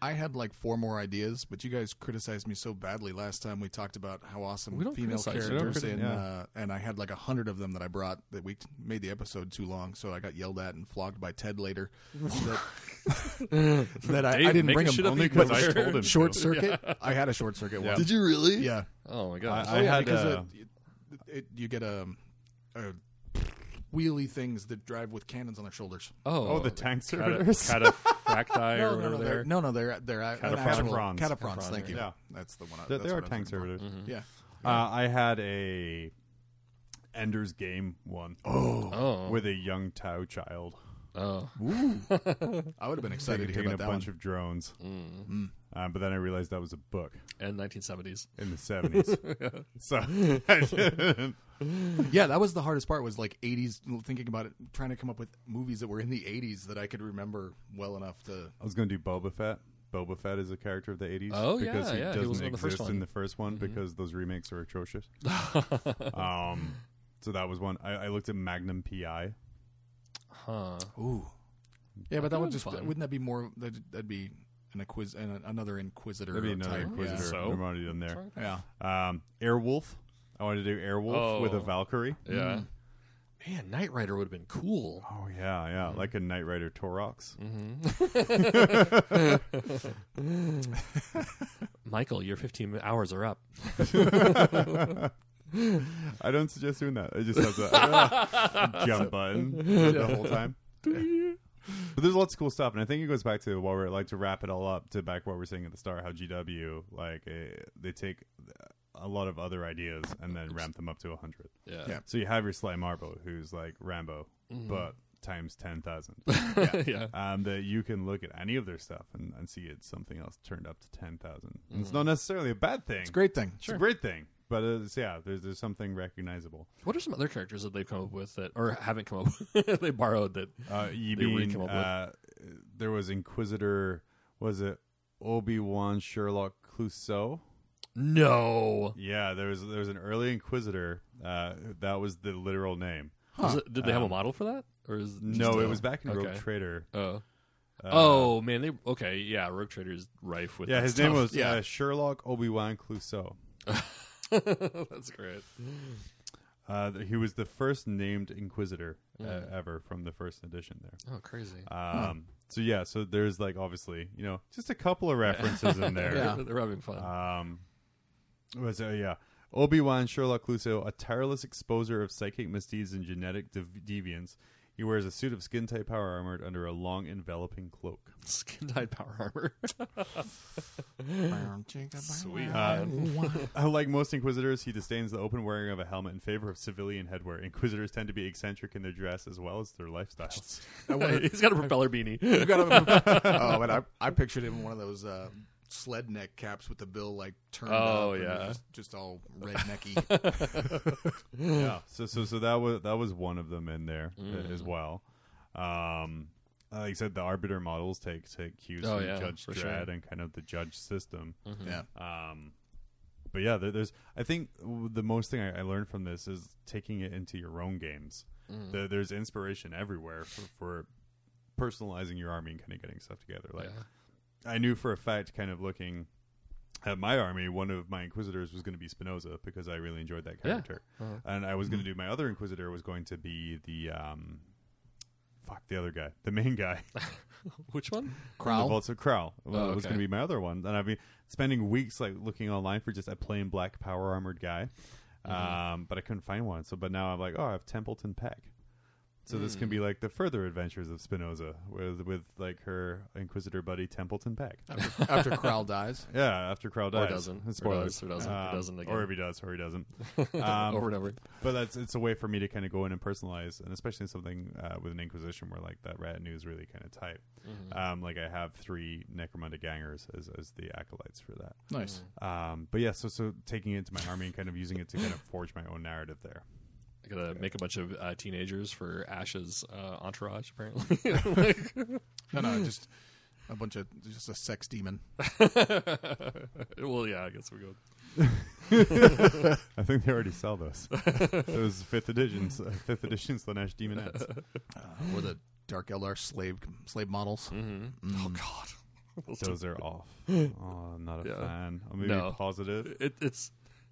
C: I had like four more ideas, but you guys criticized me so badly last time we talked about how awesome
B: We don't
C: female
B: criticize you.
C: characters
A: We don't
C: and
A: criti-
C: uh, and I had like a hundred of them that I brought that we made the episode too long, so I got yelled at and flogged by Ted later. that that I, I
B: Dave
C: didn't
B: making
C: bring
B: shit
C: them
B: up
A: Only
B: you
A: because
B: know.
A: I told him.
C: Short
A: to.
C: circuit. I had a short circuit one.
A: Did
C: you really? Yeah.
B: Oh my gosh.
A: I- I-
C: yeah,
A: had,
C: because
A: uh,
C: it, it, it, you get a, a wheelie things that drive with cannons on their shoulders.
B: oh,
A: Oh, the tank
B: cata-
A: servers.
B: cataphracti or whatever.
C: no,
B: there.
C: they're, no, no, they're they're uh, an
A: Cataprons.
C: actual-
A: Cataprons.
C: Cataprons, Thank you.
A: Yeah.
C: That's the one. I,
A: There
C: that's
A: there are
C: what I'm
A: tank
C: looking for.
A: servers.
C: Yeah.
A: Uh, I had a Ender's Game one
B: Oh,
A: with a young Tau child
B: oh,
C: I would have been
A: taking,
C: excited to hear
A: taking a
C: about
A: bunch
C: that one. Mm.
A: of drones. Um, but then I realized that was a book
B: and nineteen seventies.
A: in the 70s. so I didn't-
C: yeah, that was the hardest part. Was like '80s thinking about it, trying to come up with movies that were in the '80s that I could remember well enough to.
A: I was going to do Boba Fett. Boba Fett is a character of the 80s
B: Oh,
A: because
B: yeah,
A: he
B: yeah, he
A: doesn't
B: was in the first
A: exist in
B: one. Mm-hmm.
A: the first one because those remakes are atrocious. um, so that was one. I, I looked at Magnum PI.
B: Huh.
C: Ooh. Yeah, but that would
B: That'd
C: just
B: be fun.
C: wouldn't that be more? That'd, that'd be an acquis- an, another inquisitor.
A: Maybe another
C: type.
A: Inquisitor.
B: So?
A: Never mind, I didn't there.
C: Yeah. yeah.
A: Um, Airwolf. I wanted to do Airwolf
B: Oh.
A: with a Valkyrie.
B: Yeah.
A: Hmm.
B: Man, Knight Rider would have been cool.
A: Oh yeah, yeah, like a Knight Rider Torox.
B: Michael, your fifteen hours are up.
A: I don't suggest doing that. It just has a uh, jump button the whole time. But there's lots of cool stuff, and I think it goes back to while we're like to wrap it all up to back what we we're saying at the start. How GW like eh, they take a lot of other ideas and then ramp them up to hundred.
B: Yeah.
C: Yeah.
A: So you have your Sly Marble, who's like Rambo, but times ten thousand.
B: Yeah.
A: um, that you can look at any of their stuff and, and see it's something else turned up to 10,000. And It's not necessarily a bad thing.
C: It's a great thing.
A: It's a great thing. But it's, yeah, there's, there's something recognizable.
B: What are some other characters that they've come up with that, or haven't come up with? they borrowed that.
A: Uh, you
B: They
A: mean,
B: re-come up with-
A: uh, there was Inquisitor, was it Obi-Wan Sherlock Clouseau?
B: No.
A: Yeah, there was, there was an early Inquisitor. Uh, that was the literal name.
B: Is it- did they have a model for that, or is it just
A: No,
B: a-
A: it was back in Rogue
B: okay.
A: Trader.
B: Oh. oh man, they okay. Yeah, Rogue Trader is rife with.
A: Yeah,
B: that
A: his name
B: stuff.
A: was uh, Sherlock Obi-Wan Clouseau.
B: That's great.
A: Uh, th- he was the first named Inquisitor uh,
B: Mm.
A: ever from the first edition there.
B: Oh, crazy.
A: Um, So yeah, so there's like obviously you know just a couple of references in there.
B: They're, they're having fun.
A: Um, but so yeah, Obi Wan Sherlock Clouseau, a tireless exposer of psychic misdeeds and genetic dev- deviance. He wears a suit of skin tight power armor under a long enveloping cloak.
B: Skin dyed power armor.
C: Sweet.
A: Uh, Unlike most Inquisitors, he disdains the open wearing of a helmet in favor of civilian headwear. Inquisitors tend to be eccentric in their dress as well as their lifestyles.
B: He's got a propeller beanie.
C: oh, but I, I pictured him in one of those uh, sled neck caps with the bill like turned
B: Oh,
C: up. and
B: yeah.
C: just, just all rednecky.
B: Mm.
A: yeah. So so so that was that was one of them in there uh, as well. Um, like I said, the arbiter models take take cues
B: Oh,
A: from
B: yeah,
A: Judge
B: for
A: Dredd
B: sure.
A: and kind of the judge system.
C: yeah,
A: Um, but yeah, there, there's. I think w- the most thing I, I learned from this is taking it into your own games. There, there's inspiration everywhere for, for personalizing your army and kind of getting stuff together. Like I knew for a fact, kind of looking at my army, one of my inquisitors was going to be Spinoza because I really enjoyed that
B: Yeah.
A: character, and I was going to do my other inquisitor was going to be the um, fuck the other guy, the main guy.
B: Which one?
A: The
C: Crowl.
A: Vaults of Crowl well,
B: Oh,
A: was
B: okay.
A: going to be my other one. And I've been spending weeks like looking online for just a plain black power armored guy,
B: Mm-hmm.
A: um, but I couldn't find one. So, but now I'm like, oh, I have Templeton Peck. So this can
B: Mm.
A: be like the further adventures of Spinoza with with like her Inquisitor buddy Templeton Peck.
C: After Crowl dies,
A: Yeah, after Crowl dies,
B: doesn't. Or
A: spoilers,
B: does, or doesn't, or
A: Um,
B: doesn't again.
A: or if he does, or he doesn't. Um,
B: Over and over.
A: but that's it's a way for me to kind of go in and personalize, and especially something uh, with an Inquisition where like that rat news really kind of tight.
C: Mm-hmm.
A: Um, like I have three Necromunda gangers as, as the acolytes for that.
C: nice.
A: Um, but yeah, so so taking it to my army and kind of using it to kind of forge my own narrative there.
B: I gotta make a bunch of uh, teenagers for Ash's uh, entourage, apparently.
C: No, no, just a bunch of just a sex demon.
B: well, yeah, I guess we go.
A: I think they already sell those. those fifth editions, uh, fifth edition Slanesh demonettes.
C: uh, or the Dark Eldar slave slave models. Mm.
B: Oh God,
A: Those are off. Oh, I'm not a
B: Yeah.
A: fan. I'm maybe
B: No.
A: positive.
B: it, it's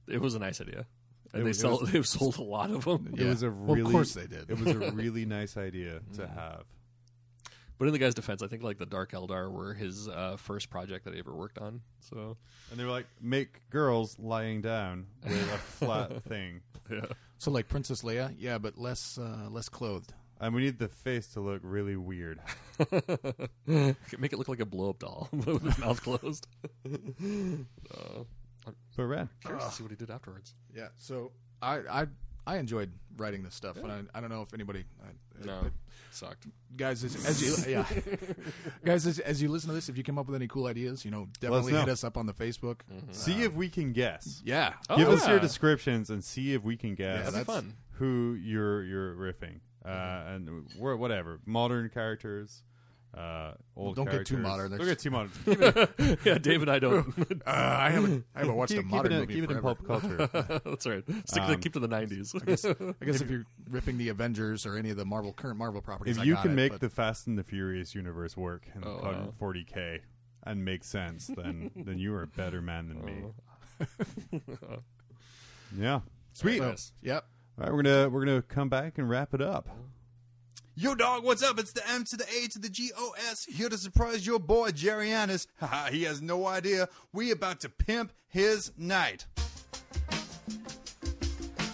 B: it was a nice idea. And
A: It
B: they
A: was- it
B: sell.
A: was-
B: they've sold a lot of them.
A: It was a
C: Well,
A: really,
C: of course they Mm. did.
A: it was a really nice idea to have.
B: But in the guy's defense, I think like the Dark Eldar were his uh, first project that he ever worked on. So
A: And they were like, make girls lying down with a flat thing.
C: so like Princess Leia, yeah, but less uh, less clothed.
A: And we need the face to look really weird.
B: make it look like a blow up doll but with his mouth closed. So,
A: But red.
B: curious to see what he did afterwards.
C: Yeah. So I I I enjoyed writing this stuff, and I, I don't know if anybody. I,
B: No, sucked.
C: guys as, as you yeah guys as, as you listen to this if you come up with any cool ideas you know definitely
A: know.
C: hit us up on the facebook
A: See if we can guess.
C: yeah
B: Oh,
A: Give us your
B: yeah.
A: descriptions and see if we can guess
C: that's-
B: fun.
A: who you're you're riffing. Uh, and we're whatever. Modern characters. Uh, old
C: Don't get
A: characters.
C: too modern.
A: Don't
C: There's-
A: get too modern. Keep it,
B: yeah, Dave and I don't.
C: uh, i haven't i haven't watched
A: keep,
C: a
A: keep
C: modern
A: it, in,
C: movie
A: keep it in
C: forever.
A: pulp culture.
B: That's all right. Stick to,
A: Um,
B: keep to the nineties.
C: i guess if you're ripping the avengers or any of the marvel current marvel properties
A: if
C: I
A: you
C: got
A: can
C: it,
A: make
C: but
A: the Fast and the Furious universe work in
B: Oh,
A: the
B: wow.
A: 40k and make sense, then then you are a better man than me.
G: Oh.
A: yeah, sweet.
C: so,
A: All
B: Yes.
C: yep
A: right, we're gonna we're gonna come back and wrap it up.
G: Yo, dog, what's up? It's the M to the A to the G O S here to surprise your boy Jerrianis. Haha, he has no idea. We about to pimp his night.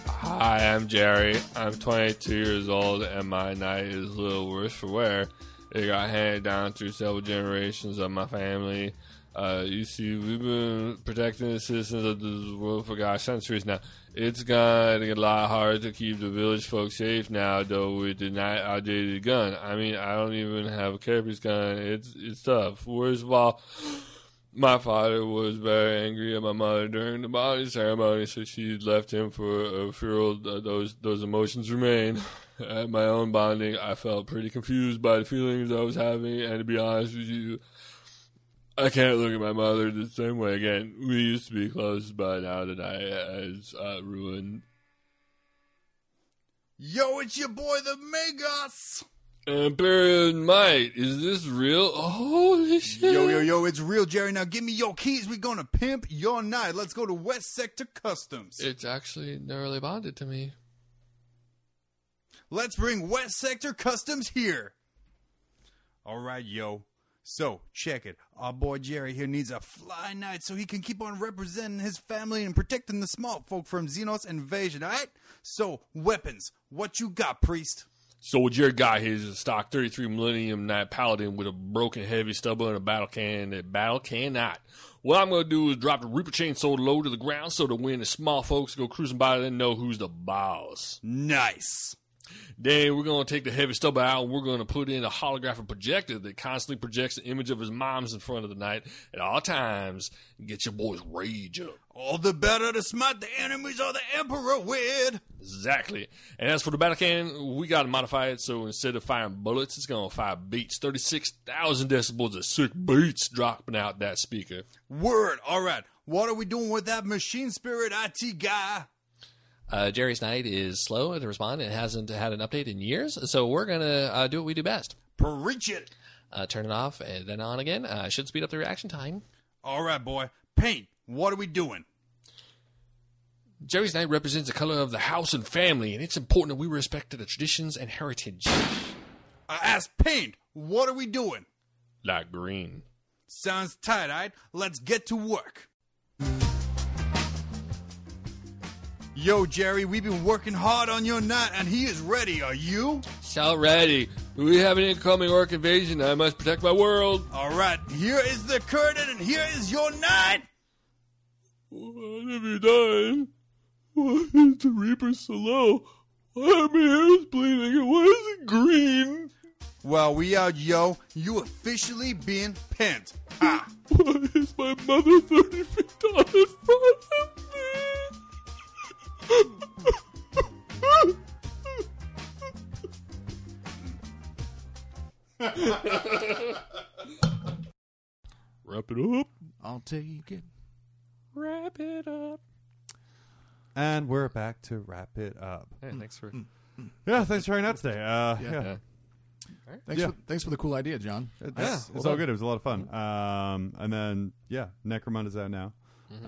F: Hi, I'm Jerry. I'm 22 years old, and my night is a little worse for wear. It got handed down through several generations of my family. Uh, you see, we've been protecting the citizens of this world for gosh centuries now. It's gonna get a lot harder to keep the village folk safe now, though with the night outdated gun. I mean, I don't even have a Kirby's gun. It's it's tough. Worst of all, my father was very angry at my mother during the body ceremony, so she left him for a funeral. Th- Those those emotions remain. At my own bonding, I felt pretty confused by the feelings I was having, and to be honest with you, I can't look at my mother the same way again. We used to be close, but now the night has uh, ruined
G: Yo, it's your boy the Megas.
F: Imperial Might. Is this real? Holy shit!
G: Yo, yo, yo, it's real, Jerry. Now give me your keys. We're gonna pimp your night. Let's go to West Sector Customs.
F: It's actually narrowly bonded to me.
G: Let's bring West Sector Customs here. All right, yo. So, check it. Our boy Jerry here needs a fly night so he can keep on representing his family and protecting the small folk from Xenos invasion, alright? So, weapons. What you got, priest?
F: So what your guy here is a stock 33 Millennium Knight Paladin with a broken heavy stubble and a battle can that battle cannot. What I'm gonna do is drop the Reaper chainsaw low to the ground so that when the small folks go cruising by, they know who's the boss.
G: Nice.
F: Then we're gonna take the heavy stubble out and we're gonna put in a holographic projector that constantly projects the image of his mom's in front of the knight at all times and get your boys rage up.
G: All the better to smite the enemies of the Emperor with.
F: Exactly. And as for the battle cannon, we got to modify it so instead of firing bullets, it's going to fire beats. 36,000 decibels of sick beats dropping out that speaker.
G: Word. All right.
A: What are we doing with that machine spirit IT guy?
H: Uh, Jerry's Night is slow to respond and hasn't had an update in years, so we're going to uh, do what we do best.
A: Preach it.
H: Uh, turn it off and then on again. Uh, should speed up the reaction time.
A: All right, boy. Paint. What are we doing?
H: Jerry's Night represents the color of the house and family, and it's important that we respect the traditions and heritage.
A: I asked paint. What are we doing?
F: Like green.
A: Sounds tight eyed. Let's get to work. Yo, Jerry, we've been working hard on your night, and he is ready. Are you?
F: So ready. We have an incoming orc invasion. I must protect my world.
A: All right, here is the curtain, and here is your night.
F: What have you done? Why is the Reaper so low? Why are my ears bleeding? And why is it green?
A: Well, we out, yo. You officially been pent.
F: Why is my mother 30 feet down in front of me? Wrap it up.
C: I'll take it.
B: Wrap it up.
A: And we're back to wrap it up.
B: Hey, thanks for.
A: Yeah, thanks for hanging out today. Uh, yeah,
C: Thanks,
A: Yeah.
C: for, thanks for the cool idea, John.
A: It's,
B: Yeah,
A: it's
B: well
A: all
B: done.
A: good. It was a lot of fun. Um, and then yeah, Necromunda's out now.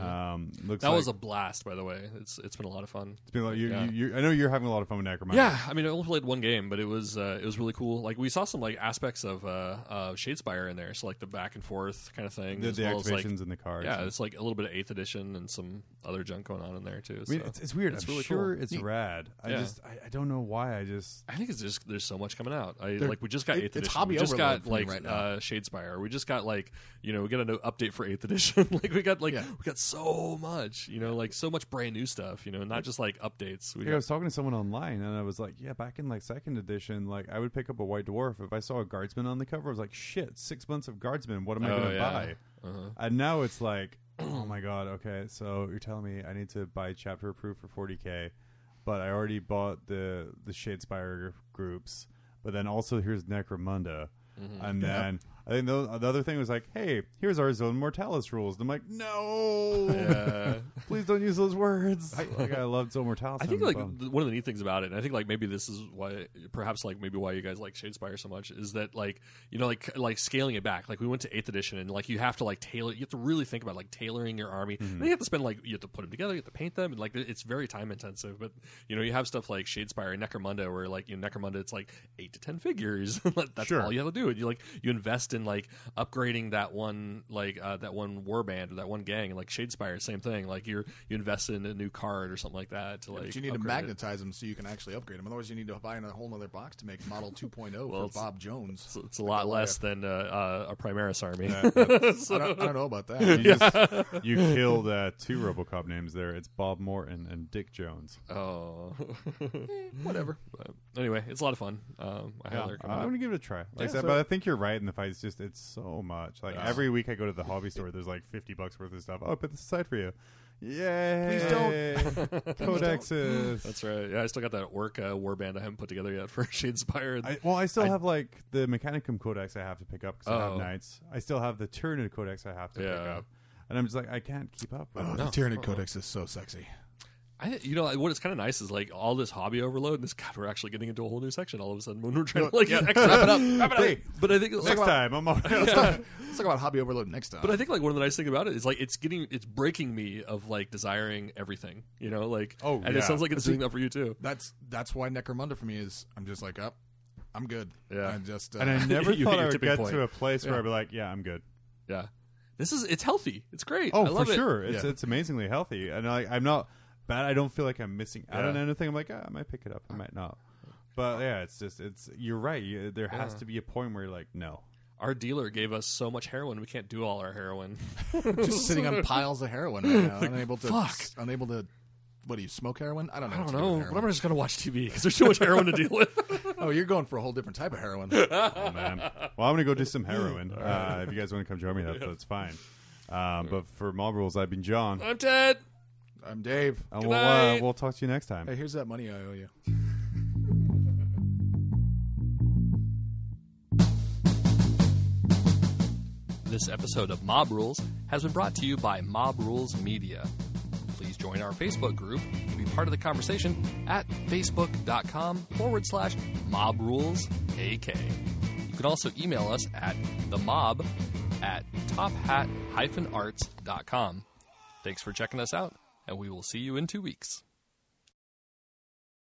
A: Um, looks
B: Mm-hmm. That
A: like
B: was a blast, by the way. It's it's been a lot of fun.
A: it's been like you,
B: yeah.
A: you, you, I know you're having a lot of fun with Necromunda.
B: Yeah, I mean, I only played one game, but it was uh, it was really cool. Like we saw some like aspects of uh, uh, Shadespire in there, so like the back and forth kind of thing.
A: the,
B: as
A: the
B: well as,
A: activations
B: like,
A: and the cards.
B: yeah, it's like a little bit of Eighth Edition and some other junk going on in there too.
A: I mean,
B: so.
A: it's, it's weird.
B: It's
A: I'm
B: really
A: sure
B: cool.
A: it's rad. I
B: Yeah.
A: just I, I don't know why. I just
B: I think it's just there's so much coming out. I
C: There-
B: like we just got
C: it-
B: eighth
C: it's
B: edition.
C: hobby
B: we just got
C: overload for me
B: like
C: right now.
B: uh, Shadespire. We just got like you know we got a new update for eighth edition. like we got like
C: Yeah.
B: we got so much you know like so much brand new stuff you know not just like updates. We
A: Yeah, I
B: got-
A: was talking to someone online, and I was like, "Yeah, back in like second edition, like I would pick up a white dwarf if I saw a guardsman on the cover. I was like, shit, six months of guardsman. What am I
B: Oh,
A: going to
B: yeah. Uh-huh.
A: buy?" And now it's like, "Oh my god, okay, so you're telling me I need to buy chapter approved for 40k, but I already bought the the Shadespire groups, but then also here's Necromunda, and then." I think the, the other thing was like, "Hey, here's our zone mortalis rules." And I'm like, "No, please don't use those words." like, I love zone mortalis.
B: I think
A: I'm
B: like
A: bummed.
B: th- one of the neat things about it, and I think like maybe this is why, perhaps like maybe why you guys like Shadespire so much is that like you know like like scaling it back. Like we went to eighth edition, and like you have to like tailor. You have to really think about like tailoring your army. And you have to spend like you have to put them together, you have to paint them, and like it's very time intensive. But you know you have stuff like Shadespire and Necromunda, where like you know Necromunda, it's like eight to ten figures. That's
A: Sure.
B: all you have to do. And you like you invest in like upgrading that one like uh, that one warband or that one gang. And like Shadespire, same thing. Like you're you invest in a new card or something like that to like
C: But you need to
B: upgrade it.
C: magnetize them so you can actually upgrade them. Otherwise, you need to buy another whole other box to make model 2.0
B: Well,
C: for
B: it's-
C: Bob Jones.
B: So it's a lot less than uh, uh, a Primaris army.
C: I, don't, I don't know about that.
A: You, just, you killed uh, two RoboCop names there. It's Bob Morton and Dick Jones.
B: oh,
A: Eh,
C: Whatever.
B: but anyway, it's a lot of fun. Um, I highly
A: Uh, I'm
B: recommend.
A: gonna give it a try. Like I
B: Yeah,
A: said,
B: so-
A: but I think you're right in the fight. It's just it's so much. Like every week I go to the hobby store. There's like 50 bucks worth of stuff. Oh, I put this aside for you. Yay! don't. Codexes.
B: it. That's right. Yeah, I still got that orc uh, warband I haven't put together yet for Shadespire.
A: I, well, I still have like the Mechanicum Codex I have to pick up because I
B: Oh.
A: have knights. I still have the Tyranid Codex I have to pick
B: Yeah.
A: up, and I'm just like I can't keep up. With
C: Oh,
A: it.
C: The Tyranid Codex is so sexy.
B: I, you know, what is kind of nice is like all this hobby overload, and this God, we're actually getting into a whole new section all of a sudden when we're trying to like wrap it up. Wrap it
A: Hey,
B: But I think
A: Next time I'm on.
C: Let's talk about hobby overload next time.
B: But I think like one of the nice things about it is like it's getting it's breaking me of like desiring everything, you know, like
A: Oh,
B: and
A: yeah.
B: it sounds like it's doing that for you too.
C: that's that's why Necromunda for me is. I'm just like up. I'm good.
B: Yeah.
C: I just uh,
A: And I never
B: You hit
A: thought
B: your
A: I would
B: tipping
A: get
B: point.
A: to a place where I'd be like, yeah, I'm good.
B: Yeah, this is it's healthy, it's great.
A: Oh,
B: I love
A: for
B: it.
A: sure. It's
C: Yeah.
A: it's amazingly healthy, and I, I'm not bad. I don't feel like I'm missing out on
B: Yeah.
A: anything. I'm like, ah, I might pick it up, I might not. But yeah, it's just it's. You're right. You, there has to be a point where you're like, no.
B: our dealer gave us so much heroin we can't do all our heroin.
C: just sitting on piles of heroin right now, unable to unable to. What do you smoke heroin? I don't know.
B: I
C: what
B: don't
C: you do
B: know,
C: with
B: but I'm
C: heroin.
B: just gonna watch TV because there's too much heroin to deal with.
C: Oh, you're going for a whole different type of heroin. All
A: Oh man. Well, I'm gonna go do some heroin. Uh, if you guys want to come join me, that, that's fine. Um, but for mob rules, I've been John,
B: I'm Ted.
C: I'm Dave.
A: and we'll uh,
B: Uh, night.
A: we'll talk to you next time.
C: Hey, here's that money I owe you.
B: This episode of Mob Rules has been brought to you by Mob Rules Media. Please join our Facebook group and be part of the conversation at facebook.com forward slash mob rules AK. You can also email us at the mob at tophat arts.com. Thanks for checking us out, and we will see you in two weeks.